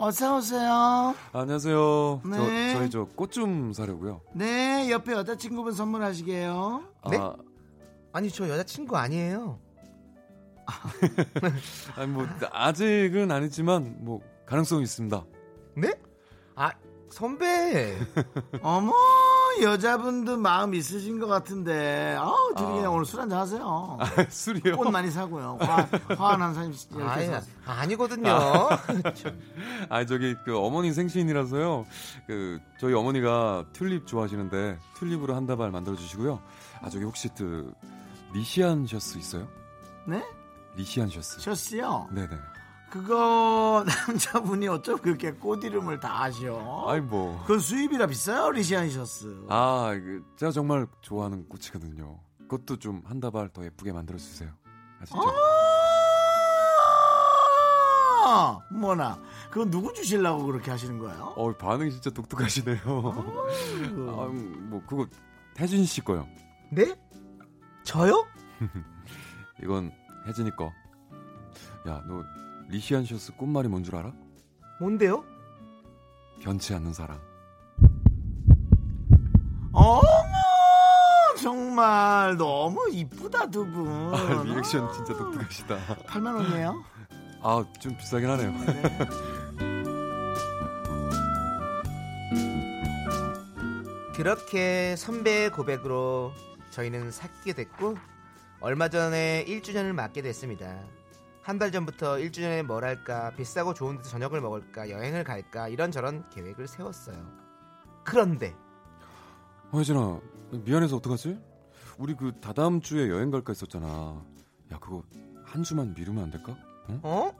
[SPEAKER 1] 어서 오세요.
[SPEAKER 5] 아, 안녕하세요.
[SPEAKER 1] 네.
[SPEAKER 5] 저, 저희 저 꽃 좀 사려고요.
[SPEAKER 1] 네, 옆에 여자친구분 선물하시게요.
[SPEAKER 5] 아,
[SPEAKER 2] 네? 아니 저 여자친구 아니에요.
[SPEAKER 5] 아니, 뭐, 아직은 아니지만, 뭐, 가능성이 있습니다. (laughs)
[SPEAKER 2] 네? 아 선배.
[SPEAKER 1] 어머, 여자분도 마음 있으신 것 같은데. 아우, 둘이 그냥 오늘 술 한잔 하세요.
[SPEAKER 5] 술이요?
[SPEAKER 1] 꽃 많이 사고요. 화, 화한 사람 이렇게
[SPEAKER 2] 아니,
[SPEAKER 5] 예.
[SPEAKER 1] 사세요.
[SPEAKER 2] 예, 아니거든요.
[SPEAKER 5] 아 저기 그 어머니 생신이라서요. 그 저희 어머니가 튤립 좋아하시는데 튤립으로 한 다발 만들어 주시고요. 아 저기 혹시 그 리시안 셔츠 있어요?
[SPEAKER 1] 네?
[SPEAKER 5] 리시안 셔츠.
[SPEAKER 1] 셔츠요?
[SPEAKER 5] 네네.
[SPEAKER 1] 그거 (laughs) 남자분이 어쩜 그렇게 꽃 이름을 다 아셔?
[SPEAKER 5] 아이 뭐.
[SPEAKER 1] 그건 수입이라 비싸요, 리시안 셔츠.
[SPEAKER 5] 아 그, 제가 정말 좋아하는 꽃이거든요. 그것도 좀 한 다발 더 예쁘게 만들어 주세요. 아시죠?
[SPEAKER 1] 아! 뭐나. 그건 누구 주시려고 그렇게 하시는 거예요?
[SPEAKER 5] 어 반응이 진짜 독특하시네요. (laughs) 아 뭐 그거 혜진 씨 거요.
[SPEAKER 2] (laughs) 네? 저요?
[SPEAKER 5] 이건 혜진이 거. 야 너 리시안 셔츠 꽃말이 뭔 줄 알아?
[SPEAKER 2] 뭔데요?
[SPEAKER 5] 변치 않는 사랑.
[SPEAKER 1] 어머! 정말 너무 이쁘다, 두 분.
[SPEAKER 5] 아, 리액션 진짜 독특하시다.
[SPEAKER 1] 8만 원이에요?
[SPEAKER 5] 아, 좀 비싸긴 하네요.
[SPEAKER 2] 그렇게 선배의 고백으로 저희는 사귀게 됐고 얼마 전에 1주년을 맞게 됐습니다. 한 달 전부터 1주년에 뭘 할까 비싸고 좋은 데서 저녁을 먹을까 여행을 갈까 이런저런 계획을 세웠어요. 그런데
[SPEAKER 5] 허진아, 어, 미안해서 어떡하지? 우리 그 다다음 주에 여행 갈까 했었잖아. 야, 그거 한 주만 미루면 안 될까? 응?
[SPEAKER 2] 어?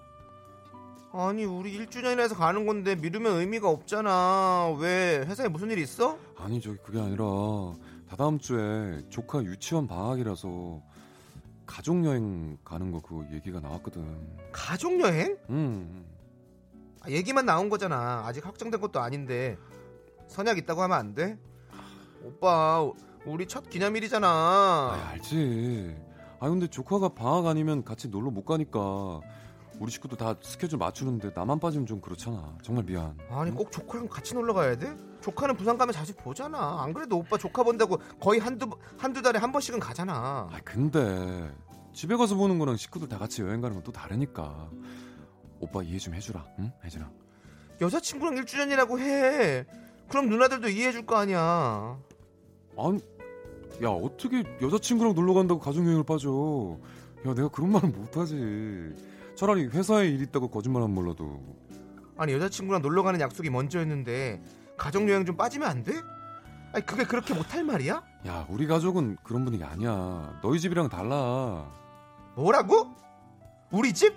[SPEAKER 2] 아니 우리 1주년이라 해서 가는 건데 미루면 의미가 없잖아. 왜 회사에 무슨 일 있어?
[SPEAKER 5] 아니, 저기 그게 아니라 다다음 주에 조카 유치원 방학이라서 가족 여행 가는 거 그거 얘기가 나왔거든.
[SPEAKER 2] 가족 여행?
[SPEAKER 5] 음, 음.
[SPEAKER 2] 아, 얘기만 나온 거잖아. 아직 확정된 것도 아닌데 선약 있다고 하면 안 돼? 오빠 우리 첫
[SPEAKER 5] 아,
[SPEAKER 2] 기념일이잖아.
[SPEAKER 5] 알지. 아, 근데 조카가 방학 아니면 같이 놀러 못 가니까 우리 식구도 다 스케줄 맞추는데 나만 빠지면 좀 그렇잖아. 정말 미안.
[SPEAKER 2] 아니 꼭 조카랑 같이 놀러 가야 돼? 조카는 부산 가면 자주 보잖아. 안 그래도 오빠 조카 본다고 거의 한두 번- 한두 달에 한 번씩은 가잖아.
[SPEAKER 5] 아 근데 집에 가서 보는 거랑 식구들 다 같이 여행 가는 건 또 다르니까 오빠 이해 좀 해주라 응 혜진아
[SPEAKER 2] 여자친구랑 1주년이라고 해. 그럼 누나들도 이해해 줄 거 아니야.
[SPEAKER 5] 아니 야 어떻게 여자친구랑 놀러 간다고 가족여행을 빠져 야 내가 그런 말은 못하지 차라리 회사에 일 있다고 거짓말하면 몰라도
[SPEAKER 2] 아니 여자친구랑 놀러 가는 약속이 먼저였는데 가족 여행 좀 빠지면 안 돼? 아니 그게 그렇게 못할 말이야?
[SPEAKER 5] 야 우리 가족은 그런 분위기 아니야 너희 집이랑 달라
[SPEAKER 2] 뭐라고? 우리 집?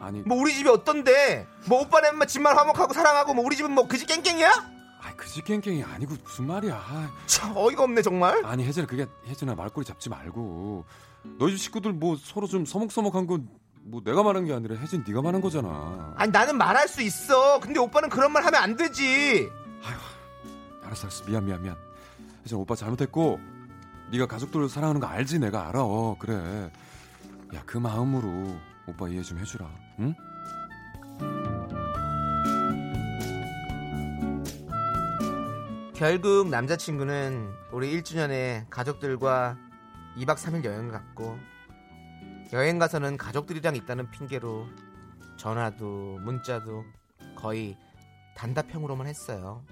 [SPEAKER 5] 아니
[SPEAKER 2] 뭐 우리 집이 어떤데? 뭐 오빠는 막 집만 화목하고 사랑하고 뭐 우리 집은 뭐 그지 깽깽이야?
[SPEAKER 5] 아이 그지 깽깽이 아니고 무슨 말이야 아,
[SPEAKER 2] 참 어이가 없네 정말.
[SPEAKER 5] 아니 혜진아 그게 혜진아 말꼬리 잡지 말고 너희 집 식구들 뭐 서로 좀 서먹서먹한 건 뭐 내가 말한 게 아니라 혜진 네가 말한 거잖아
[SPEAKER 2] 아니 나는 말할 수 있어. 근데 오빠는 그런 말 하면 안 되지.
[SPEAKER 5] 알았어, 알았어. 미안, 미안, 미안. 혜진 오빠 잘못했고 네가 가족들 사랑하는 거 알지? 내가 알아. 어, 그래. 야, 그 마음으로 오빠 이해 좀 해주라. 응?
[SPEAKER 2] 결국 남자친구는 우리 1주년에 가족들과 2박 3일 여행을 갔고 여행 가서는 가족들이랑 있다는 핑계로 전화도 문자도 거의 단답형으로만 했어요.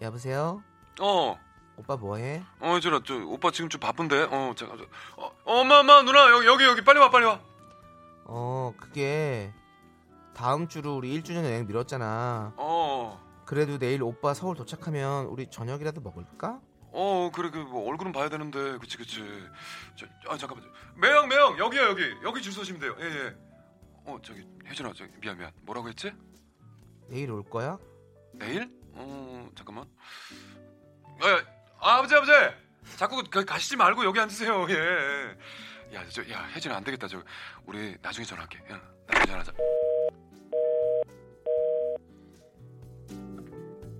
[SPEAKER 2] 여보세요?
[SPEAKER 5] 어,
[SPEAKER 2] 오빠 뭐해?
[SPEAKER 5] 어, 혜진아, 저 오빠 지금 좀 바쁜데. 어, 제가 저, 어,
[SPEAKER 12] 엄마마 누나 여기 여기 여기 빨리 와 빨리 와.
[SPEAKER 2] 어 그게 다음 주로 우리 1주년 여행 미뤘잖아
[SPEAKER 12] 어.
[SPEAKER 2] 그래도 내일 오빠 서울 도착하면 우리 저녁이라도 먹을까?
[SPEAKER 12] 어 그래 그뭐 얼굴은 봐야 되는데 그치 그치 저, 아 잠깐만 매형 매형 여기야 여기 여기 줄 서시면 돼요 예예 어 저기 혜진아 저기 미안 미안 뭐라고 했지
[SPEAKER 2] 내일 올 거야?
[SPEAKER 12] 내일 어 잠깐만 예, 아, 아버지 아버지 자꾸 그, 가, 가시지 말고 여기 앉으세요 예. 예야저야 혜진아 안 되겠다 저 우리 나중에 전화할게 야, 나중에 전화하자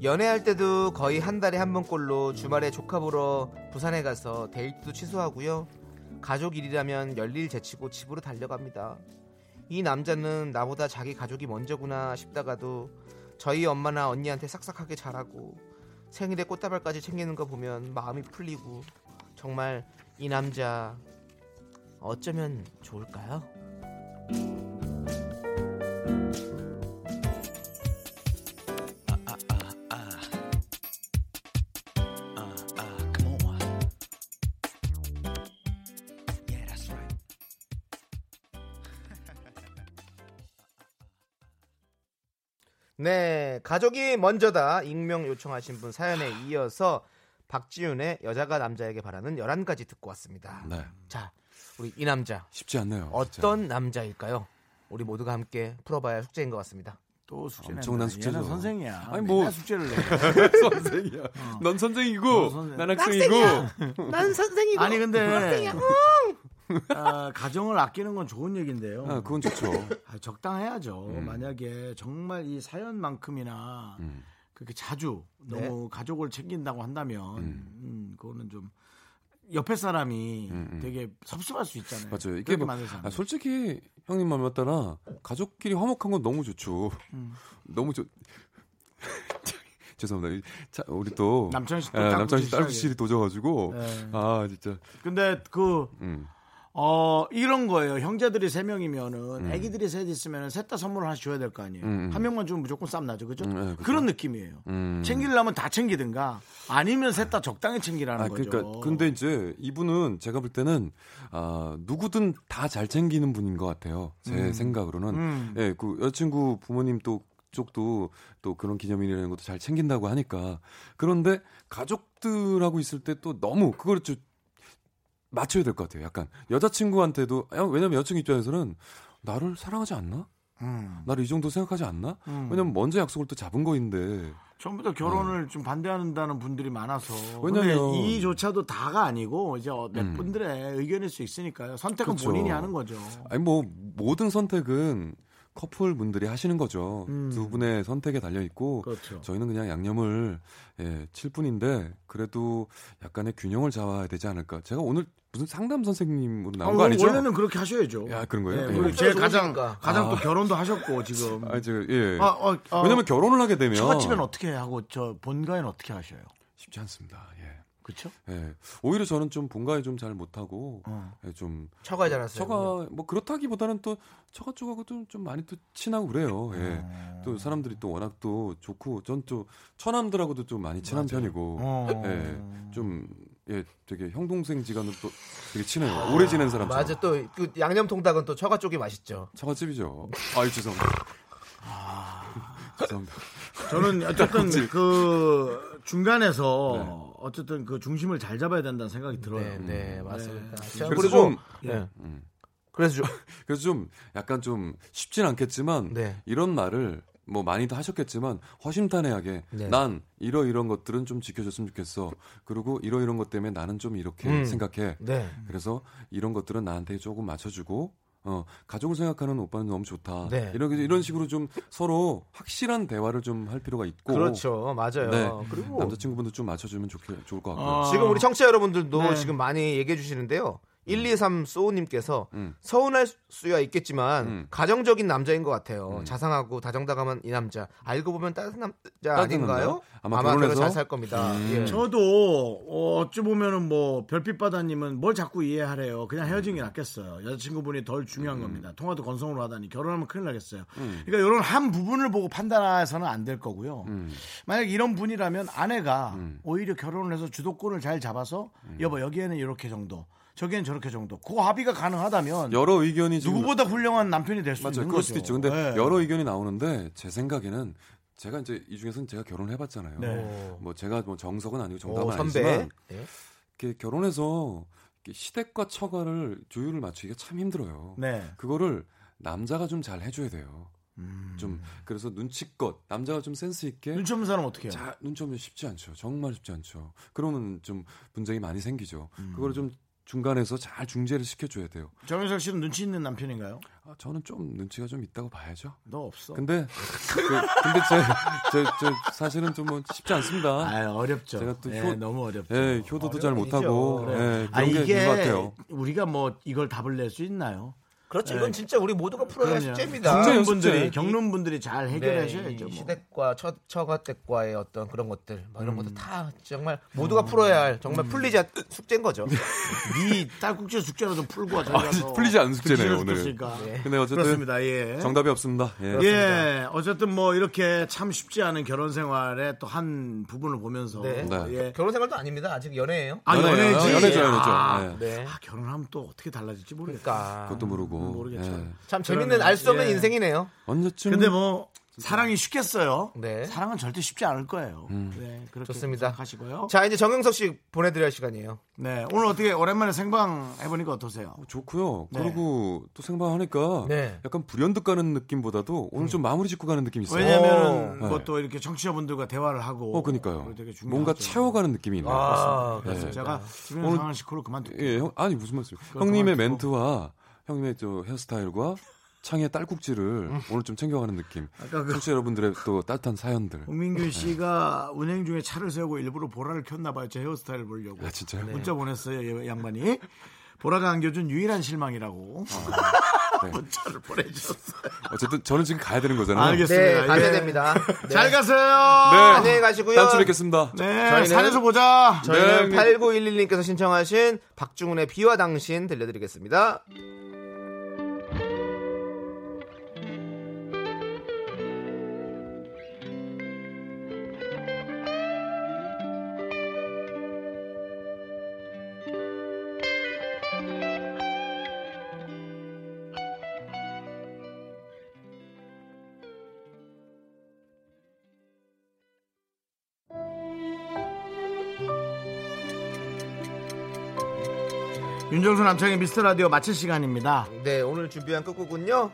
[SPEAKER 2] 연애할 때도 거의 한 달에 한 번꼴로 주말에 조카 보러 부산에 가서 데이트도 취소하고요. 가족 일이라면 열일 제치고 집으로 달려갑니다. 이 남자는 나보다 자기 가족이 먼저구나 싶다가도 저희 엄마나 언니한테 싹싹하게 잘하고 생일에 꽃다발까지 챙기는 거 보면 마음이 풀리고 정말 이 남자 어쩌면 좋을까요? 네, 가족이 먼저다 익명 요청하신 분 사연에 이어서 박지윤의 여자가 남자에게 바라는 11가지 듣고 왔습니다.
[SPEAKER 5] 네.
[SPEAKER 2] 자, 우리 이 남자
[SPEAKER 5] 쉽지 않네요. 아, 진짜.
[SPEAKER 2] 어떤 남자일까요? 우리 모두가 함께 풀어봐야 할 숙제인 것 같습니다.
[SPEAKER 1] 또 숙제 낸다. 얘는
[SPEAKER 5] 엄청난 숙제죠.
[SPEAKER 1] 선생이야.
[SPEAKER 5] 아니, 뭐-
[SPEAKER 1] 맨날 숙제를 내.
[SPEAKER 5] 선생이야. 넌 선생이고
[SPEAKER 1] 선생.
[SPEAKER 5] 난 학생이고.
[SPEAKER 2] 난 선생이고
[SPEAKER 1] 아니 근데 아, 가정을 아끼는 건 좋은 얘기인데요.
[SPEAKER 5] 아, 그건 음. 좋죠.
[SPEAKER 1] 아, 적당해야죠. 만약에 정말 이 사연만큼이나
[SPEAKER 5] 음.
[SPEAKER 1] 그렇게 자주 너무 가족을 챙긴다고 한다면 음, 그거는 좀 옆에 사람이 되게 섭섭할 수 있잖아요.
[SPEAKER 5] 음, 맞아요. 이게
[SPEAKER 1] 그렇게
[SPEAKER 5] 뭐,
[SPEAKER 1] 만나서 사는
[SPEAKER 5] 아, 솔직히 형님 맘에 따라 가족끼리 화목한 건 너무 좋죠. 너무 좋. (laughs) 죄송합니다. 자, 우리 또
[SPEAKER 1] 남창희 씨또
[SPEAKER 5] 예,
[SPEAKER 1] 딱
[SPEAKER 5] 남창희 씨
[SPEAKER 1] 부딪히기
[SPEAKER 5] 딸부실이 도져가지고
[SPEAKER 1] 예.
[SPEAKER 5] 아 진짜
[SPEAKER 1] 근데 그
[SPEAKER 5] 음.
[SPEAKER 1] 어, 이런 거예요. 형제들이 세 명이면은
[SPEAKER 5] 음.
[SPEAKER 1] 아기들이 셋 있으면은 셋 다 선물을 하나 줘야 될 거 아니에요. 한 명만 주면 무조건 싸움 나죠. 그죠?
[SPEAKER 5] 음, 네, 그죠.
[SPEAKER 1] 그런 느낌이에요.
[SPEAKER 5] 음.
[SPEAKER 1] 챙기려면 다 챙기든가 아니면 셋 다 적당히 챙기라는
[SPEAKER 5] 아
[SPEAKER 1] 거죠.
[SPEAKER 5] 그러니까 근데 이제 이분은 제가 볼 때는 아 누구든 다 잘 챙기는 분인 것 같아요. 제 생각으로는
[SPEAKER 1] 음.
[SPEAKER 5] 예, 그 여자친구 부모님 또 쪽도 또 그런 기념일이라는 것도 잘 챙긴다고 하니까 그런데 가족들하고 있을 때 또 너무 그걸 좀 맞춰야 될 것 같아요. 약간 여자친구한테도 야, 왜냐면 여자친구 입장에서는 나를 사랑하지 않나?
[SPEAKER 1] 음.
[SPEAKER 5] 나를 이 정도 생각하지 않나?
[SPEAKER 1] 음.
[SPEAKER 5] 왜냐면 먼저 약속을 또 잡은 거인데
[SPEAKER 1] 전부터 결혼을 좀 반대한다는 분들이 많아서
[SPEAKER 5] 왜냐면- 음.
[SPEAKER 1] 근데 이조차도 다가 아니고 이제 어- 몇 분들의 의견일 수 있으니까요. 선택은
[SPEAKER 5] 그렇죠.
[SPEAKER 1] 본인이 하는 거죠.
[SPEAKER 5] 아니 뭐 모든 선택은 커플 분들이 하시는 거죠. 두 분의 선택에 달려 있고
[SPEAKER 1] 음. 그렇죠.
[SPEAKER 5] 저희는 그냥 양념을 예, 칠 뿐인데 그래도 약간의 균형을 잡아야 되지 않을까. 제가 오늘 무슨 상담 선생님으로 나온 거
[SPEAKER 1] 아,
[SPEAKER 5] 아니죠?
[SPEAKER 1] 원래는 그렇게 하셔야죠. 네.
[SPEAKER 5] 야, 그런 거예요? 예.
[SPEAKER 1] 그리고 제일
[SPEAKER 2] 목소리가
[SPEAKER 1] 가장
[SPEAKER 2] 좋으니까.
[SPEAKER 1] 가장 또
[SPEAKER 5] 아.
[SPEAKER 1] 결혼도 하셨고 지금.
[SPEAKER 5] 아, 저, 예.
[SPEAKER 1] 아, 어, 어.
[SPEAKER 5] 왜냐면 결혼을 하게 되면
[SPEAKER 1] 처갓집엔 어떻게 하고 저 본가엔 어떻게 하셔요?
[SPEAKER 5] 쉽지 않습니다. 예.
[SPEAKER 1] 그렇죠?
[SPEAKER 5] 예. 오히려 저는 좀 본가에 좀 잘 못하고
[SPEAKER 1] 어.
[SPEAKER 5] 예, 좀
[SPEAKER 2] 처가에 자랐어요.
[SPEAKER 5] 처가 뭐 그렇다기보다는 또 처가 쪽하고 좀, 좀 많이 또 친하고 그래요. 예. 또 사람들이 또 워낙 또 좋고 전 또 처남들하고도 좀 많이 친한 편이고
[SPEAKER 1] 어.
[SPEAKER 5] 예. 좀 예, 되게 형 동생 지간은 또 되게 친해요. 오래 지낸 사람처럼.
[SPEAKER 2] 맞아 또 그 양념통닭은 또 처가 쪽이 맛있죠.
[SPEAKER 5] 처갓집이죠. 아, 죄송합니다. 죄송합니다.
[SPEAKER 1] 저는 어쨌든 그 중간에서 어쨌든 그 중심을 잘 잡아야 된다는 생각이 들어요.
[SPEAKER 2] 네, 네 맞습니다. 자,
[SPEAKER 5] 그래서
[SPEAKER 2] 그리고-
[SPEAKER 5] 좀 음.
[SPEAKER 2] 네. 그래서 좀
[SPEAKER 5] 그래서 좀 약간 좀 쉽진 않겠지만
[SPEAKER 2] 네.
[SPEAKER 5] 이런 말을 뭐 많이도 하셨겠지만 허심탄회하게
[SPEAKER 2] 네.
[SPEAKER 5] 난 이러 이런 것들은 좀 지켜줬으면 좋겠어. 그리고 이러 이런 것 때문에 나는 좀 이렇게
[SPEAKER 2] 음.
[SPEAKER 5] 생각해.
[SPEAKER 2] 네.
[SPEAKER 5] 그래서 이런 것들은 나한테 조금 맞춰주고 어 가족을 생각하는 오빠는 너무 좋다.
[SPEAKER 2] 네.
[SPEAKER 5] 이런 이런 식으로 좀 서로 확실한 대화를 좀 할 필요가 있고.
[SPEAKER 2] 그렇죠. 맞아요.
[SPEAKER 5] 네.
[SPEAKER 2] 그리고
[SPEAKER 5] 남자친구분도 좀 맞춰주면 좋게 좋을 것 같고요.
[SPEAKER 1] 아,
[SPEAKER 2] 지금 우리 청취자 여러분들도
[SPEAKER 1] 네.
[SPEAKER 2] 지금 많이 얘기해 주시는데요. 123 소우님께서
[SPEAKER 5] 음.
[SPEAKER 2] 서운할 수야 있겠지만
[SPEAKER 5] 음.
[SPEAKER 2] 가정적인 남자인 것 같아요. 자상하고 다정다감한 이 남자 알고 보면 따뜻한 남자
[SPEAKER 5] 따뜻한
[SPEAKER 2] 아닌가요?
[SPEAKER 5] 남자? 아마
[SPEAKER 2] 결혼
[SPEAKER 5] 결혼해서? 음.
[SPEAKER 2] 잘살 겁니다.
[SPEAKER 5] 네.
[SPEAKER 2] 예.
[SPEAKER 1] 저도 어, 어찌 보면은 뭐 별빛바다님은 뭘 자꾸 이해하래요. 그냥 헤어진
[SPEAKER 5] 음.
[SPEAKER 1] 게 낫겠어요. 여자친구분이 덜 중요한 겁니다. 통화도 건성으로 하다니 결혼하면 큰일 나겠어요.
[SPEAKER 5] 음.
[SPEAKER 1] 그러니까 이런 한 부분을 보고 판단해서는 안 될 거고요.
[SPEAKER 5] 음.
[SPEAKER 1] 만약 이런
[SPEAKER 5] 음.
[SPEAKER 1] 분이라면 아내가 오히려 결혼을 해서 주도권을 잘 잡아서 여보 여기에는 이렇게 정도. 저기엔 저렇게 정도. 그 합의가 가능하다면
[SPEAKER 5] 여러 의견이 지금
[SPEAKER 1] 누구보다 훌륭한 남편이 될 수
[SPEAKER 5] 맞아요.
[SPEAKER 1] 있는
[SPEAKER 5] 그럴 수도
[SPEAKER 1] 거죠.
[SPEAKER 5] 있죠. 근데
[SPEAKER 1] 네.
[SPEAKER 5] 여러 의견이 나오는데 제 생각에는 제가 이제 이 중에서는 제가 결혼을 해봤잖아요.
[SPEAKER 1] 네.
[SPEAKER 5] 뭐 제가 뭐 정석은 아니고
[SPEAKER 2] 오,
[SPEAKER 5] 정답은
[SPEAKER 2] 선배.
[SPEAKER 5] 아니지만
[SPEAKER 2] 네.
[SPEAKER 5] 이렇게 결혼해서 이렇게 시댁과 처가를 조율을 맞추기가 참 힘들어요.
[SPEAKER 1] 네.
[SPEAKER 5] 그거를 남자가 좀 잘 해줘야 돼요.
[SPEAKER 1] 음.
[SPEAKER 5] 좀 그래서 눈치껏 남자가 좀 센스 있게
[SPEAKER 1] 눈치 없는 사람 어떻게 해요?
[SPEAKER 5] 자, 눈치 없는 게 쉽지 않죠. 정말 쉽지 않죠. 그러면 좀 분쟁이 많이 생기죠.
[SPEAKER 1] 음.
[SPEAKER 5] 그거를 좀 중간에서 잘 중재를 시켜줘야 돼요.
[SPEAKER 1] 정윤석 씨는 눈치 있는 남편인가요?
[SPEAKER 5] 아, 저는 좀 눈치가 좀 있다고 봐야죠.
[SPEAKER 1] 너 없어.
[SPEAKER 5] 근데 그, 근데 제, 제, 제 사실은 좀 뭐 쉽지 않습니다.
[SPEAKER 1] 아 어렵죠.
[SPEAKER 5] 제가 또
[SPEAKER 1] 예,
[SPEAKER 5] 효-
[SPEAKER 1] 너무 어렵죠.
[SPEAKER 5] 예, 효도도 잘 못하고
[SPEAKER 1] 그래요.
[SPEAKER 5] 예, 그런
[SPEAKER 1] 아
[SPEAKER 5] 게
[SPEAKER 1] 이게
[SPEAKER 5] 있는 것 같아요.
[SPEAKER 1] 우리가 뭐 이걸 답을 낼 수 있나요?
[SPEAKER 2] 그렇죠. 이건 진짜 우리 모두가 풀어야 할
[SPEAKER 1] 그럼요.
[SPEAKER 2] 숙제입니다.
[SPEAKER 5] 숙제,
[SPEAKER 1] 겪는
[SPEAKER 5] 숙제.
[SPEAKER 1] 분들이 겪는 분들이 잘
[SPEAKER 2] 네,
[SPEAKER 1] 해결하셔야죠.
[SPEAKER 2] 이
[SPEAKER 1] 뭐.
[SPEAKER 2] 시댁과 처, 처가댁과의 어떤 그런 것들
[SPEAKER 1] 음.
[SPEAKER 2] 뭐 이런 것도 다 정말 모두가 풀어야 할 정말 풀리지 않 숙제인 거죠.
[SPEAKER 1] 네 딸꾹질 숙제로 좀 풀고 그 와. 저희가
[SPEAKER 5] 아,
[SPEAKER 1] 더
[SPEAKER 5] 풀리지 않은 숙제네요,
[SPEAKER 1] 득실을
[SPEAKER 5] 오늘.
[SPEAKER 1] 시켰으니까.
[SPEAKER 5] 근데 어쨌든
[SPEAKER 1] 그렇습니다. 예.
[SPEAKER 5] 정답이 없습니다. 예.
[SPEAKER 1] 예, 어쨌든 뭐 이렇게 참 쉽지 않은 결혼 생활의 또 한 부분을 보면서
[SPEAKER 2] 네.
[SPEAKER 5] 네.
[SPEAKER 1] 예.
[SPEAKER 2] 결혼 생활도 아닙니다. 아직 연애예요.
[SPEAKER 1] 아
[SPEAKER 5] 연애예요.
[SPEAKER 1] 연애지
[SPEAKER 5] 연애죠, 연애죠.
[SPEAKER 1] 아,
[SPEAKER 5] 예.
[SPEAKER 2] 네.
[SPEAKER 1] 아, 결혼하면 또 어떻게 달라질지 모르겠다.
[SPEAKER 2] 그러니까
[SPEAKER 5] 그것도 모르고.
[SPEAKER 1] 음, 모르겠죠.
[SPEAKER 5] 예.
[SPEAKER 1] 그러네.
[SPEAKER 2] 참 재밌는 알 수 없는
[SPEAKER 1] 예.
[SPEAKER 2] 인생이네요.
[SPEAKER 5] 언제쯤
[SPEAKER 1] 근데 뭐 사랑이 쉽겠어요.
[SPEAKER 2] 네.
[SPEAKER 1] 사랑은 절대 쉽지 않을 거예요. 네, 그렇게
[SPEAKER 2] 좋습니다.
[SPEAKER 1] 하시고요.
[SPEAKER 2] 자 이제 정영석 씨 보내드려야 할 시간이에요.
[SPEAKER 1] 네, 오늘 어떻게 오랜만에 생방 해보니까 어떠세요?
[SPEAKER 5] 좋고요.
[SPEAKER 1] 네.
[SPEAKER 5] 그리고 또 생방하니까
[SPEAKER 2] 네.
[SPEAKER 5] 약간 불현듯 가는 느낌보다도 오늘 좀 마무리 짓고 가는 느낌이 있어요.
[SPEAKER 1] 음. 왜냐면은
[SPEAKER 5] 오.
[SPEAKER 1] 그것도 이렇게 청취자분들과 대화를 하고.
[SPEAKER 5] 어, 그니까요.
[SPEAKER 1] 되게 중요하죠.
[SPEAKER 5] 뭔가 채워가는 느낌이 있네요.
[SPEAKER 2] 아,
[SPEAKER 5] 그렇습니다. 예.
[SPEAKER 1] 제가 주변
[SPEAKER 5] 오늘-
[SPEAKER 1] 상황을 시끄러 그만둘게요.
[SPEAKER 5] 예, 형, 아니 무슨 말씀?
[SPEAKER 1] 그거 뭐
[SPEAKER 5] 형님의
[SPEAKER 1] 그만 두고.
[SPEAKER 5] 멘트와 형님의 저 헤어스타일과 창의 딸꾹질을 오늘 좀 챙겨가는 느낌.
[SPEAKER 1] 음. 아까 그-
[SPEAKER 5] 청취자 여러분들의 또 따뜻한 사연들.
[SPEAKER 1] 홍민규 씨가 운행 중에 차를 세우고 일부러 보라를 켰나 봐요. 제 헤어스타일 보려고.
[SPEAKER 5] 아 진짜요?
[SPEAKER 1] 문자 보냈어요. 이 양반이. 보라가 안겨준 유일한 실망이라고 (laughs) 문자를 보내주셨어요.
[SPEAKER 5] 어쨌든 저는 지금 가야 되는 거잖아요.
[SPEAKER 1] 알겠습니다.
[SPEAKER 2] 네 가셔야
[SPEAKER 1] 예.
[SPEAKER 2] 됩니다. 네.
[SPEAKER 1] 잘 가세요.
[SPEAKER 5] 네.
[SPEAKER 2] 안녕히 가시고요.
[SPEAKER 5] 다음 주에 뵙겠습니다.
[SPEAKER 1] 네,
[SPEAKER 2] 저희는-
[SPEAKER 1] 산에서 보자.
[SPEAKER 2] 저희는
[SPEAKER 5] 네.
[SPEAKER 2] 8911님께서 신청하신 박중훈의 비와 당신 들려드리겠습니다.
[SPEAKER 1] 윤정수 남창의 미스터 라디오 마칠 시간입니다.
[SPEAKER 2] 네 오늘 준비한 끝곡은요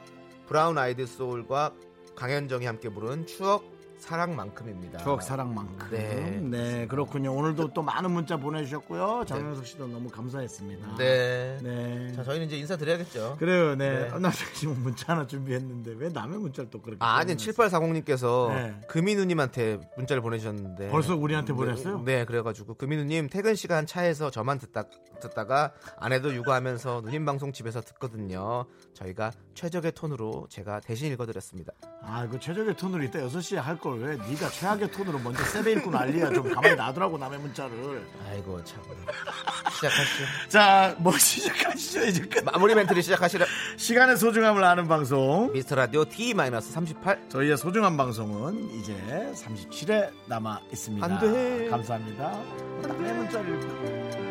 [SPEAKER 2] 브라운 아이드 소울과 강현정이 함께 부른 추억 사랑만큼입니다.
[SPEAKER 1] 추억 사랑만큼.
[SPEAKER 2] 네.
[SPEAKER 1] 네. 그렇군요. 오늘도 또 많은 문자 보내주셨고요. 장영석 씨도 너무 감사했습니다.
[SPEAKER 2] 네.
[SPEAKER 1] 네.
[SPEAKER 2] 자 저희는 이제 인사 드려야겠죠.
[SPEAKER 1] 그래요, 네.
[SPEAKER 2] 네.
[SPEAKER 1] 남창 씨 문자 하나 준비했는데 왜 남의 문자를 또 그렇게?
[SPEAKER 2] 아, 아니
[SPEAKER 1] 보내놨어요?
[SPEAKER 2] 7840님께서
[SPEAKER 1] 네.
[SPEAKER 2] 금인우님한테 문자를 보내주셨는데
[SPEAKER 1] 벌써 우리한테 보냈어요?
[SPEAKER 2] 네, 그래가지고 금인우님 퇴근 시간 차에서 저만 듣다 듣다가 아내도 육아하면서 누님 방송 집에서 듣거든요. 저희가 최적의 톤으로 제가 대신 읽어드렸습니다.
[SPEAKER 1] 아, 그 최적의 톤으로 이따 6시에 할 걸 왜 네가 최악의 톤으로 먼저 세배 읽고 난리야. 좀 가만히 놔두라고 남의 문자를.
[SPEAKER 2] 아이고 참 시작하시죠.
[SPEAKER 1] 자, 뭐 시작하시죠, 이제 끝.
[SPEAKER 2] 마무리 멘트를 시작하시라.
[SPEAKER 1] 시간의 소중함을 아는 방송.
[SPEAKER 2] 미스터 라디오 D 38.
[SPEAKER 1] 저희의 소중한 방송은 이제 37회 남아 있습니다.
[SPEAKER 2] 안 돼.
[SPEAKER 1] 감사합니다. 남의 문자를 읽고.